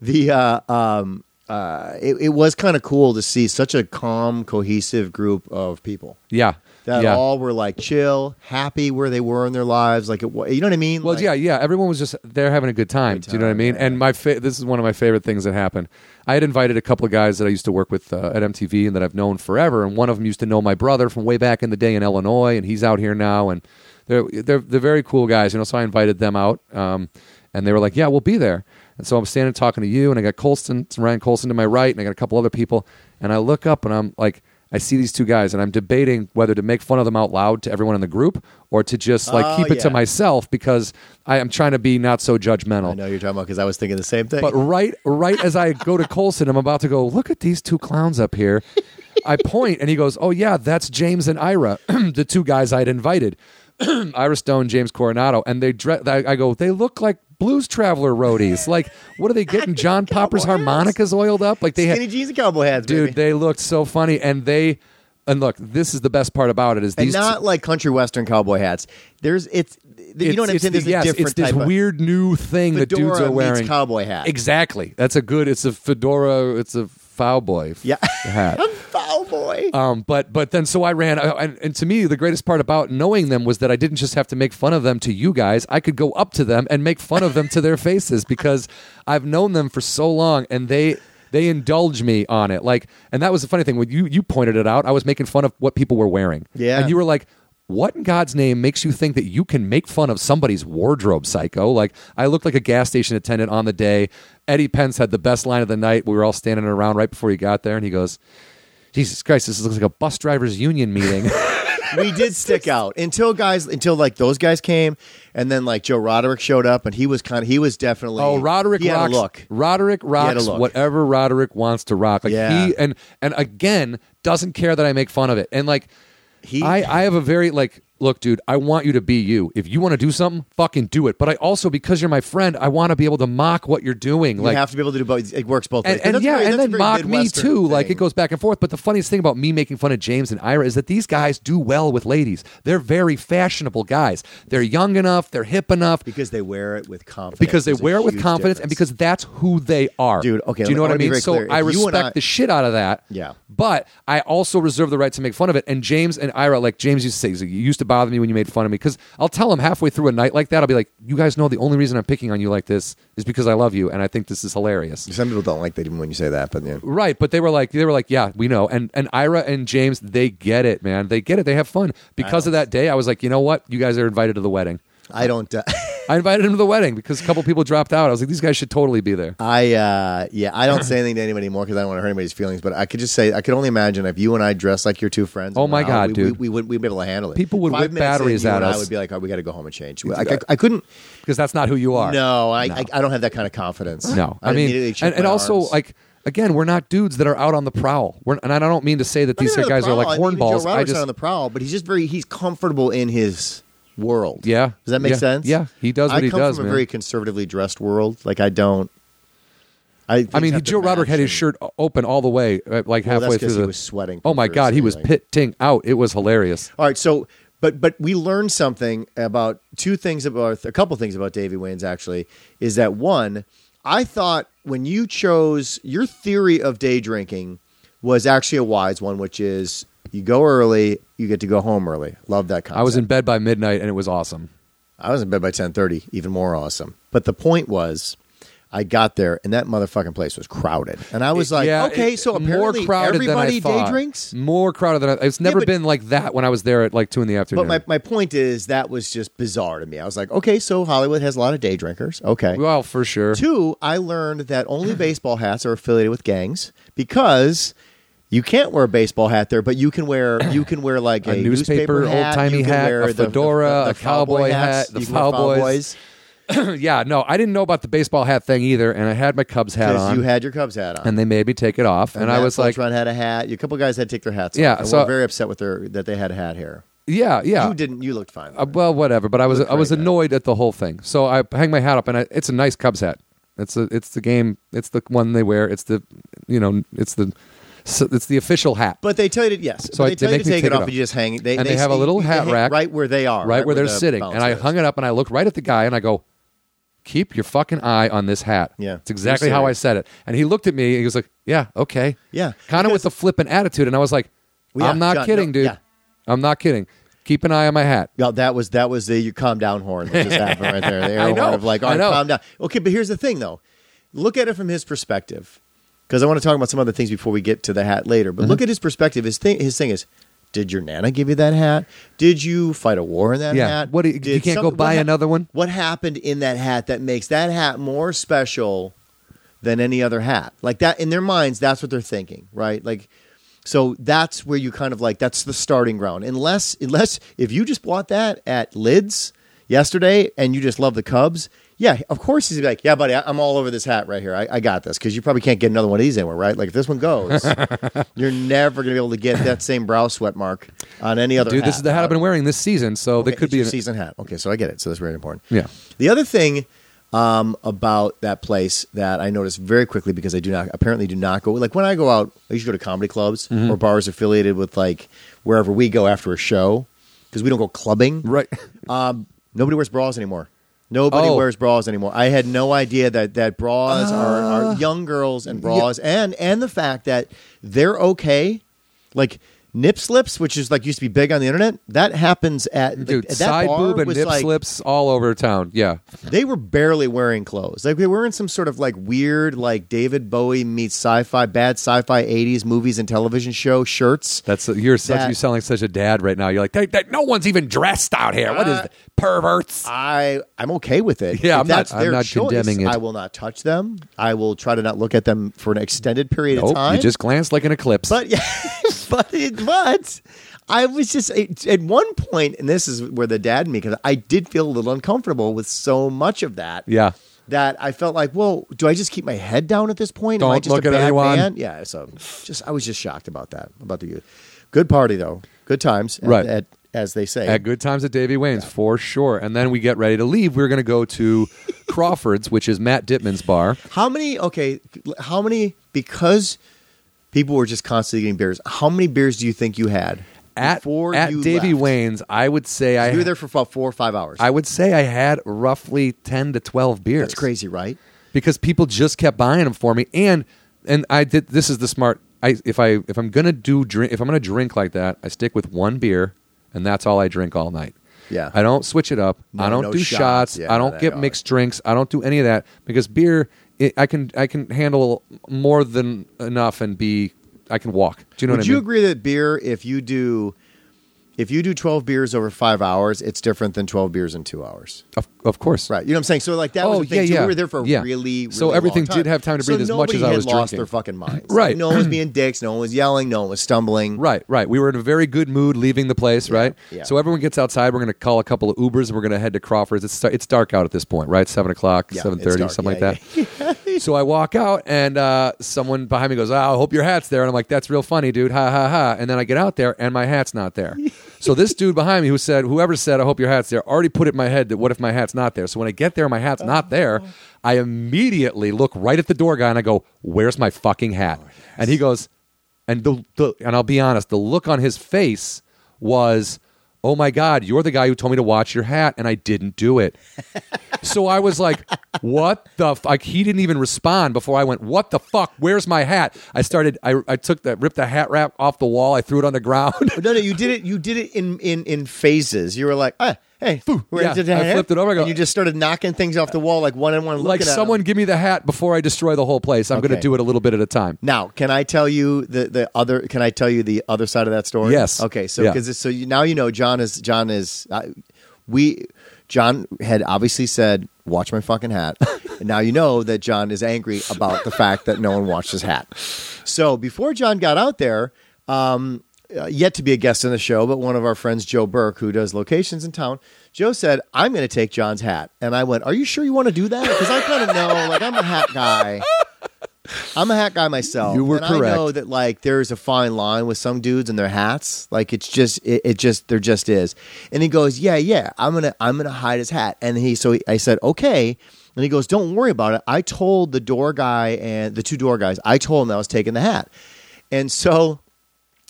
[SPEAKER 2] the uh, um, uh, it, it was kind of cool to see such a calm, cohesive group of people.
[SPEAKER 1] yeah,
[SPEAKER 2] That
[SPEAKER 1] yeah.
[SPEAKER 2] all were like chill, happy where they were in their lives. Like, it, wa- you know what I mean?
[SPEAKER 1] Well,
[SPEAKER 2] Like-
[SPEAKER 1] yeah, yeah. Everyone was just there having a good time. do you know what I mean? And my fa- this is one of my favorite things that happened. I had invited a couple of guys that I used to work with uh, at MTV and that I've known forever, and one of them used to know my brother from way back in the day in Illinois, and he's out here now, and they're they're they're very cool guys, you know. So I invited them out, um, and they were like, "Yeah, we'll be there." And so I'm standing talking to you, and I got Colston, Ryan Colston to my right, and I got a couple other people, and I look up and I'm like. I see these two guys, and I'm debating whether to make fun of them out loud to everyone in the group or to just like
[SPEAKER 2] Oh,
[SPEAKER 1] keep it to myself
[SPEAKER 2] yeah.
[SPEAKER 1] myself because I am trying to be not so
[SPEAKER 2] I
[SPEAKER 1] judgmental.
[SPEAKER 2] know you're talking about because I was thinking the same thing.
[SPEAKER 1] But right, right as I go to Colson, I'm about to go. Look at these two clowns up here. I point, and he goes, "Oh yeah, that's James and Ira, the two guys I'd invited, Ira Stone, James Coronado." And they, dre- I I go, they look like blues traveler roadies. Like, what are they getting? John Popper's harmonicas oiled up? Like they had,
[SPEAKER 2] Skinny jeans and cowboy hats,
[SPEAKER 1] dude.
[SPEAKER 2] baby.
[SPEAKER 1] They looked so funny, and they, and look, this is the best part about it is
[SPEAKER 2] and
[SPEAKER 1] these.
[SPEAKER 2] not like country western cowboy hats. There's it's you know what I'm
[SPEAKER 1] it's
[SPEAKER 2] saying.
[SPEAKER 1] the-
[SPEAKER 2] There's
[SPEAKER 1] yes,
[SPEAKER 2] a different
[SPEAKER 1] it's this
[SPEAKER 2] type
[SPEAKER 1] weird new thing that
[SPEAKER 2] Fedora
[SPEAKER 1] dudes are
[SPEAKER 2] meets
[SPEAKER 1] wearing.
[SPEAKER 2] cowboy hat.
[SPEAKER 1] Exactly. That's a good. It's a fedora. It's a foul boy. f-
[SPEAKER 2] Yeah.
[SPEAKER 1] Hat.
[SPEAKER 2] of foul boy.
[SPEAKER 1] Um, but but then so I ran, I- and, and to me the greatest part about knowing them was that I didn't just have to make fun of them to you guys. I could go up to them and make fun of them to their faces because I've known them for so long, and they they indulge me on it. Like, and that was the funny thing when you you pointed it out. I was making fun of what people were wearing.
[SPEAKER 2] Yeah.
[SPEAKER 1] and you were like. What in God's name makes you think that you can make fun of somebody's wardrobe, psycho? Like, I looked like a gas station attendant on the day. Eddie Pence had the best line of the night. We were all standing around right before he got there, and he goes, Jesus Christ, this looks like a bus drivers union meeting.
[SPEAKER 2] we did stick out until guys until like those guys came, and then like Joe Roderick showed up, and he was kind of he was definitely
[SPEAKER 1] Oh, Roderick
[SPEAKER 2] he had a
[SPEAKER 1] rocks.
[SPEAKER 2] look.
[SPEAKER 1] Roderick
[SPEAKER 2] had a
[SPEAKER 1] rocks
[SPEAKER 2] look.
[SPEAKER 1] whatever Roderick wants to rock. Like
[SPEAKER 2] Yeah.
[SPEAKER 1] he and and again doesn't care that I make fun of it. And like
[SPEAKER 2] He-
[SPEAKER 1] I I have a very like look, dude. I want you to be you. If you want to do something, fucking do it. But I also because you're my friend, I want to be able to mock what you're doing.
[SPEAKER 2] You
[SPEAKER 1] like
[SPEAKER 2] have to be able to do both. It works both ways.
[SPEAKER 1] and, and
[SPEAKER 2] that's
[SPEAKER 1] yeah,
[SPEAKER 2] very-
[SPEAKER 1] and
[SPEAKER 2] that's
[SPEAKER 1] then
[SPEAKER 2] a very
[SPEAKER 1] mock me
[SPEAKER 2] Midwestern
[SPEAKER 1] too. Like it
[SPEAKER 2] thing.
[SPEAKER 1] goes back and forth. But the funniest thing about me making fun of James and Ira is that these guys do well with ladies. They're very fashionable guys. They're young enough. They're hip enough
[SPEAKER 2] because they wear it with confidence.
[SPEAKER 1] because they
[SPEAKER 2] There's a
[SPEAKER 1] wear it with
[SPEAKER 2] huge
[SPEAKER 1] confidence and
[SPEAKER 2] difference.
[SPEAKER 1] because that's who they are.
[SPEAKER 2] Dude, okay,
[SPEAKER 1] Do you know what
[SPEAKER 2] let-
[SPEAKER 1] I
[SPEAKER 2] let me be
[SPEAKER 1] mean?
[SPEAKER 2] very
[SPEAKER 1] So
[SPEAKER 2] clear. If
[SPEAKER 1] I
[SPEAKER 2] you and
[SPEAKER 1] respect
[SPEAKER 2] I-
[SPEAKER 1] the shit out of that.
[SPEAKER 2] Yeah.
[SPEAKER 1] But I also reserve the right to make fun of it. And James and Ira, like James used to say, he's like, you used to bother me when you made fun of me. Because I'll tell him halfway through a night like that, I'll be like, you guys know the only reason I'm picking on you like this is because I love you and I think this is hilarious.
[SPEAKER 2] some people don't like that even when you say that, but yeah.
[SPEAKER 1] Right, but they were like they were like, yeah, we know. And and Ira and James, they get it, man. They get it. They have fun. Because of that day, I was like, you know what? You guys are invited to the wedding.
[SPEAKER 2] I don't. Uh,
[SPEAKER 1] I invited him to the wedding because a couple people dropped out. I was like, these guys should totally be there.
[SPEAKER 2] I uh, yeah, I don't say anything to anybody anymore because I don't want to hurt anybody's feelings. But I could just say I could only imagine if you and I dressed like your two friends.
[SPEAKER 1] Oh
[SPEAKER 2] and
[SPEAKER 1] my
[SPEAKER 2] went out,
[SPEAKER 1] God,
[SPEAKER 2] we,
[SPEAKER 1] dude.
[SPEAKER 2] we, we wouldn't we'd be able to handle it.
[SPEAKER 1] People would
[SPEAKER 2] Five
[SPEAKER 1] whip
[SPEAKER 2] minutes in,
[SPEAKER 1] batteries
[SPEAKER 2] you
[SPEAKER 1] at
[SPEAKER 2] and I
[SPEAKER 1] us.
[SPEAKER 2] would be like, oh, we got to go home and change. I, I, I couldn't.
[SPEAKER 1] because that's not who you are.
[SPEAKER 2] No, I, I I don't have that kind of confidence.
[SPEAKER 1] no. I
[SPEAKER 2] I'd
[SPEAKER 1] mean,
[SPEAKER 2] immediately shake
[SPEAKER 1] and, and
[SPEAKER 2] my
[SPEAKER 1] also
[SPEAKER 2] arms.
[SPEAKER 1] like again, we're not dudes that are out on the prowl. We're, and I don't mean to say that
[SPEAKER 2] Not
[SPEAKER 1] these
[SPEAKER 2] even on the
[SPEAKER 1] guys are
[SPEAKER 2] prowl.
[SPEAKER 1] like
[SPEAKER 2] I mean, even
[SPEAKER 1] hornballs.
[SPEAKER 2] Joe
[SPEAKER 1] I
[SPEAKER 2] Robert's
[SPEAKER 1] just
[SPEAKER 2] not on the prowl, but he's just very he's comfortable in his world.
[SPEAKER 1] Yeah.
[SPEAKER 2] does that make
[SPEAKER 1] Yeah.
[SPEAKER 2] sense?
[SPEAKER 1] Yeah. He does what
[SPEAKER 2] I
[SPEAKER 1] he
[SPEAKER 2] come
[SPEAKER 1] does,
[SPEAKER 2] from
[SPEAKER 1] man.
[SPEAKER 2] a very conservatively dressed world. Like I don't. I
[SPEAKER 1] I mean, Joe Roderick had his shirt o- open all the way, uh, like
[SPEAKER 2] Well, that's
[SPEAKER 1] halfway
[SPEAKER 2] 'cause
[SPEAKER 1] through
[SPEAKER 2] he
[SPEAKER 1] the.
[SPEAKER 2] was sweating
[SPEAKER 1] Oh my god, he was
[SPEAKER 2] profusely,
[SPEAKER 1] pitting out. It was hilarious.
[SPEAKER 2] All right, so but but we learned something about two things about a couple things about Davy Wayne's actually is that one, I thought when you chose your theory of day drinking was actually a wise one, which is you go early, you get to go home early. Love that concept.
[SPEAKER 1] I was in bed by midnight, and it was awesome.
[SPEAKER 2] I was in bed by ten thirty, even more awesome. But the point was. I got there and that motherfucking place was crowded. And I was like,
[SPEAKER 1] yeah,
[SPEAKER 2] okay,
[SPEAKER 1] it-
[SPEAKER 2] so apparently
[SPEAKER 1] more crowded than I
[SPEAKER 2] everybody
[SPEAKER 1] thought.
[SPEAKER 2] day drinks?
[SPEAKER 1] More crowded than I, it's never
[SPEAKER 2] but-
[SPEAKER 1] been like that when I was there at like two in the afternoon.
[SPEAKER 2] But my, my point is that was just bizarre to me. I was like, okay, so Hollywood has a lot of day drinkers. Okay.
[SPEAKER 1] well, for sure.
[SPEAKER 2] Two, I learned that only baseball hats are affiliated with gangs because you can't wear a baseball hat there, but you can wear you can wear like a,
[SPEAKER 1] A newspaper,
[SPEAKER 2] hat,
[SPEAKER 1] old-timey
[SPEAKER 2] you can
[SPEAKER 1] hat,
[SPEAKER 2] wear
[SPEAKER 1] a
[SPEAKER 2] the- the- the-
[SPEAKER 1] fedora,
[SPEAKER 2] the
[SPEAKER 1] a cowboy
[SPEAKER 2] hats,
[SPEAKER 1] hat, the
[SPEAKER 2] you can wear
[SPEAKER 1] Cowboys.
[SPEAKER 2] cowboys
[SPEAKER 1] yeah, no, I didn't know about the baseball hat thing either, and I had my Cubs hat
[SPEAKER 2] because
[SPEAKER 1] on,
[SPEAKER 2] you had your Cubs hat on.
[SPEAKER 1] and they made me take it off, and, I
[SPEAKER 2] Matt
[SPEAKER 1] was like,
[SPEAKER 2] Fultron had a hat. A couple guys had to take their hats.
[SPEAKER 1] Yeah,
[SPEAKER 2] off, and
[SPEAKER 1] so-
[SPEAKER 2] were very upset with their that they had hat hair.
[SPEAKER 1] yeah, yeah.
[SPEAKER 2] You didn't. You looked fine.
[SPEAKER 1] Uh, well, whatever. But I was
[SPEAKER 2] look
[SPEAKER 1] I was
[SPEAKER 2] great, man.
[SPEAKER 1] annoyed at the whole thing, so I hang my hat up, and I, it's a nice Cubs hat. It's a it's the game. It's the one they wear. It's the you know it's the so it's the official hat.
[SPEAKER 2] But they tell you to yes.
[SPEAKER 1] So
[SPEAKER 2] but
[SPEAKER 1] I-
[SPEAKER 2] they
[SPEAKER 1] they
[SPEAKER 2] tell you
[SPEAKER 1] make
[SPEAKER 2] to
[SPEAKER 1] me
[SPEAKER 2] take, it off, and you just hang. They,
[SPEAKER 1] and they have a
[SPEAKER 2] you-
[SPEAKER 1] little
[SPEAKER 2] you
[SPEAKER 1] hat
[SPEAKER 2] hang
[SPEAKER 1] rack
[SPEAKER 2] right where they are,
[SPEAKER 1] right, where, they're
[SPEAKER 2] the
[SPEAKER 1] sitting.
[SPEAKER 2] bounce
[SPEAKER 1] And I
[SPEAKER 2] is.
[SPEAKER 1] hung it up and I looked right at the guy and I go, Keep your fucking eye on this hat.
[SPEAKER 2] Yeah.
[SPEAKER 1] It's exactly
[SPEAKER 2] You're
[SPEAKER 1] how I
[SPEAKER 2] serious.
[SPEAKER 1] said it. And he looked at me and he was like, Yeah, okay.
[SPEAKER 2] Yeah,
[SPEAKER 1] Kind of
[SPEAKER 2] because-
[SPEAKER 1] with a flippant attitude. And I was like,
[SPEAKER 2] Well, yeah,
[SPEAKER 1] I'm not
[SPEAKER 2] John,
[SPEAKER 1] kidding,
[SPEAKER 2] no,
[SPEAKER 1] dude.
[SPEAKER 2] yeah.
[SPEAKER 1] I'm not kidding. Keep an eye on my hat.
[SPEAKER 2] No, that was that was the you calm down horn that just happened right there. The air
[SPEAKER 1] I know,
[SPEAKER 2] horn of like, all
[SPEAKER 1] I
[SPEAKER 2] right,
[SPEAKER 1] know.
[SPEAKER 2] calm down. Okay, but here's the thing though. Look at it from his perspective, because I want to talk about some other things before we get to the hat later. But
[SPEAKER 1] Mm-hmm.
[SPEAKER 2] look at his perspective. His thing, his thing is, did your nana give you that hat? Did you fight a war in that
[SPEAKER 1] Yeah.
[SPEAKER 2] hat?
[SPEAKER 1] What do you- you
[SPEAKER 2] Did
[SPEAKER 1] can't go
[SPEAKER 2] something-
[SPEAKER 1] buy
[SPEAKER 2] what
[SPEAKER 1] another one?
[SPEAKER 2] What happened in that hat that makes that hat more special than any other hat? Like that in their minds, that's what they're thinking, right? Like. So that's where you kind of like that's the starting ground. Unless unless if you just bought that at Lids yesterday and you just love the Cubs, yeah, of course he's gonna be like, yeah, buddy, I- I'm all over this hat right here. I, I got this because you probably can't get another one of these anywhere, right? Like if this one goes, you're never gonna be able to get that same brow sweat mark on any other.
[SPEAKER 1] Dude, this is the hat I've been wearing this season, so there
[SPEAKER 2] Okay,
[SPEAKER 1] could
[SPEAKER 2] it's
[SPEAKER 1] be
[SPEAKER 2] your
[SPEAKER 1] an,
[SPEAKER 2] season hat. Okay, so I get it. So that's very important.
[SPEAKER 1] Yeah.
[SPEAKER 2] The other thing um, about that place that I noticed very quickly because I do not apparently do not go like when I go out, I usually go to comedy clubs
[SPEAKER 1] Mm-hmm.
[SPEAKER 2] or bars affiliated with like wherever we go after a show because we don't go clubbing.
[SPEAKER 1] Right.
[SPEAKER 2] Um, nobody wears bras anymore. Nobody
[SPEAKER 1] Oh.
[SPEAKER 2] wears bras anymore. I had no idea that that bras
[SPEAKER 1] Ah.
[SPEAKER 2] are, are young girls and bras, and and the fact that they're okay. Like nip slips, which is like used to be big on the internet, that happens at like,
[SPEAKER 1] Dude,
[SPEAKER 2] at that
[SPEAKER 1] side
[SPEAKER 2] bar
[SPEAKER 1] boob and
[SPEAKER 2] was
[SPEAKER 1] nip
[SPEAKER 2] like,
[SPEAKER 1] slips all over town. Yeah.
[SPEAKER 2] They were barely wearing clothes. Like they were in some sort of like weird, like David Bowie meets sci-fi, bad sci-fi '80s movies and television show shirts.
[SPEAKER 1] That's you're such
[SPEAKER 2] That-
[SPEAKER 1] you sound like such a dad right now. You're like, "Hey, that- no one's even dressed out here. What is
[SPEAKER 2] Uh,
[SPEAKER 1] th- perverts?
[SPEAKER 2] I I'm okay with it.
[SPEAKER 1] Yeah,
[SPEAKER 2] If
[SPEAKER 1] I'm not-
[SPEAKER 2] that's
[SPEAKER 1] I'm
[SPEAKER 2] their
[SPEAKER 1] not
[SPEAKER 2] choice,
[SPEAKER 1] condemning it.
[SPEAKER 2] I will not touch them. I will try to not look at them for an extended period of
[SPEAKER 1] Oh,
[SPEAKER 2] time.
[SPEAKER 1] you just glanced like an eclipse.
[SPEAKER 2] But yeah, but it, but I was just it, at one point, and this is where the dad in me because I did feel a little uncomfortable with so much of that.
[SPEAKER 1] yeah,
[SPEAKER 2] That I felt like, well, do I just keep my head down at this point? Am I
[SPEAKER 1] Don't
[SPEAKER 2] just
[SPEAKER 1] look
[SPEAKER 2] a
[SPEAKER 1] at
[SPEAKER 2] bad
[SPEAKER 1] anyone.
[SPEAKER 2] man? Yeah. So just I was just shocked about that about the youth. Good party though. Good times. at-
[SPEAKER 1] Right.
[SPEAKER 2] at- as they say.
[SPEAKER 1] at good times at Davy Wayne's for sure. And then we get ready to leave. We're going to go to Crawford's, which is Matt Dittman's bar.
[SPEAKER 2] How many? Okay, how many? Because people were just constantly getting beers. How many beers do you think you had
[SPEAKER 1] At
[SPEAKER 2] before
[SPEAKER 1] at
[SPEAKER 2] you
[SPEAKER 1] Davy
[SPEAKER 2] left?
[SPEAKER 1] Wayne's, I would say I
[SPEAKER 2] You were there for about four or five hours.
[SPEAKER 1] I would say I had roughly ten to twelve beers.
[SPEAKER 2] That's crazy, right?
[SPEAKER 1] because people just kept buying them for me and and I did this is the smart I if I if I'm going to do drink if I'm going to drink like that I stick with one beer and that's all I drink all night.
[SPEAKER 2] Yeah.
[SPEAKER 1] I don't switch it up.
[SPEAKER 2] No-
[SPEAKER 1] I don't
[SPEAKER 2] no
[SPEAKER 1] do
[SPEAKER 2] shots.
[SPEAKER 1] shots.
[SPEAKER 2] Yeah,
[SPEAKER 1] I
[SPEAKER 2] no,
[SPEAKER 1] don't
[SPEAKER 2] that
[SPEAKER 1] get
[SPEAKER 2] got it.
[SPEAKER 1] mixed drinks. I don't do any of that because beer it, I can I can handle more than enough and be I can walk. Do you know
[SPEAKER 2] Would
[SPEAKER 1] what I
[SPEAKER 2] you
[SPEAKER 1] mean?
[SPEAKER 2] agree that beer, if you do, if you do twelve beers over five hours, it's different than twelve beers in two hours?
[SPEAKER 1] Of, of course.
[SPEAKER 2] Right. You know what I'm saying? So like that was
[SPEAKER 1] Oh,
[SPEAKER 2] the thing.
[SPEAKER 1] yeah,
[SPEAKER 2] too.
[SPEAKER 1] yeah.
[SPEAKER 2] We were there for
[SPEAKER 1] Yeah.
[SPEAKER 2] really, really
[SPEAKER 1] So
[SPEAKER 2] long
[SPEAKER 1] everything
[SPEAKER 2] time.
[SPEAKER 1] did have time to
[SPEAKER 2] So
[SPEAKER 1] breathe as much
[SPEAKER 2] nobody
[SPEAKER 1] as I
[SPEAKER 2] had
[SPEAKER 1] was
[SPEAKER 2] lost
[SPEAKER 1] drinking.
[SPEAKER 2] their fucking minds.
[SPEAKER 1] Right.
[SPEAKER 2] No one was being dicks. No one was yelling. No one was stumbling.
[SPEAKER 1] Right, right. We were in a very good mood leaving the place, right?
[SPEAKER 2] yeah.
[SPEAKER 1] So everyone gets outside. We're going to call a couple of Ubers and we're going to head to Crawford's. It's it's dark out at this point, right? Seven o'clock,
[SPEAKER 2] Yeah,
[SPEAKER 1] seven
[SPEAKER 2] it's
[SPEAKER 1] thirty,
[SPEAKER 2] dark.
[SPEAKER 1] something
[SPEAKER 2] Yeah,
[SPEAKER 1] like that. so I walk out and uh, someone behind me goes, "Oh, I hope your hat's there." And I'm like, "That's real funny, dude. Ha ha ha." And then I get out there and my hat's not there. so this dude behind me who said, "Whoever said I hope your hat's there," already put it in my head that what if my hat's not there? So when I get there, my hat's not there.
[SPEAKER 2] Oh.
[SPEAKER 1] I immediately look right at the door guy and I go, "Where's my fucking hat?" And he goes and the, the and I'll be honest, the look on his face was, "Oh my God, you're the guy who told me to watch your hat, and I didn't do it." so I was like, "What the?" F-? Like he didn't even respond before I went, "What the fuck? Where's my hat?" I started. I I took that, ripped the hat wrap off the wall. I threw it on the ground.
[SPEAKER 2] No, no, you did it. You did it in in in phases. You were like, ah, hey, we're
[SPEAKER 1] Yeah,
[SPEAKER 2] into
[SPEAKER 1] I flipped it over, I go-
[SPEAKER 2] and you just started knocking things off the wall like one on one.
[SPEAKER 1] like someone, give me the hat before I destroy the whole place. I'm going
[SPEAKER 2] Okay.
[SPEAKER 1] to do it a little bit at a time.
[SPEAKER 2] Now, can I tell you the, the other? Can I tell you the other side of that story?
[SPEAKER 1] Yes.
[SPEAKER 2] Okay. So
[SPEAKER 1] Yeah.
[SPEAKER 2] because so you, now you know John is John is I, we John had obviously said watch my fucking hat. and now you know that John is angry about the fact that no one watched his hat. So before John got out there, um, uh, yet to be a guest on the show, but one of our friends Joe Burke who does locations in town. Joe said, "I'm going to take John's hat," and I went, "Are you sure you want to do that? Because I kind of know, like I'm a hat guy." I'm a hat guy myself.
[SPEAKER 1] You were
[SPEAKER 2] and I
[SPEAKER 1] correct.
[SPEAKER 2] know that like there's a fine line with some dudes and their hats. Like it's just it, it just there just is. And he goes, "Yeah, yeah, I'm going to I'm going to hide his hat." And he so he, I said, "Okay." And he goes, "Don't worry about it. I told the door guy and the two door guys. I told them I was taking the hat." And so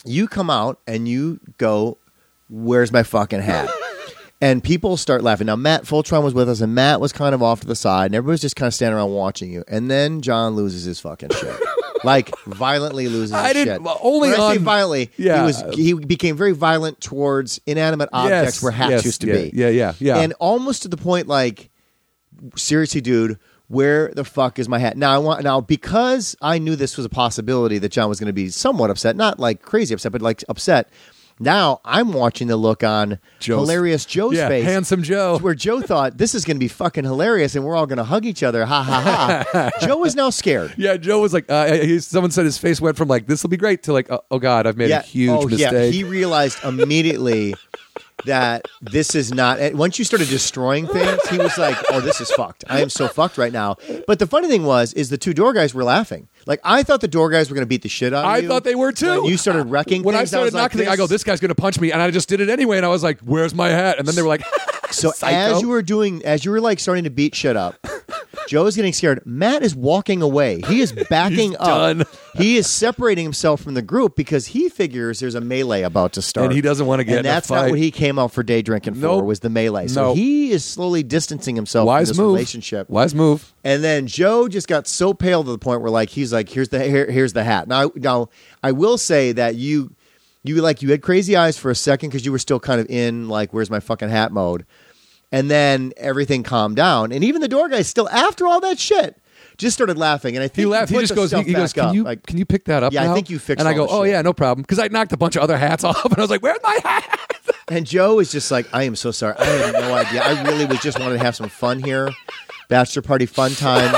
[SPEAKER 2] you come out and you go, "Where's my fucking hat?" and people start laughing. Now Matt Fultron was with us, and Matt was kind of off to the side, and everybody's just kind of standing around watching you. And then John loses his fucking shit, like violently loses.
[SPEAKER 1] I
[SPEAKER 2] his
[SPEAKER 1] didn't-
[SPEAKER 2] shit.
[SPEAKER 1] well, only
[SPEAKER 2] when I say
[SPEAKER 1] on-
[SPEAKER 2] violently.
[SPEAKER 1] Yeah.
[SPEAKER 2] he was he became very violent towards inanimate objects where hats
[SPEAKER 1] yes,
[SPEAKER 2] used to
[SPEAKER 1] yeah,
[SPEAKER 2] be.
[SPEAKER 1] yeah, yeah, yeah.
[SPEAKER 2] and almost to the point like seriously, dude, where the fuck is my hat? Now I want now because I knew this was a possibility that John was going to be somewhat upset, not like crazy upset, but like upset. Now I'm watching the look on
[SPEAKER 1] Joe's-
[SPEAKER 2] hilarious Joe's
[SPEAKER 1] yeah,
[SPEAKER 2] face,
[SPEAKER 1] handsome Joe.
[SPEAKER 2] where Joe thought this is going to be fucking hilarious, and we're all going to hug each other. Ha ha ha! Joe is now scared.
[SPEAKER 1] Yeah, Joe was like, uh, he, someone said his face went from like this will be great to like, oh, oh god, I've made a huge
[SPEAKER 2] oh,
[SPEAKER 1] mistake.
[SPEAKER 2] Yeah, he realized immediately that this is not. and Once you started destroying things, he was like, "Oh, this is fucked. I am so fucked right now." But the funny thing was, is the two door guys were laughing. Like I thought the door guys were going to beat the shit out of
[SPEAKER 1] I
[SPEAKER 2] you.
[SPEAKER 1] thought they were too.
[SPEAKER 2] When you started wrecking.
[SPEAKER 1] When I
[SPEAKER 2] things,
[SPEAKER 1] started
[SPEAKER 2] was like,
[SPEAKER 1] knocking, things, I go, "This guy's gonna punch me," and I just did it anyway. And I was like, "Where's my hat?" And then they were like,
[SPEAKER 2] So
[SPEAKER 1] Psycho.
[SPEAKER 2] as you were doing, as you were like starting to beat shit up, Joe is getting scared. Matt is walking away. He is backing up.
[SPEAKER 1] done.
[SPEAKER 2] He is separating himself from the group because he figures there's a melee about to start,
[SPEAKER 1] And he doesn't wanna get
[SPEAKER 2] And
[SPEAKER 1] in a
[SPEAKER 2] that's not
[SPEAKER 1] fight.
[SPEAKER 2] what he came out for day drinking for
[SPEAKER 1] Nope.
[SPEAKER 2] was the melee. So
[SPEAKER 1] Nope.
[SPEAKER 2] he is slowly distancing himself
[SPEAKER 1] "Wise
[SPEAKER 2] from this
[SPEAKER 1] move,
[SPEAKER 2] relationship.
[SPEAKER 1] Wise move."
[SPEAKER 2] And then Joe just got so pale to the point where like he's like, here's the here, here's the hat. Now now I will say that you you like you had crazy eyes for a second because you were still kind of in like where's my fucking hat mode, and then everything calmed down, and even the door guy still after all that shit just started laughing, and I think
[SPEAKER 1] He laughed. He
[SPEAKER 2] put
[SPEAKER 1] just
[SPEAKER 2] the
[SPEAKER 1] goes. He,
[SPEAKER 2] stuff
[SPEAKER 1] he goes.
[SPEAKER 2] back
[SPEAKER 1] Can
[SPEAKER 2] up,
[SPEAKER 1] you
[SPEAKER 2] like-
[SPEAKER 1] can you pick that up?
[SPEAKER 2] Yeah, I
[SPEAKER 1] now?"
[SPEAKER 2] think you fixed
[SPEAKER 1] And I
[SPEAKER 2] all
[SPEAKER 1] go,
[SPEAKER 2] the
[SPEAKER 1] oh
[SPEAKER 2] shit."
[SPEAKER 1] yeah, no problem. Because I knocked a bunch of other hats off, and I was like, where's my hat?
[SPEAKER 2] And Joe is just like, I am so sorry. I have no idea. I really was just wanted to have some fun here. Bachelor party fun time.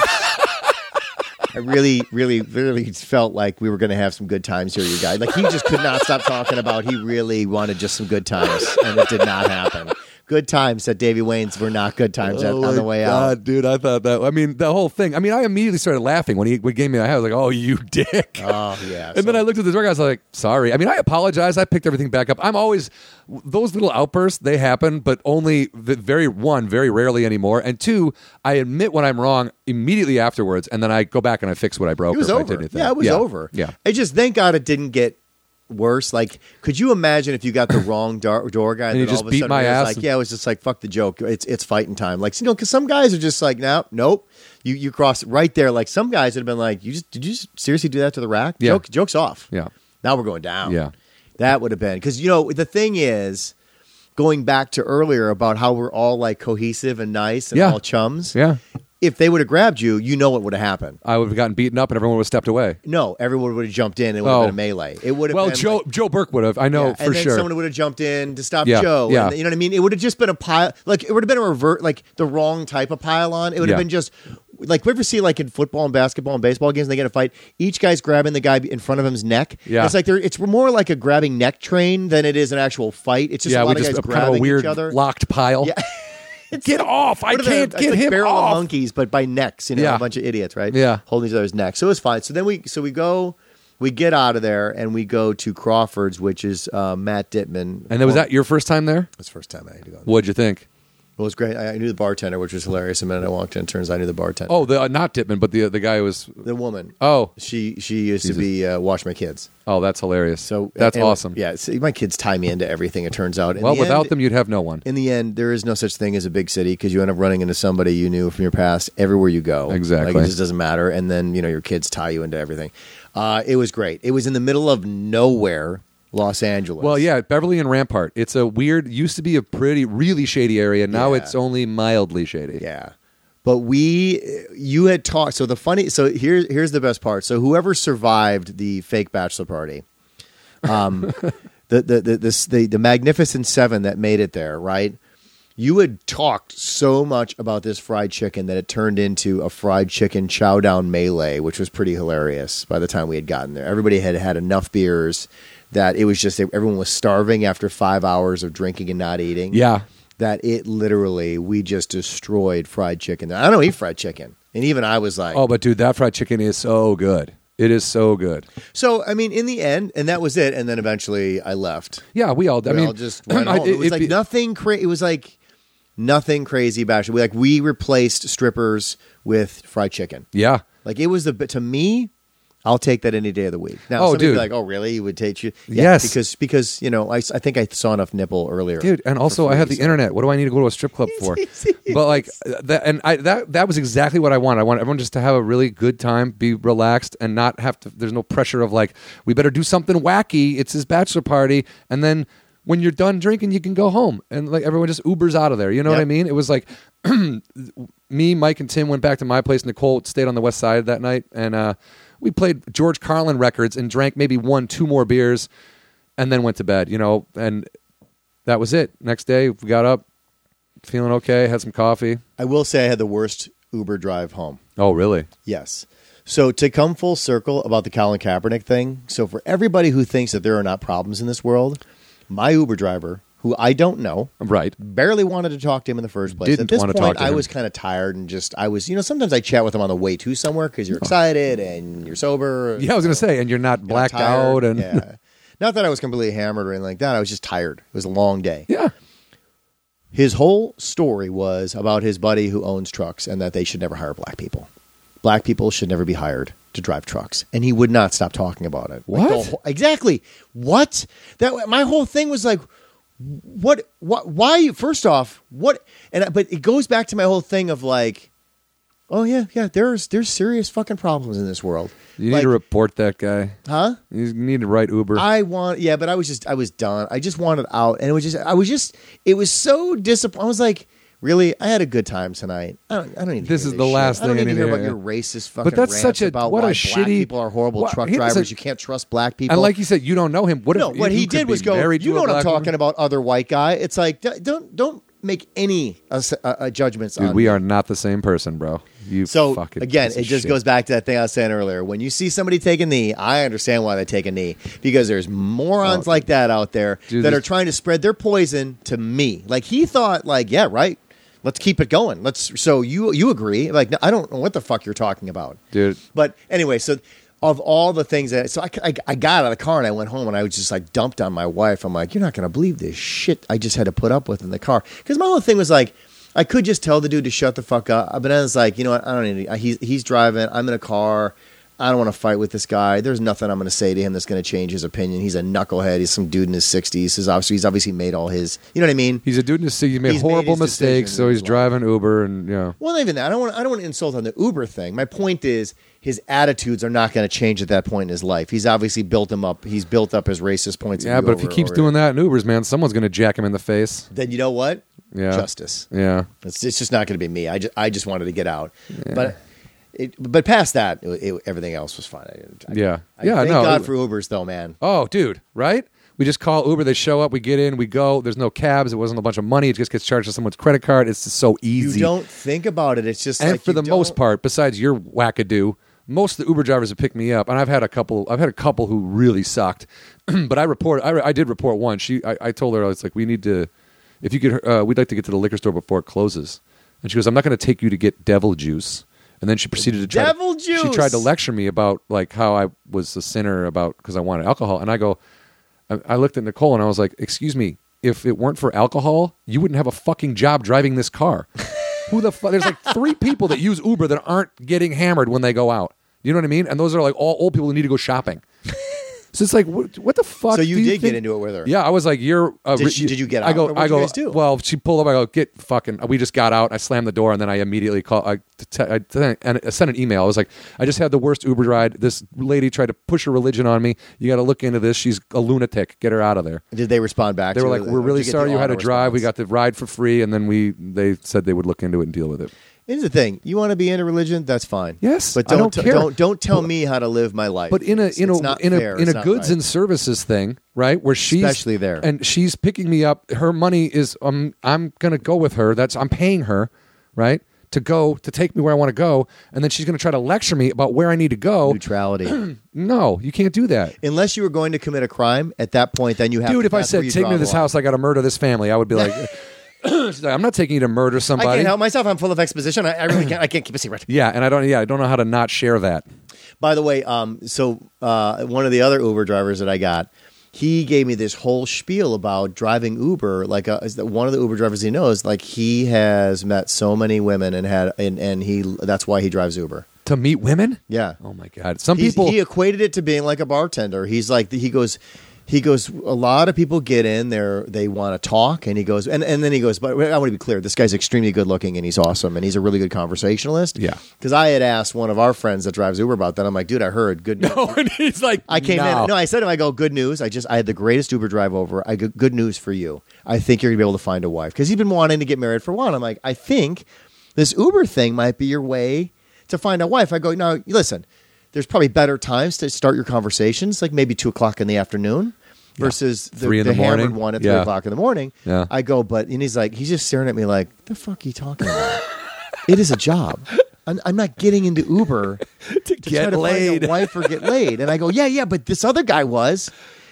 [SPEAKER 2] I really, really, really felt like we were going to have some good times here, you guys. Like, he just could not stop talking about he really wanted just some good times, and it did not happen. Good times at Davy Wayne's were not good times at,
[SPEAKER 1] Oh,
[SPEAKER 2] on the way out.
[SPEAKER 1] dude. I thought that. I mean, the whole thing. I mean, I immediately started laughing when he when he gave me that hat. I was like, oh, you dick.
[SPEAKER 2] Oh, yeah.
[SPEAKER 1] And then I looked at the door guy. I was like, "Sorry." I mean, I apologize. I picked everything back up. I'm always those little outbursts. They happen, but only the very one, very rarely anymore. And two, I admit when I'm wrong immediately afterwards, and then I go back and I fix what I broke.
[SPEAKER 2] It was
[SPEAKER 1] or if I
[SPEAKER 2] over.
[SPEAKER 1] did anything.
[SPEAKER 2] yeah, it was over.
[SPEAKER 1] Yeah.
[SPEAKER 2] I just thank God it didn't get worse. Like, could you imagine if you got the wrong door, door guy
[SPEAKER 1] And
[SPEAKER 2] that
[SPEAKER 1] he
[SPEAKER 2] all
[SPEAKER 1] just
[SPEAKER 2] of a
[SPEAKER 1] beat
[SPEAKER 2] sudden
[SPEAKER 1] my
[SPEAKER 2] was
[SPEAKER 1] ass
[SPEAKER 2] Like,
[SPEAKER 1] and-
[SPEAKER 2] yeah, it was just like fuck the joke. It's it's fighting time. Like, you know, because some guys are just like, no, nope. You you cross right there. Like some guys would have been like, you just did you just seriously do that to the rack?
[SPEAKER 1] Yeah.
[SPEAKER 2] Joke, joke's off.
[SPEAKER 1] Yeah.
[SPEAKER 2] Now we're going down.
[SPEAKER 1] Yeah.
[SPEAKER 2] That would have been because you know the thing is. Going back to earlier about how we're all like cohesive and nice and
[SPEAKER 1] Yeah.
[SPEAKER 2] all chums.
[SPEAKER 1] Yeah.
[SPEAKER 2] If they would have grabbed you, you know what would have happened.
[SPEAKER 1] I would have gotten beaten up, and everyone would have stepped away.
[SPEAKER 2] No, everyone would have jumped in. It would have
[SPEAKER 1] Oh.
[SPEAKER 2] been a melee. It would have
[SPEAKER 1] Well,
[SPEAKER 2] been
[SPEAKER 1] Joe
[SPEAKER 2] like-
[SPEAKER 1] Joe Burke would have. I know
[SPEAKER 2] Yeah,
[SPEAKER 1] for
[SPEAKER 2] and then
[SPEAKER 1] sure.
[SPEAKER 2] someone would have jumped in to stop
[SPEAKER 1] Yeah,
[SPEAKER 2] Joe.
[SPEAKER 1] yeah.
[SPEAKER 2] And, you know what I mean? It would have just been a pile, like it would have been a revert, like the wrong type of pile on. It would have
[SPEAKER 1] Yeah.
[SPEAKER 2] been just like we ever see like in football and basketball and baseball games, they get in a fight. Each guy's grabbing the guy in front of him's neck.
[SPEAKER 1] Yeah.
[SPEAKER 2] it's like they're it's more like a grabbing neck train than it is an actual fight. It's just
[SPEAKER 1] yeah,
[SPEAKER 2] a lot
[SPEAKER 1] we
[SPEAKER 2] of
[SPEAKER 1] just
[SPEAKER 2] guys
[SPEAKER 1] have kind of
[SPEAKER 2] grabbing
[SPEAKER 1] a weird
[SPEAKER 2] each other.
[SPEAKER 1] locked pile.
[SPEAKER 2] Yeah.
[SPEAKER 1] get off! I
[SPEAKER 2] What are the-
[SPEAKER 1] can't
[SPEAKER 2] it's
[SPEAKER 1] get
[SPEAKER 2] like
[SPEAKER 1] him
[SPEAKER 2] barrel
[SPEAKER 1] off.
[SPEAKER 2] Of monkeys, but by necks, you know,
[SPEAKER 1] Yeah.
[SPEAKER 2] a bunch of idiots, right?
[SPEAKER 1] Yeah.
[SPEAKER 2] holding each other's necks. So it was fine. So then we, so we go, we get out of there, and we go to Crawford's, which is uh, Matt Dittman.
[SPEAKER 1] And then, was that your first time there?
[SPEAKER 2] That's the first time I had to go.
[SPEAKER 1] What'd you think?
[SPEAKER 2] It was great. I I knew the bartender, which was hilarious. The minute I walked in, turns out I knew the bartender.
[SPEAKER 1] Oh, the uh, not Dittman, but the the guy who was.
[SPEAKER 2] the woman.
[SPEAKER 1] Oh,
[SPEAKER 2] she she used
[SPEAKER 1] Jesus.
[SPEAKER 2] to be uh, wash my kids.
[SPEAKER 1] oh, that's hilarious.
[SPEAKER 2] So
[SPEAKER 1] that's
[SPEAKER 2] anyway,
[SPEAKER 1] awesome.
[SPEAKER 2] Yeah, so my kids tie me into everything. It turns out. In
[SPEAKER 1] Well,
[SPEAKER 2] the
[SPEAKER 1] without
[SPEAKER 2] end-
[SPEAKER 1] them, you'd have no one.
[SPEAKER 2] in the end, there is no such thing as a big city because you end up running into somebody you knew from your past everywhere you go.
[SPEAKER 1] Exactly.
[SPEAKER 2] like, it just doesn't matter. And then you know your kids tie you into everything. Uh, it was great. It was in the middle of nowhere, Los Angeles.
[SPEAKER 1] Well, yeah, Beverly and Rampart. It's a weird. Used to be a pretty, really shady area. Now
[SPEAKER 2] Yeah.
[SPEAKER 1] it's only mildly shady.
[SPEAKER 2] yeah. But we, you had talked. So the funny. So here's here's the best part. So whoever survived the fake bachelor party, um, the the the, this, the the magnificent seven that made it there, right? You had talked so much about this fried chicken that it turned into a fried chicken chow down melee, which was pretty hilarious by the time we had gotten there. Everybody had had enough beers that it was just everyone was starving after five hours of drinking and not eating.
[SPEAKER 1] Yeah.
[SPEAKER 2] That it literally, we just destroyed fried chicken. I don't eat fried chicken. And even I was like,
[SPEAKER 1] Oh, but dude, that fried chicken is so good. It is so good.
[SPEAKER 2] so, I mean, in the end, and that was it. And then eventually I left.
[SPEAKER 1] Yeah, we all. I
[SPEAKER 2] we
[SPEAKER 1] mean,
[SPEAKER 2] all just went
[SPEAKER 1] I-
[SPEAKER 2] home. It, was
[SPEAKER 1] it'd
[SPEAKER 2] like
[SPEAKER 1] be-
[SPEAKER 2] nothing crazy. It was like nothing crazy about it. We like we replaced strippers with fried chicken.
[SPEAKER 1] Yeah.
[SPEAKER 2] Like it was the to me, I'll take that any day of the week.
[SPEAKER 1] Oh,
[SPEAKER 2] Now, somebody would
[SPEAKER 1] dude.
[SPEAKER 2] be like, oh, really? You would take you?
[SPEAKER 1] Yes.
[SPEAKER 2] because because you know, I, s- I think I saw enough nipple earlier,
[SPEAKER 1] dude and also i
[SPEAKER 2] free,
[SPEAKER 1] have the
[SPEAKER 2] so-
[SPEAKER 1] internet what do i need to go to a strip club for but like that and i that that was exactly what i wanted i want everyone just to have a really good time be relaxed and not have to there's no pressure of like we better do something wacky it's his bachelor party and then when you're done drinking you can go home and like everyone just ubers out of there you know what i
[SPEAKER 2] Yep.
[SPEAKER 1] mean it was like me, Mike, and Tim went back to my place. Nicole stayed on the west side that night, and uh, we played George Carlin records and drank maybe one, two more beers, and then went to bed. You know, and that was it. Next day, we got up, feeling okay, had some coffee.
[SPEAKER 2] I will say I had the worst Uber drive home.
[SPEAKER 1] Oh, really?
[SPEAKER 2] Yes. So to come full circle about the Colin Kaepernick thing, so for everybody who thinks that there are not problems in this world, my Uber driver, who I don't know,
[SPEAKER 1] Right.
[SPEAKER 2] barely wanted to talk to him in the first place.
[SPEAKER 1] Didn't
[SPEAKER 2] At this
[SPEAKER 1] wanna
[SPEAKER 2] point,
[SPEAKER 1] talk to
[SPEAKER 2] I
[SPEAKER 1] him.
[SPEAKER 2] was kind of tired and just I was, you know, sometimes I chat with him on the way to somewhere because
[SPEAKER 1] Oh.
[SPEAKER 2] you're excited and you're sober.
[SPEAKER 1] Yeah, I was gonna say, and you're not
[SPEAKER 2] and I'm
[SPEAKER 1] blacked
[SPEAKER 2] tired.
[SPEAKER 1] out, and
[SPEAKER 2] yeah. not that I was completely hammered or anything like that. I was just tired. It was a long day.
[SPEAKER 1] Yeah.
[SPEAKER 2] His whole story was about his buddy who owns trucks and that they should never hire black people. Black people should never be hired to drive trucks, and he would not stop talking about it. Like, the
[SPEAKER 1] What?
[SPEAKER 2] whole- exactly? What? That my whole thing was like, what? What? Why? First off, what? And I- but it goes back to my whole thing of like, Oh yeah, yeah. There's there's serious fucking problems in this world.
[SPEAKER 1] You
[SPEAKER 2] Like-
[SPEAKER 1] need to report that guy.
[SPEAKER 2] huh?
[SPEAKER 1] You need to write Uber.
[SPEAKER 2] I want, yeah, but I was just, I was done. I just wanted out, and it was just, I was just, it was so disappointing. I was like, really, I had a good time tonight. I don't, I don't need. To
[SPEAKER 1] This
[SPEAKER 2] hear
[SPEAKER 1] is the last
[SPEAKER 2] shit. I don't
[SPEAKER 1] thing
[SPEAKER 2] need
[SPEAKER 1] I
[SPEAKER 2] to hear
[SPEAKER 1] need to
[SPEAKER 2] about
[SPEAKER 1] hear,
[SPEAKER 2] your racist fucking.
[SPEAKER 1] But that's
[SPEAKER 2] rants
[SPEAKER 1] such a-
[SPEAKER 2] about
[SPEAKER 1] what a
[SPEAKER 2] why black
[SPEAKER 1] shitty-
[SPEAKER 2] people are horrible
[SPEAKER 1] Wha-
[SPEAKER 2] truck
[SPEAKER 1] here's a-
[SPEAKER 2] drivers. you can't trust black people.
[SPEAKER 1] and like you said, you don't know him. What
[SPEAKER 2] no,
[SPEAKER 1] if
[SPEAKER 2] what
[SPEAKER 1] you
[SPEAKER 2] he
[SPEAKER 1] could
[SPEAKER 2] did
[SPEAKER 1] be
[SPEAKER 2] was go.
[SPEAKER 1] married
[SPEAKER 2] You
[SPEAKER 1] to
[SPEAKER 2] know
[SPEAKER 1] a
[SPEAKER 2] what I'm
[SPEAKER 1] black
[SPEAKER 2] talking
[SPEAKER 1] woman?"
[SPEAKER 2] about, other white guy. It's like d- don't don't make any uh, uh, judgments
[SPEAKER 1] Dude,
[SPEAKER 2] on
[SPEAKER 1] we are not the same person, bro. You
[SPEAKER 2] so
[SPEAKER 1] fucking
[SPEAKER 2] again,
[SPEAKER 1] piece of
[SPEAKER 2] it just
[SPEAKER 1] shit.
[SPEAKER 2] goes back to that thing I was saying earlier. When you see somebody take a knee, I understand why they take a knee because there's morons like that out there
[SPEAKER 1] Dude,
[SPEAKER 2] that
[SPEAKER 1] this-
[SPEAKER 2] are trying to spread their poison to me. Like he thought, like yeah, right. Let's keep it going. Let's. So you you agree? Like no, I don't know what the fuck you're talking about,
[SPEAKER 1] Dude.
[SPEAKER 2] But anyway, so of all the things that so I, I, I got out of the car and I went home and I was just like dumped on my wife. I'm like, you're not gonna believe this shit I just had to put up with in the car because my whole thing was like. I could just tell the dude to shut the fuck up, but I was like, you know what? I don't need. To, he's he's driving. I'm in a car. I don't want to fight with this guy. There's nothing I'm going to say to him that's going to change his opinion. He's a knucklehead. He's some dude in his 60s. He's obviously he's obviously made all his. You know what I mean?
[SPEAKER 1] He's a dude in his city. He made
[SPEAKER 2] He's made
[SPEAKER 1] horrible
[SPEAKER 2] his
[SPEAKER 1] mistakes,
[SPEAKER 2] decisions
[SPEAKER 1] so
[SPEAKER 2] in
[SPEAKER 1] he's
[SPEAKER 2] his life.
[SPEAKER 1] driving Uber, and you know,
[SPEAKER 2] Well, not even that. I don't want. I don't want to insult on the Uber thing. My point is, his attitudes are not going to change at that point in his life. He's obviously built him up. He's built up his racist points. of
[SPEAKER 1] yeah.
[SPEAKER 2] view
[SPEAKER 1] But if he
[SPEAKER 2] over-
[SPEAKER 1] keeps
[SPEAKER 2] over-
[SPEAKER 1] doing that in Ubers, man, someone's gonna jack him in the face.
[SPEAKER 2] then you know what?
[SPEAKER 1] Yeah.
[SPEAKER 2] Justice.
[SPEAKER 1] Yeah,
[SPEAKER 2] It's, it's just not going to be me. I just, I just wanted to get out. But it, but past that, it, it- everything else was fine. I, didn't- I,
[SPEAKER 1] yeah,
[SPEAKER 2] I,
[SPEAKER 1] yeah.
[SPEAKER 2] Thank
[SPEAKER 1] no.
[SPEAKER 2] God for Ubers, though, man.
[SPEAKER 1] oh, dude, right? We just call Uber. They show up. We get in. We go. There's no cabs. It wasn't a bunch of money. It just gets charged to someone's credit card. It's just so
[SPEAKER 2] You
[SPEAKER 1] easy.
[SPEAKER 2] don't think about it. It's just
[SPEAKER 1] and
[SPEAKER 2] like
[SPEAKER 1] for
[SPEAKER 2] you
[SPEAKER 1] the most
[SPEAKER 2] don't-
[SPEAKER 1] part, besides your wackadoo, most of the Uber drivers have picked me up, and I've had a couple. I've had a couple who really sucked, but I report. I, I did report one. She, I, I told her I was like, we need to, if you could, uh, we'd like to get to the liquor store before it closes, and she goes, I'm not going to take you to get devil juice. And then she proceeded to try. to-
[SPEAKER 2] Devil
[SPEAKER 1] She tried to
[SPEAKER 2] juice!
[SPEAKER 1] lecture me about like how I was a sinner about because I wanted alcohol, and I go, I, I looked at Nicole and I was like, "Excuse me, if it weren't for alcohol, you wouldn't have a fucking job driving this car." Who the fuck? There's like three people that use Uber that aren't getting hammered when they go out. You know what I mean? And those are like all old people who need to go shopping. so it's like, what, what the fuck?
[SPEAKER 2] So you
[SPEAKER 1] do
[SPEAKER 2] did get
[SPEAKER 1] think-
[SPEAKER 2] into it with her?
[SPEAKER 1] Yeah, I was like, "You're." A,
[SPEAKER 2] Did she- did you get
[SPEAKER 1] I
[SPEAKER 2] out,
[SPEAKER 1] go.
[SPEAKER 2] or what'd
[SPEAKER 1] I
[SPEAKER 2] you
[SPEAKER 1] go.
[SPEAKER 2] guys do?
[SPEAKER 1] Well, she pulled up. I go, "Get fucking." We just got out. I slammed the door and then I immediately call. I, t- I, t- and I sent an email. I was like, "I just had the worst Uber ride. This lady tried to push her religion on me. You got to look into this. She's a lunatic. Get her out of there."
[SPEAKER 2] Did they respond back?
[SPEAKER 1] They
[SPEAKER 2] to
[SPEAKER 1] were
[SPEAKER 2] you?
[SPEAKER 1] like, "We're
[SPEAKER 2] Did
[SPEAKER 1] really
[SPEAKER 2] get the
[SPEAKER 1] sorry you had to
[SPEAKER 2] auto
[SPEAKER 1] drive. We
[SPEAKER 2] response?
[SPEAKER 1] got the ride for free, and then we they said they would look into it and deal with it."
[SPEAKER 2] Here's the thing: you want to be into religion, that's fine.
[SPEAKER 1] Yes,
[SPEAKER 2] but
[SPEAKER 1] I don't
[SPEAKER 2] don't t-
[SPEAKER 1] care.
[SPEAKER 2] don't don't tell me how to live my life.
[SPEAKER 1] But in a
[SPEAKER 2] It's-
[SPEAKER 1] in
[SPEAKER 2] it's
[SPEAKER 1] a
[SPEAKER 2] not
[SPEAKER 1] in a
[SPEAKER 2] fair,
[SPEAKER 1] in
[SPEAKER 2] it's
[SPEAKER 1] a
[SPEAKER 2] not
[SPEAKER 1] goods
[SPEAKER 2] right.
[SPEAKER 1] and services thing, right? Where she's
[SPEAKER 2] Especially there.
[SPEAKER 1] and she's picking me up. Her money is um I'm gonna go with her. That's I'm paying her, right? To go to take me where I want to go, and then she's gonna try to lecture me about where I need to go.
[SPEAKER 2] neutrality.
[SPEAKER 1] No, you can't do that.
[SPEAKER 2] Unless you were going to commit a crime, at that point, then you have.
[SPEAKER 1] Dude,
[SPEAKER 2] to,
[SPEAKER 1] if I
[SPEAKER 2] that's where
[SPEAKER 1] said
[SPEAKER 2] you
[SPEAKER 1] take me
[SPEAKER 2] draw
[SPEAKER 1] to
[SPEAKER 2] the
[SPEAKER 1] this
[SPEAKER 2] line."
[SPEAKER 1] house, I got to murder this family, I would be like, She's like, I'm not taking you to murder
[SPEAKER 2] I
[SPEAKER 1] somebody.
[SPEAKER 2] can't help myself. I'm full of exposition. I, I really can't. I can't keep a secret.
[SPEAKER 1] Yeah, and I don't. Yeah, I don't know how to not share that.
[SPEAKER 2] By the way, um, so uh, one of the other Uber drivers that I got, he gave me this whole spiel about driving Uber. Like uh, is that one of the Uber drivers he knows, like he has met so many women and had, and, and he that's why he drives Uber.
[SPEAKER 1] To meet women.
[SPEAKER 2] Yeah.
[SPEAKER 1] Oh my God. Some
[SPEAKER 2] He's-
[SPEAKER 1] people.
[SPEAKER 2] he equated it to being like a bartender. He's like he goes he goes a lot of people get in there they want to talk and he goes and, and then he goes but I want to be clear this guy's extremely good looking and he's awesome and he's a really good conversationalist.
[SPEAKER 1] Yeah.
[SPEAKER 2] Cuz I had asked one of our friends that drives Uber about that. I'm like, "Dude, I heard good news."
[SPEAKER 1] and he's like,
[SPEAKER 2] I came
[SPEAKER 1] "No."
[SPEAKER 2] in. No, I said to him, I go, good news. I just, I had the greatest Uber drive over. I go, good news for you. I think you're going to be able to find a wife. Because he's been wanting to get married for a while. And I'm like, I think this Uber thing might be your way to find a wife. I go, now, listen, there's probably better times to start your conversations, like maybe two o'clock in the afternoon versus the,
[SPEAKER 1] Three in the
[SPEAKER 2] hammered
[SPEAKER 1] morning.
[SPEAKER 2] one at
[SPEAKER 1] Yeah.
[SPEAKER 2] three o'clock in the morning.
[SPEAKER 1] Yeah.
[SPEAKER 2] I go, but, and he's like, he's just staring at me like, the fuck you talking about? it is a job. I'm, I'm not getting into Uber to,
[SPEAKER 1] get
[SPEAKER 2] try to
[SPEAKER 1] laid.
[SPEAKER 2] find a wife or get laid. And I go, yeah, yeah, but this other guy was.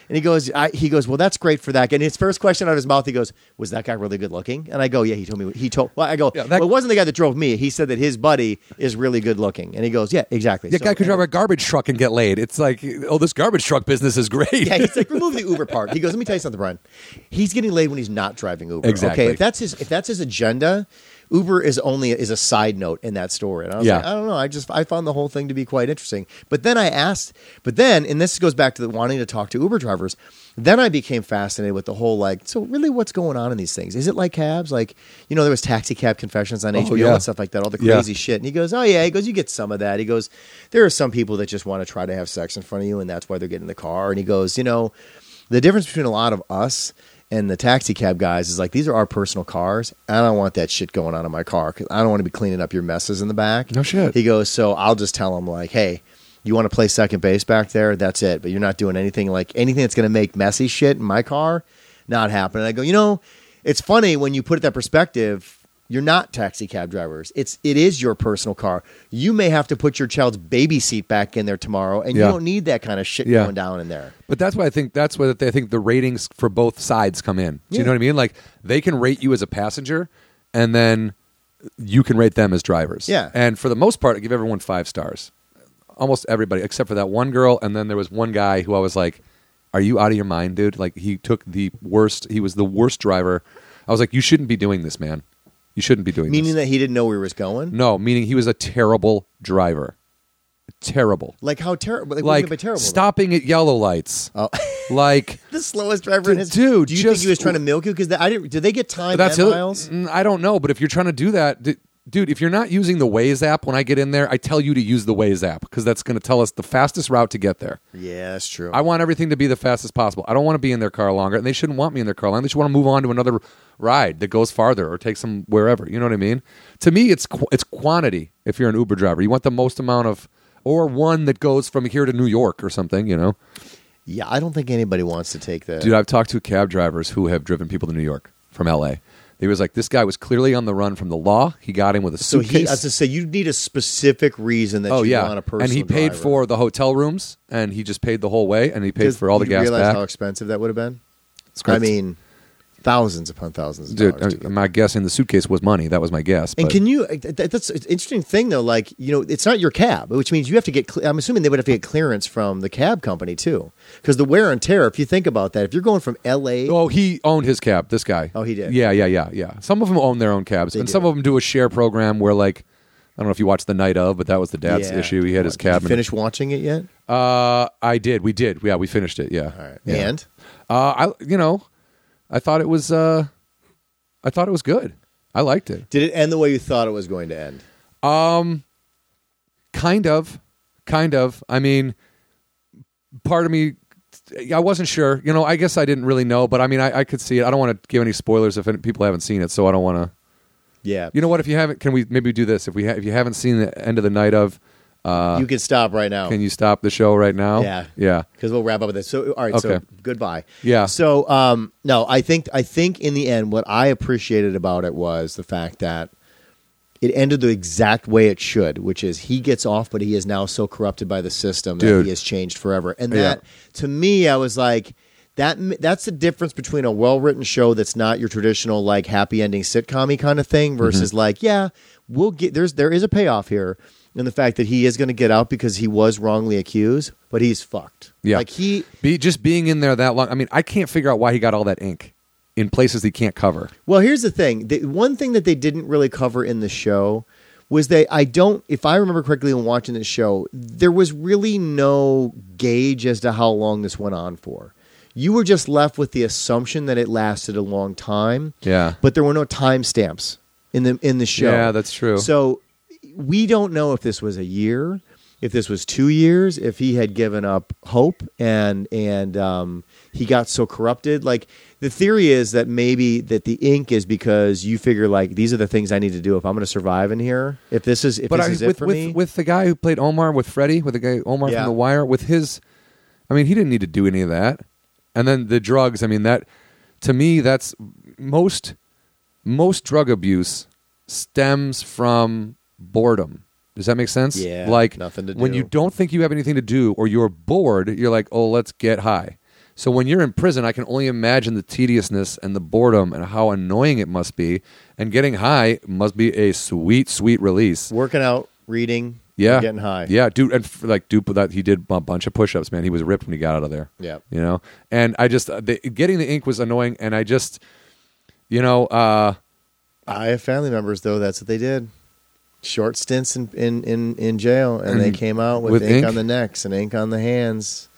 [SPEAKER 2] And he goes, I, he goes, well, that's great for that. guy. And his first question out of his mouth, he goes, was that guy really good looking? And I go, yeah, he told me. He told. Well, I go,
[SPEAKER 1] Yeah, that-
[SPEAKER 2] well, it wasn't the guy that drove me. He said that his buddy is really good looking. And he goes, yeah, exactly.
[SPEAKER 1] That
[SPEAKER 2] So-
[SPEAKER 1] guy could drive a garbage truck and get laid. It's like, oh, this garbage truck business is great.
[SPEAKER 2] Yeah, he's like, remove the Uber part. He goes, let me tell you something, Brian. He's getting laid when he's not driving Uber.
[SPEAKER 1] Exactly.
[SPEAKER 2] Okay, if that's his, if that's his agenda, Uber is only is a side note in that story. And I was
[SPEAKER 1] Yeah.
[SPEAKER 2] like, I don't know. I just I found the whole thing to be quite interesting. But then I asked, but then, and this goes back to the wanting to talk to Uber drivers. carvers. Then I became fascinated with the whole like, so really what's going on in these things? Is it like cabs? Like, you know, there was taxi cab confessions on HBO
[SPEAKER 1] Oh, yeah.
[SPEAKER 2] and stuff like that, all the
[SPEAKER 1] Yeah.
[SPEAKER 2] crazy shit. And he goes, Oh yeah, he goes, You get some of that. He goes, There are some people that just want to try to have sex in front of you and that's why they're getting in the car. And he goes, you know, the difference between a lot of us and the taxi cab guys is like these are our personal cars. I don't want that shit going on in my car. 'cause I don't want to be cleaning up your messes in the back.
[SPEAKER 1] No shit.
[SPEAKER 2] He goes, so I'll just tell him like, hey, you want to play second base back there? That's it. But you're not doing anything like anything that's going to make messy shit in my car. Not happening. I go, you know, it's funny when you put it that perspective. You're not taxi cab drivers. It's it is your personal car. You may have to put your child's baby seat back in there tomorrow, and
[SPEAKER 1] Yeah.
[SPEAKER 2] you don't need that kind of shit
[SPEAKER 1] Yeah.
[SPEAKER 2] going down in there.
[SPEAKER 1] But that's why I think that's where I think the ratings for both sides come in. Do you know what I mean? Like they can rate you as a passenger, and then you can rate them as drivers.
[SPEAKER 2] Yeah.
[SPEAKER 1] And for the most part, I give everyone five stars. Almost everybody, except for that one girl, and then there was one guy who I was like, "Are you out of your mind, dude? Like he took the worst. He was the worst driver. I was like, you shouldn't be doing this, man. You shouldn't be doing
[SPEAKER 2] Meaning
[SPEAKER 1] this.
[SPEAKER 2] that he didn't know where he was going.
[SPEAKER 1] no, meaning he was a terrible driver. Terrible.
[SPEAKER 2] Like how terrible! Like,
[SPEAKER 1] Like
[SPEAKER 2] like terrible.
[SPEAKER 1] stopping at yellow lights.
[SPEAKER 2] Oh.
[SPEAKER 1] like.
[SPEAKER 2] the slowest driver in his.
[SPEAKER 1] Dude,
[SPEAKER 2] do you think
[SPEAKER 1] just-
[SPEAKER 2] he was trying to milk you? Because I didn't. Did they get time
[SPEAKER 1] That's
[SPEAKER 2] and
[SPEAKER 1] it.
[SPEAKER 2] miles?
[SPEAKER 1] Mm, I don't know, but if you're trying to do that, d- dude, if you're not using the Waze app when I get in there, I tell you to use the Waze app because that's going to tell us the fastest route to get there.
[SPEAKER 2] Yeah, that's true.
[SPEAKER 1] I want everything to be the fastest possible. I don't want to be in their car longer, and they shouldn't want me in their car longer. They should want to move on to another ride that goes farther or takes them wherever. You know what I mean? To me, it's qu- it's quantity. If you're an Uber driver, you want the most amount of, or one that goes from here to New York or something. You know,
[SPEAKER 2] yeah, I don't think anybody wants to take that.
[SPEAKER 1] Dude, I've talked to cab drivers who have driven people to New York from LA. They was like, this guy was clearly on the run from the law. He got in with a
[SPEAKER 2] so he, I
[SPEAKER 1] suitcase.
[SPEAKER 2] was to say, you need a specific reason that
[SPEAKER 1] oh
[SPEAKER 2] you
[SPEAKER 1] yeah,
[SPEAKER 2] want a personal.
[SPEAKER 1] and he paid
[SPEAKER 2] driver.
[SPEAKER 1] for the hotel rooms, and he just paid the whole way, and he paid
[SPEAKER 2] Because
[SPEAKER 1] for all the
[SPEAKER 2] you
[SPEAKER 1] gas
[SPEAKER 2] realize
[SPEAKER 1] back.
[SPEAKER 2] how expensive that would have been.
[SPEAKER 1] It's
[SPEAKER 2] I
[SPEAKER 1] crazy.
[SPEAKER 2] mean, thousands upon thousands. Of
[SPEAKER 1] dude,
[SPEAKER 2] dollars to
[SPEAKER 1] uh, my guess in the suitcase was money. That was my guess.
[SPEAKER 2] And
[SPEAKER 1] but-
[SPEAKER 2] can you? th- th- That's an interesting thing, though. Like you know, it's not your cab, which means you have to get. cle- I'm assuming they would have to get clearance from the cab company too, because the wear and tear. If you think about that, if you're going from L.A.,
[SPEAKER 1] Oh, he owned his cab. This guy.
[SPEAKER 2] Oh, he did?
[SPEAKER 1] Yeah, yeah, yeah, yeah. Some of them own their own cabs,
[SPEAKER 2] They
[SPEAKER 1] and
[SPEAKER 2] do.
[SPEAKER 1] some of them do a share program where, like, I don't know if you watched the night of, but that was the dad's
[SPEAKER 2] Yeah.
[SPEAKER 1] issue. He had his
[SPEAKER 2] Did you
[SPEAKER 1] cab. and-
[SPEAKER 2] Finish watching it yet?
[SPEAKER 1] Uh, I did. We did. Yeah, we finished it. Yeah.
[SPEAKER 2] All right.
[SPEAKER 1] Yeah.
[SPEAKER 2] And
[SPEAKER 1] Uh, I you know, I thought it was uh, I thought it was good. I liked it.
[SPEAKER 2] did it end the way you thought it was going to end?
[SPEAKER 1] Kind of, kind of. I mean, part of me, I wasn't sure. You know, I guess I didn't really know, but I mean, I, I could see it. I don't want to give any spoilers if any, people haven't seen it, so I don't want to.
[SPEAKER 2] Yeah.
[SPEAKER 1] You know what? If you haven't, can we maybe do this? If we ha- if you haven't seen the end of the night of,
[SPEAKER 2] you can stop right now.
[SPEAKER 1] uh, can you stop the show right now?
[SPEAKER 2] Yeah.
[SPEAKER 1] yeah.
[SPEAKER 2] because we'll wrap up with this. So, all right.
[SPEAKER 1] Okay.
[SPEAKER 2] So, goodbye.
[SPEAKER 1] Yeah.
[SPEAKER 2] So, um, no, I think I think in the end, what I appreciated about it was the fact that it ended the exact way it should, which is he gets off, but he is now so corrupted by the system that
[SPEAKER 1] Dude.
[SPEAKER 2] he has changed forever. And
[SPEAKER 1] Yeah.
[SPEAKER 2] that, to me, I was like. That m- that's the difference between a well-written show that's not your traditional like happy ending sitcom kind of
[SPEAKER 1] Mm-hmm.
[SPEAKER 2] thing versus like yeah we'll get there's there is a payoff here in the fact that he is going to get out because he was wrongly accused but he's fucked
[SPEAKER 1] Yeah.
[SPEAKER 2] like he
[SPEAKER 1] Be just being in there that long. I mean, I can't figure out why he got all that ink in places he can't cover.
[SPEAKER 2] Well, here's the thing. The one thing that they didn't really cover in the show was they I don't if I remember correctly in watching this show, there was really no gauge as to how long this went on for. You were just left with the assumption that it lasted a long time.
[SPEAKER 1] Yeah.
[SPEAKER 2] But there were no timestamps in the in the show.
[SPEAKER 1] Yeah, that's true.
[SPEAKER 2] So we don't know if this was a year, if this was two years, if he had given up hope and and um, he got so corrupted. Like the theory is that maybe that the ink is because you figure like these are the things I need to do if I'm going to survive in here. If this is if
[SPEAKER 1] But
[SPEAKER 2] this
[SPEAKER 1] I,
[SPEAKER 2] is it
[SPEAKER 1] with,
[SPEAKER 2] for
[SPEAKER 1] with,
[SPEAKER 2] me,
[SPEAKER 1] with the guy who played Omar, with Freddie, with the guy Omar
[SPEAKER 2] Yeah.
[SPEAKER 1] from The Wire, with his, I mean, he didn't need to do any of that. And then the drugs. I mean, that to me, that's most most drug abuse stems from boredom. Does that make sense?
[SPEAKER 2] Yeah,
[SPEAKER 1] Like
[SPEAKER 2] nothing to
[SPEAKER 1] when
[SPEAKER 2] do.
[SPEAKER 1] you don't think you have anything to do or you're bored, you're like, oh, let's get high. So when you're in prison, I can only imagine the tediousness and the boredom and how annoying it must be. And getting high must be a sweet, sweet release.
[SPEAKER 2] working out, reading,
[SPEAKER 1] Yeah,
[SPEAKER 2] getting high,
[SPEAKER 1] Yeah, dude, and f- like dude, that he did a bunch of push-ups. Man, he was ripped when he got out of there.
[SPEAKER 2] Yep.
[SPEAKER 1] you know. And I just uh, the, getting the ink was annoying, and I just, you know, uh,
[SPEAKER 2] I have family members though. That's what they did. Short stints in in in, in jail, and they came out Mm-hmm. with,
[SPEAKER 1] With
[SPEAKER 2] ink,
[SPEAKER 1] ink?
[SPEAKER 2] on the necks and ink on the hands.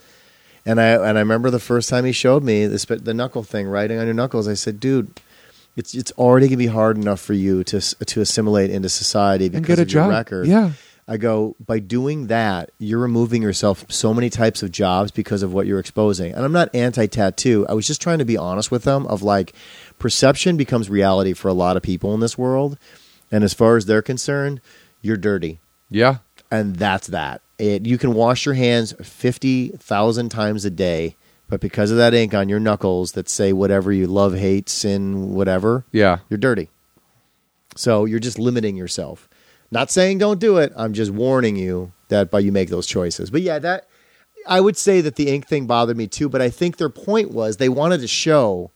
[SPEAKER 2] And I and I remember the first time he showed me this, but the knuckle thing, writing on your knuckles. I said, dude, it's it's already gonna be hard enough for you to s- to assimilate into society because
[SPEAKER 1] And get a
[SPEAKER 2] of your
[SPEAKER 1] job.
[SPEAKER 2] record.
[SPEAKER 1] Yeah.
[SPEAKER 2] I go by doing that, you're removing yourself from so many types of jobs because of what you're exposing. And I'm not anti-tattoo. I was just trying to be honest with them of like perception becomes reality for a lot of people in this world. And as far as they're concerned, you're dirty
[SPEAKER 1] Yeah.
[SPEAKER 2] and that's that. It you can wash your hands fifty thousand times a day, but because of that ink on your knuckles that say whatever you love, hate, sin, whatever,
[SPEAKER 1] Yeah.
[SPEAKER 2] you're dirty. So you're just limiting yourself. Not saying don't do it. I'm just warning you that by you make those choices. But yeah, that I would say that the ink thing bothered me too. But I think their point was they wanted to show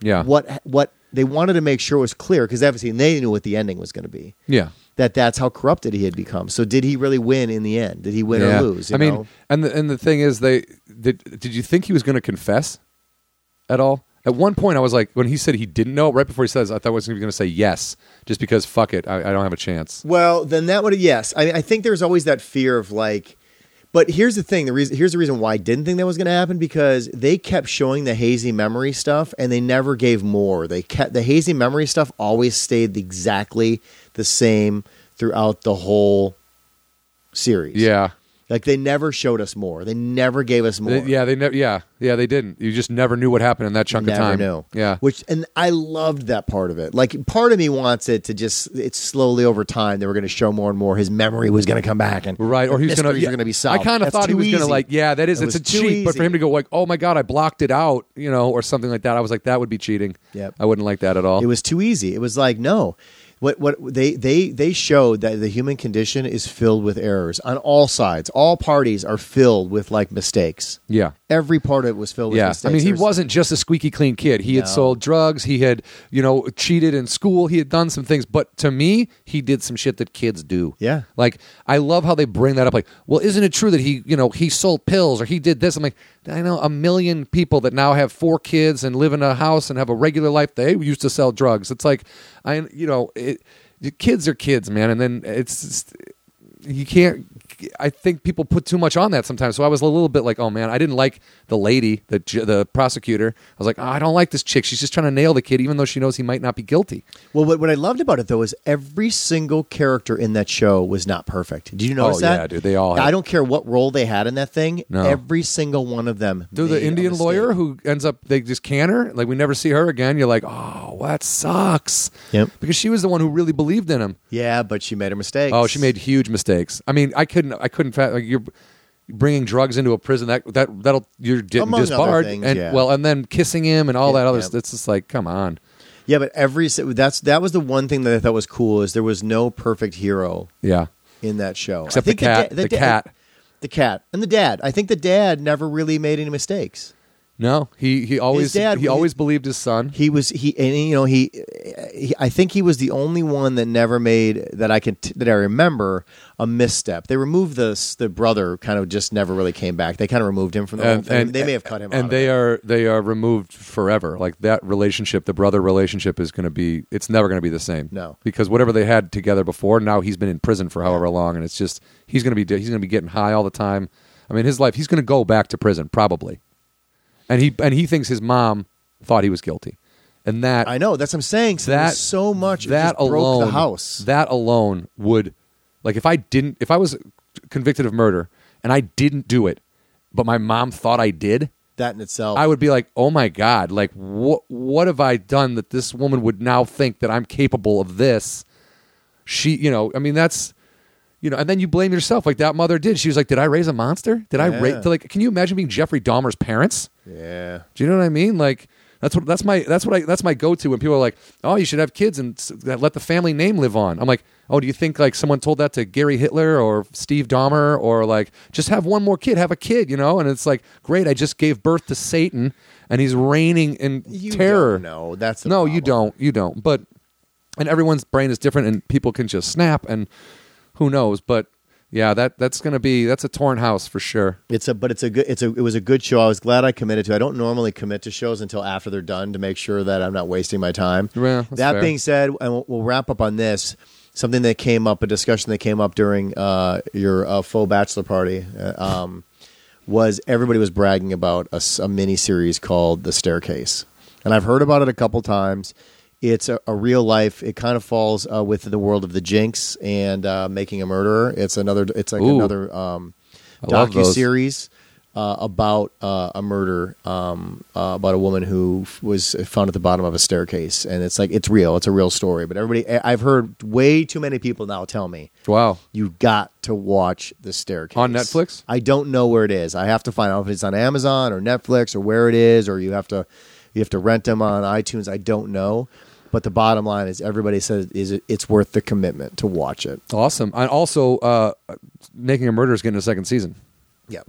[SPEAKER 1] Yeah.
[SPEAKER 2] what what they wanted to make sure was clear because obviously they knew what the ending was going to be
[SPEAKER 1] Yeah.
[SPEAKER 2] that that's how corrupted he had become. So did he really win in the end? Did he win
[SPEAKER 1] yeah.
[SPEAKER 2] or lose? you
[SPEAKER 1] I mean,
[SPEAKER 2] know?
[SPEAKER 1] and the, and the thing is, they did. Did you think he was going to confess at all? At one point, I was like, when he said he didn't know, right before he says, I thought I was going to say yes, just because fuck it, I, I don't have a chance.
[SPEAKER 2] well, then that would yes. I, I think there's always that fear of like. But here's the thing: the reason here's the reason why I didn't think that was going to happen because they kept showing the hazy memory stuff and they never gave more. They kept the hazy memory stuff always stayed exactly the same throughout the whole series.
[SPEAKER 1] Yeah.
[SPEAKER 2] like they never showed us more. They never gave us more.
[SPEAKER 1] They- yeah, they never. Yeah, yeah, they didn't. You just never knew what happened in that chunk of
[SPEAKER 2] never
[SPEAKER 1] time.
[SPEAKER 2] knew.
[SPEAKER 1] Yeah,
[SPEAKER 2] Which and I loved that part of it. Like part of me wants it to just it's slowly over time they were going to show more and more his memory was going to come back and
[SPEAKER 1] right. Or
[SPEAKER 2] the
[SPEAKER 1] he was going to.
[SPEAKER 2] mysteries were going to be solved.
[SPEAKER 1] I kind of
[SPEAKER 2] That's
[SPEAKER 1] thought he
[SPEAKER 2] too
[SPEAKER 1] was going to
[SPEAKER 2] easy.
[SPEAKER 1] like. Yeah, that is.
[SPEAKER 2] That
[SPEAKER 1] it's a
[SPEAKER 2] was too
[SPEAKER 1] cheat. But for
[SPEAKER 2] easy.
[SPEAKER 1] him to go like, oh my god, I blocked it out, you know, or something like that. I was like, that would be cheating.
[SPEAKER 2] Yep.
[SPEAKER 1] I wouldn't like that at all.
[SPEAKER 2] It was too easy. It was like no. What what they they they showed that the human condition is filled with errors on all sides. All parties are filled with like mistakes.
[SPEAKER 1] yeah.
[SPEAKER 2] Every part of it was filled with
[SPEAKER 1] Yeah,
[SPEAKER 2] mistakes.
[SPEAKER 1] I mean, he
[SPEAKER 2] There's-
[SPEAKER 1] wasn't just a squeaky clean kid. He had
[SPEAKER 2] No.
[SPEAKER 1] sold drugs. He had, you know, cheated in school. He had done some things. But to me, he did some shit that kids do.
[SPEAKER 2] Yeah.
[SPEAKER 1] like I love how they bring that up. Like, well, isn't it true that he, you know, he sold pills or he did this? I'm like, I know a million people that now have four kids and live in a house and have a regular life. They used to sell drugs. It's like, I, you know, it, kids are kids, man. And then it's. Just, you can't i think people put too much on that sometimes so i was a little bit like oh man i didn't like the lady the ju- the prosecutor i was like oh, i don't like this chick she's just trying to nail the kid even though she knows he might not be guilty
[SPEAKER 2] Well, what, what I loved about it though is every single character in that show was not perfect. Did you notice
[SPEAKER 1] Oh,
[SPEAKER 2] that?
[SPEAKER 1] yeah, dude, they all had-
[SPEAKER 2] I don't care what role they had in that thing.
[SPEAKER 1] No.
[SPEAKER 2] Every single one of them.
[SPEAKER 1] Dude, the
[SPEAKER 2] made a
[SPEAKER 1] indian
[SPEAKER 2] mistake.
[SPEAKER 1] lawyer who ends up they just can her like we never see her again you're like oh well, that sucks
[SPEAKER 2] Yep.
[SPEAKER 1] because she was the one who really believed in him
[SPEAKER 2] Yeah, but she made a mistake.
[SPEAKER 1] oh she made huge mistakes i mean i couldn't i couldn't fa- like you're bringing drugs into a prison that that that'll you're getting
[SPEAKER 2] Among other
[SPEAKER 1] disbarred
[SPEAKER 2] things,
[SPEAKER 1] and
[SPEAKER 2] yeah.
[SPEAKER 1] well and then kissing him and all
[SPEAKER 2] Yeah,
[SPEAKER 1] that other
[SPEAKER 2] yeah.
[SPEAKER 1] it's just like come on
[SPEAKER 2] Yeah, but every si- that's that was the one thing that I thought was cool is there was no perfect hero
[SPEAKER 1] yeah
[SPEAKER 2] in that show
[SPEAKER 1] Except
[SPEAKER 2] I think
[SPEAKER 1] the cat-
[SPEAKER 2] da-
[SPEAKER 1] the
[SPEAKER 2] da-
[SPEAKER 1] cat.
[SPEAKER 2] the cat, and the dad. I think the dad never really made any mistakes.
[SPEAKER 1] No, he he always
[SPEAKER 2] dad
[SPEAKER 1] he
[SPEAKER 2] was-
[SPEAKER 1] always believed his son.
[SPEAKER 2] He was he, and you know he, he. I think he was the only one that never made that I can t- that I remember a misstep. They removed the s- the brother, kind of just never really came back. They kind of removed him from the whole
[SPEAKER 1] And,
[SPEAKER 2] thing.
[SPEAKER 1] and-
[SPEAKER 2] they may have cut him. out
[SPEAKER 1] And
[SPEAKER 2] of
[SPEAKER 1] they
[SPEAKER 2] it.
[SPEAKER 1] are they are removed forever. Like that relationship, the brother relationship is going to be it's never going to be the same.
[SPEAKER 2] No.
[SPEAKER 1] because whatever they had together before, now he's been in prison for however long, and it's just he's going to be he's going to be getting high all the time. I mean, his life he's going to go back to prison probably, and he and he thinks his mom thought he was guilty, and that
[SPEAKER 2] I know that's what I'm saying. So there
[SPEAKER 1] that
[SPEAKER 2] was so much it
[SPEAKER 1] that
[SPEAKER 2] just broke
[SPEAKER 1] alone
[SPEAKER 2] the house.
[SPEAKER 1] that alone would like if i didn't if i was convicted of murder and i didn't do it but my mom thought i did
[SPEAKER 2] that in itself.
[SPEAKER 1] i would be like oh my god like what what have i done that this woman would now think that i'm capable of this she you know i mean that's you know and then you blame yourself like that mother did she was like did i raise a monster did i raise
[SPEAKER 2] Yeah.
[SPEAKER 1] like can you imagine being jeffrey dahmer's parents
[SPEAKER 2] yeah.
[SPEAKER 1] do you know what I mean? Like that's what that's my that's what I that's my go to when people are like, "Oh, you should have kids and s- that- let the family name live on." I'm like, "Oh, do you think like someone told that to Gary Hitler or Steve Dahmer or like just have one more kid, have a kid, you know?" And it's like, "Great, I just gave birth to Satan and he's reigning in
[SPEAKER 2] You
[SPEAKER 1] terror."
[SPEAKER 2] No, that's the
[SPEAKER 1] no, you
[SPEAKER 2] problem.
[SPEAKER 1] don't. You don't. But and everyone's brain is different and people can just snap and who knows, but yeah, that that's going to be that's a torn house for sure.
[SPEAKER 2] It's a but it's a good it's a it was a good show. I was glad I committed to. it. I don't normally commit to shows until after they're done to make sure that I'm not wasting my time.
[SPEAKER 1] Yeah, that's
[SPEAKER 2] that
[SPEAKER 1] fair.
[SPEAKER 2] being said, and we'll, we'll wrap up on this. Something that came up, a discussion that came up during uh, your uh, faux bachelor party, uh, um, was everybody was bragging about a, s- a mini series called The Staircase, and I've heard about it a couple times. It's a, a real life. It kind of falls uh, with the world of the Jinx and uh, Making a Murderer. It's another. It's like
[SPEAKER 1] Ooh.
[SPEAKER 2] another um,
[SPEAKER 1] I love
[SPEAKER 2] docu
[SPEAKER 1] those.
[SPEAKER 2] series uh, about uh, a murder, um, uh, about a woman who f- was found at the bottom of a staircase, and it's like it's real. It's a real story. But everybody, I- I've heard way too many people now tell me
[SPEAKER 1] Wow.
[SPEAKER 2] you got to watch the staircase
[SPEAKER 1] On Netflix?
[SPEAKER 2] I don't know where it is. I have to find out if it's on Amazon or Netflix or where it is, or you have to you have to rent them on iTunes. I don't know. But the bottom line is, everybody says is it, it's worth the commitment to watch it.
[SPEAKER 1] Awesome. And also, uh, Making a Murder is getting a second season.
[SPEAKER 2] Yep.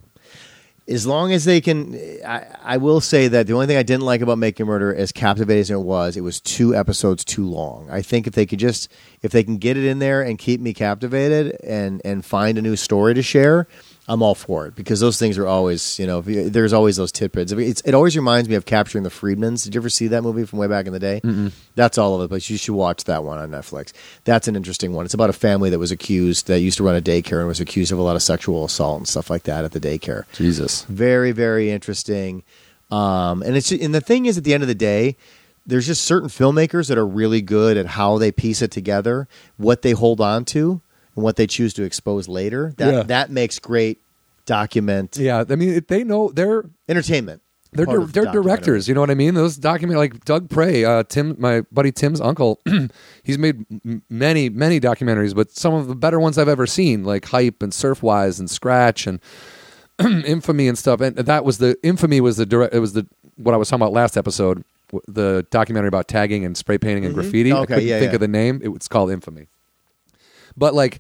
[SPEAKER 2] As long as they can, I, I will say that the only thing I didn't like about Making Murder, as captivating as it was, it was two episodes too long. I think if they could just, if they can get it in there and keep me captivated and and find a new story to share, I'm all for it because those things are always, you know, there's always those tidbits. I mean, It's, it always reminds me of Capturing the Freedmans. Did you ever see that movie from way back in the day? That's all of it, but you should watch that one on Netflix. That's an interesting one. It's about a family that was accused that used to run a daycare and was accused of a lot of sexual assault and stuff like that at the daycare
[SPEAKER 1] Jesus.
[SPEAKER 2] very very interesting um and it's and the thing is at the end of the day there's just certain filmmakers that are really good at how they piece it together what they hold on to and what they choose to expose later that
[SPEAKER 1] Yeah.
[SPEAKER 2] that makes great document
[SPEAKER 1] Yeah. I mean, it- they know they're
[SPEAKER 2] entertainment
[SPEAKER 1] they're
[SPEAKER 2] part
[SPEAKER 1] dir-
[SPEAKER 2] of
[SPEAKER 1] they're
[SPEAKER 2] documentary.
[SPEAKER 1] directors. You know what I mean? Those document like Doug Prey, uh, Tim, my buddy Tim's uncle. he's made m- many many documentaries, but some of the better ones I've ever seen, like Hype and Surfwise and Scratch and Infamy and stuff. And that was the Infamy was the direct. It was the what I was talking about last episode. w- The documentary about tagging and spray painting and graffiti. I
[SPEAKER 2] Mm-hmm. Okay,
[SPEAKER 1] couldn't
[SPEAKER 2] yeah,
[SPEAKER 1] think
[SPEAKER 2] yeah.
[SPEAKER 1] of the name. It, it's called Infamy but like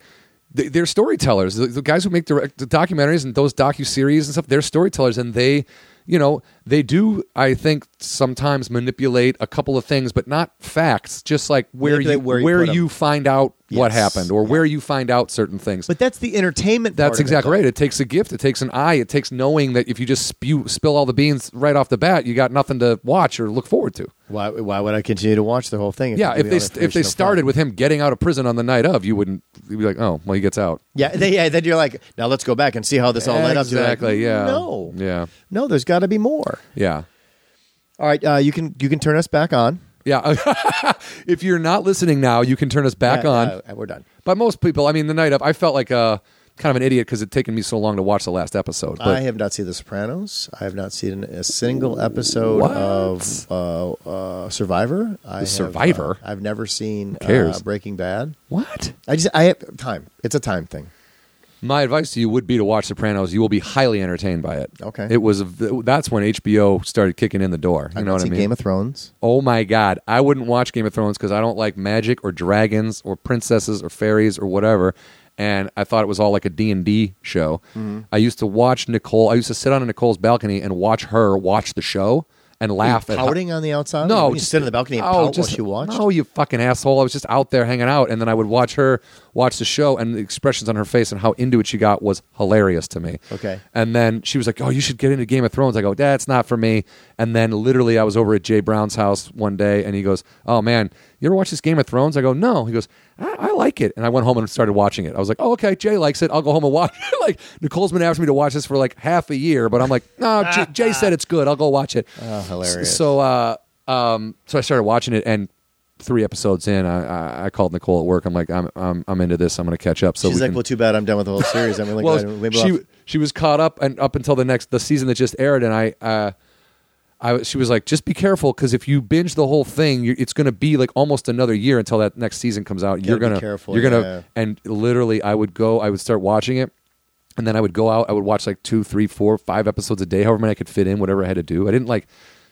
[SPEAKER 1] th- they're storytellers the, the guys who make direct the documentaries and those docu-series and stuff they're storytellers and they you know they do i think sometimes manipulate a couple of things but not facts just like where you
[SPEAKER 2] Manipulate where
[SPEAKER 1] where,
[SPEAKER 2] you put 'em.
[SPEAKER 1] you find out what
[SPEAKER 2] Yes.
[SPEAKER 1] happened or where you find out certain things
[SPEAKER 2] but that's the entertainment part
[SPEAKER 1] that's
[SPEAKER 2] of it,
[SPEAKER 1] exactly
[SPEAKER 2] though.
[SPEAKER 1] right. It takes a gift. It takes an eye. It takes knowing that if you just spew, spill all the beans right off the bat, you got nothing to watch or look forward to.
[SPEAKER 2] why, why would i continue to watch the whole thing
[SPEAKER 1] Yeah, if
[SPEAKER 2] give me
[SPEAKER 1] they
[SPEAKER 2] all the
[SPEAKER 1] st- if they
[SPEAKER 2] information up front?
[SPEAKER 1] started with him getting out of prison on the night of, you wouldn't you'd be like, oh, well, he gets out.
[SPEAKER 2] yeah, they, yeah then you're like now let's go back and see how this all led up to Like,
[SPEAKER 1] Exactly. Yeah.
[SPEAKER 2] Oh, no
[SPEAKER 1] Yeah.
[SPEAKER 2] no there's got to be more
[SPEAKER 1] Yeah.
[SPEAKER 2] all right uh, you can you can turn us back on
[SPEAKER 1] Yeah. if you're not listening now, you can turn us back
[SPEAKER 2] Yeah,
[SPEAKER 1] on.
[SPEAKER 2] uh, we're done.
[SPEAKER 1] but most people, I mean, the night of, I felt like a kind of an idiot because it taken me so long to watch the last episode. But
[SPEAKER 2] I have not seen The Sopranos. I have not seen a single episode
[SPEAKER 1] What?
[SPEAKER 2] of uh, uh, Survivor. I have,
[SPEAKER 1] Survivor?
[SPEAKER 2] uh, I've never seen
[SPEAKER 1] cares?
[SPEAKER 2] Uh, Breaking Bad.
[SPEAKER 1] what?
[SPEAKER 2] I just I have time. It's a time thing.
[SPEAKER 1] My advice to you would be to watch Sopranos. You will be highly entertained by it.
[SPEAKER 2] Okay.
[SPEAKER 1] It was that's when HBO started kicking in the door. You
[SPEAKER 2] I've
[SPEAKER 1] know
[SPEAKER 2] not
[SPEAKER 1] what I
[SPEAKER 2] seen
[SPEAKER 1] mean?
[SPEAKER 2] Game of Thrones.
[SPEAKER 1] oh my god, I wouldn't watch Game of Thrones because I don't like magic or dragons or princesses or fairies or whatever. And I thought it was all like a D and D show. I used to watch Nicole. I used to sit on Nicole's balcony and watch her watch the show and laugh. at how-
[SPEAKER 2] Pouting on the outside.
[SPEAKER 1] no,
[SPEAKER 2] you just sit on the balcony and
[SPEAKER 1] oh,
[SPEAKER 2] pout
[SPEAKER 1] just-
[SPEAKER 2] while she watched.
[SPEAKER 1] No, you fucking asshole! I was just out there hanging out, and then I would watch her watch the show, and the expressions on her face and how into it she got was hilarious to me.
[SPEAKER 2] Okay.
[SPEAKER 1] And then she was like, "Oh, you should get into Game of Thrones." I go, "That's not for me." And then literally, I was over at Jay Brown's house one day, and he goes, "Oh man, you ever watch this Game of Thrones?" I go, "No." He goes, "I, I like it," and I went home and started watching it. I was like, "Oh, okay, Jay likes it. I'll go home and watch." it. like Nicole's been asking me to watch this for like half a year, but I'm like, "No, Jay, Jay said it's good. I'll go watch it."
[SPEAKER 2] Oh, hilarious.
[SPEAKER 1] So, uh, um, so I started watching it, and three episodes in, I, I, I called Nicole at work. I'm like, I'm, I'm, I'm into this. I'm going to catch up. So
[SPEAKER 2] She's
[SPEAKER 1] we
[SPEAKER 2] like,
[SPEAKER 1] can,
[SPEAKER 2] "Well, too bad. I'm done with the whole series." I'm like,
[SPEAKER 1] well,
[SPEAKER 2] maybe I'll-
[SPEAKER 1] she she was caught up and up until the next the season that just aired, and I. Uh, I, was- she was like, just be careful because if you binge the whole thing, you it's going to be like almost another year until that next season comes out. You're
[SPEAKER 2] be
[SPEAKER 1] gonna,
[SPEAKER 2] careful,
[SPEAKER 1] you're gonna,
[SPEAKER 2] yeah.
[SPEAKER 1] and literally, I would go, I would start watching it, and then I would go out, I would watch like two, three, four, five episodes a day, however many I could fit in, whatever I had to do. I didn't like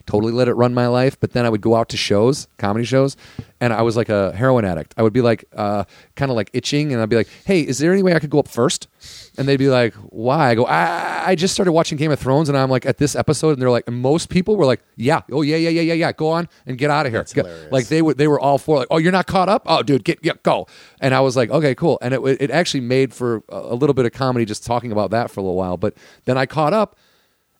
[SPEAKER 1] totally let it run my life, but then I would go out to shows, comedy shows, and I was like a heroin addict. I would be like, uh, kind of like itching, and I'd be like, hey, is there any way I could go up first? And they'd be like, why? I go, I, I just started watching Game of Thrones, and I'm like at this episode, and they're like, and most people were like, yeah, oh yeah, yeah, yeah, yeah, yeah, go on and get out of here. Get-
[SPEAKER 2] hilarious.
[SPEAKER 1] Like they were, they were all for like, oh, you're not caught up. Oh, dude, get, get go. And I was like, okay, cool. And it, wa- it actually made for a a little bit of comedy just talking about that for a little while. But then I caught up,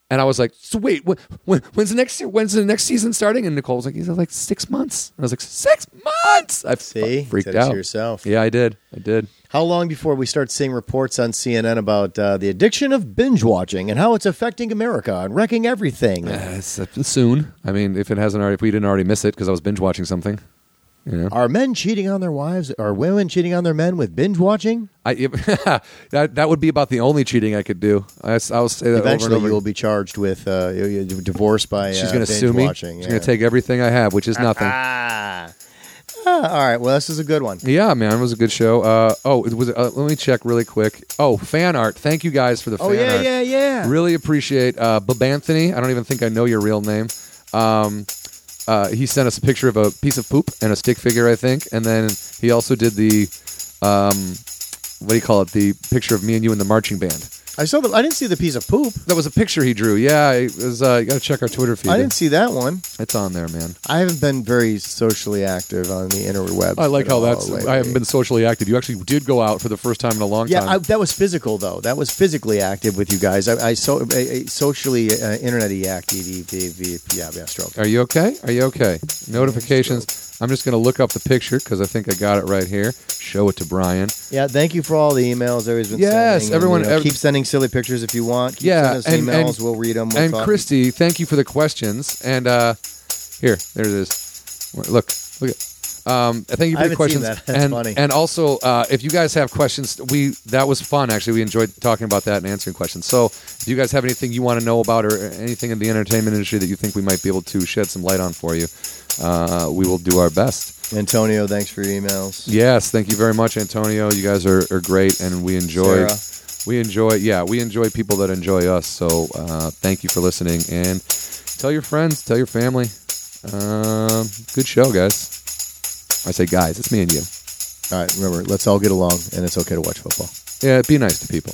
[SPEAKER 1] And I was like, so wait, when, when, when's the next when's the next season starting? And Nicole was like, he's like six months. And I was like, six months. I
[SPEAKER 2] See?
[SPEAKER 1] See, freaked
[SPEAKER 2] Said it to
[SPEAKER 1] out
[SPEAKER 2] yourself.
[SPEAKER 1] Yeah, I did. I did.
[SPEAKER 2] How long before we start seeing reports on CNN about uh, the addiction of binge watching and how it's affecting America and wrecking everything?
[SPEAKER 1] Uh, it's, uh, soon. I mean, if it hasn't already, if we didn't already miss it because I was binge watching something. You know,
[SPEAKER 2] Are men cheating on their wives? Are women cheating on their men with binge watching?
[SPEAKER 1] I that that would be about the only cheating I could do. I, s- I will say that over and
[SPEAKER 2] Eventually,
[SPEAKER 1] over.
[SPEAKER 2] you will be charged with uh, you- you- divorce by.
[SPEAKER 1] She's
[SPEAKER 2] uh,
[SPEAKER 1] going to
[SPEAKER 2] binge
[SPEAKER 1] sue me.
[SPEAKER 2] Watching.
[SPEAKER 1] She's
[SPEAKER 2] yeah.
[SPEAKER 1] going to take everything I have, which is nothing.
[SPEAKER 2] Ah. Ah, all right. Well, this is a good one.
[SPEAKER 1] Yeah, man, it was a good show. Uh, oh, it was. Uh, let me check really quick. Oh, fan art. Thank you guys for the
[SPEAKER 2] Oh
[SPEAKER 1] fan
[SPEAKER 2] yeah,
[SPEAKER 1] art.
[SPEAKER 2] yeah, yeah.
[SPEAKER 1] Really appreciate uh, Bob Anthony. I don't even think I know your real name. Um, uh, he sent us a picture of a piece of poop and a stick figure, I think, and then he also did the, um, what do you call it? The picture of me and you in the marching band.
[SPEAKER 2] I saw the. I didn't see the piece of poop.
[SPEAKER 1] That was a picture he drew. Yeah, it was. Uh, you got to check our Twitter feed.
[SPEAKER 2] I didn't see that one.
[SPEAKER 1] It's on there, man.
[SPEAKER 2] I haven't been very socially active on the interwebs.
[SPEAKER 1] I like
[SPEAKER 2] at
[SPEAKER 1] how
[SPEAKER 2] all
[SPEAKER 1] that's.
[SPEAKER 2] lately.
[SPEAKER 1] I haven't been socially active. You actually did go out for the first time in a long
[SPEAKER 2] Yeah,
[SPEAKER 1] time.
[SPEAKER 2] I, that was physical though. That was physically active with you guys. I, I so I, I socially uh, internet active. Yeah, yeah, stroke.
[SPEAKER 1] Are you okay? Are you okay? Notifications. I'm just going to look up the picture because I think I got it right here. Show it to Brian.
[SPEAKER 2] Yeah, thank you for all the emails everybody's been
[SPEAKER 1] Yes,
[SPEAKER 2] sending.
[SPEAKER 1] everyone-
[SPEAKER 2] and, you know,
[SPEAKER 1] ev-
[SPEAKER 2] keep sending silly pictures if you want. Keep
[SPEAKER 1] Yeah,
[SPEAKER 2] sending us
[SPEAKER 1] and-
[SPEAKER 2] emails.
[SPEAKER 1] and-
[SPEAKER 2] we'll read them. We'll
[SPEAKER 1] and
[SPEAKER 2] talk.
[SPEAKER 1] Christy, thank you for the questions. And uh, here, there it is. Look, look at. Um, thank you
[SPEAKER 2] I
[SPEAKER 1] for the
[SPEAKER 2] haven't seen
[SPEAKER 1] questions.
[SPEAKER 2] that. That's
[SPEAKER 1] and,
[SPEAKER 2] funny.
[SPEAKER 1] and also, uh, if you guys have questions, we that was fun. Actually, we enjoyed talking about that and answering questions. So, if you guys have anything you want to know about or anything in the entertainment industry that you think we might be able to shed some light on for you, uh, we will do our best.
[SPEAKER 2] Antonio, thanks for your emails.
[SPEAKER 1] Yes, thank you very much, Antonio. You guys are, are great, and we enjoy
[SPEAKER 2] Sarah.
[SPEAKER 1] we enjoy yeah we enjoy people that enjoy us. So uh, thank you for listening, and tell your friends, tell your family. Um, good show, guys. I say guys, it's me and you.
[SPEAKER 2] All right, remember, let's all get along, and it's okay to watch football.
[SPEAKER 1] Yeah, be nice to people.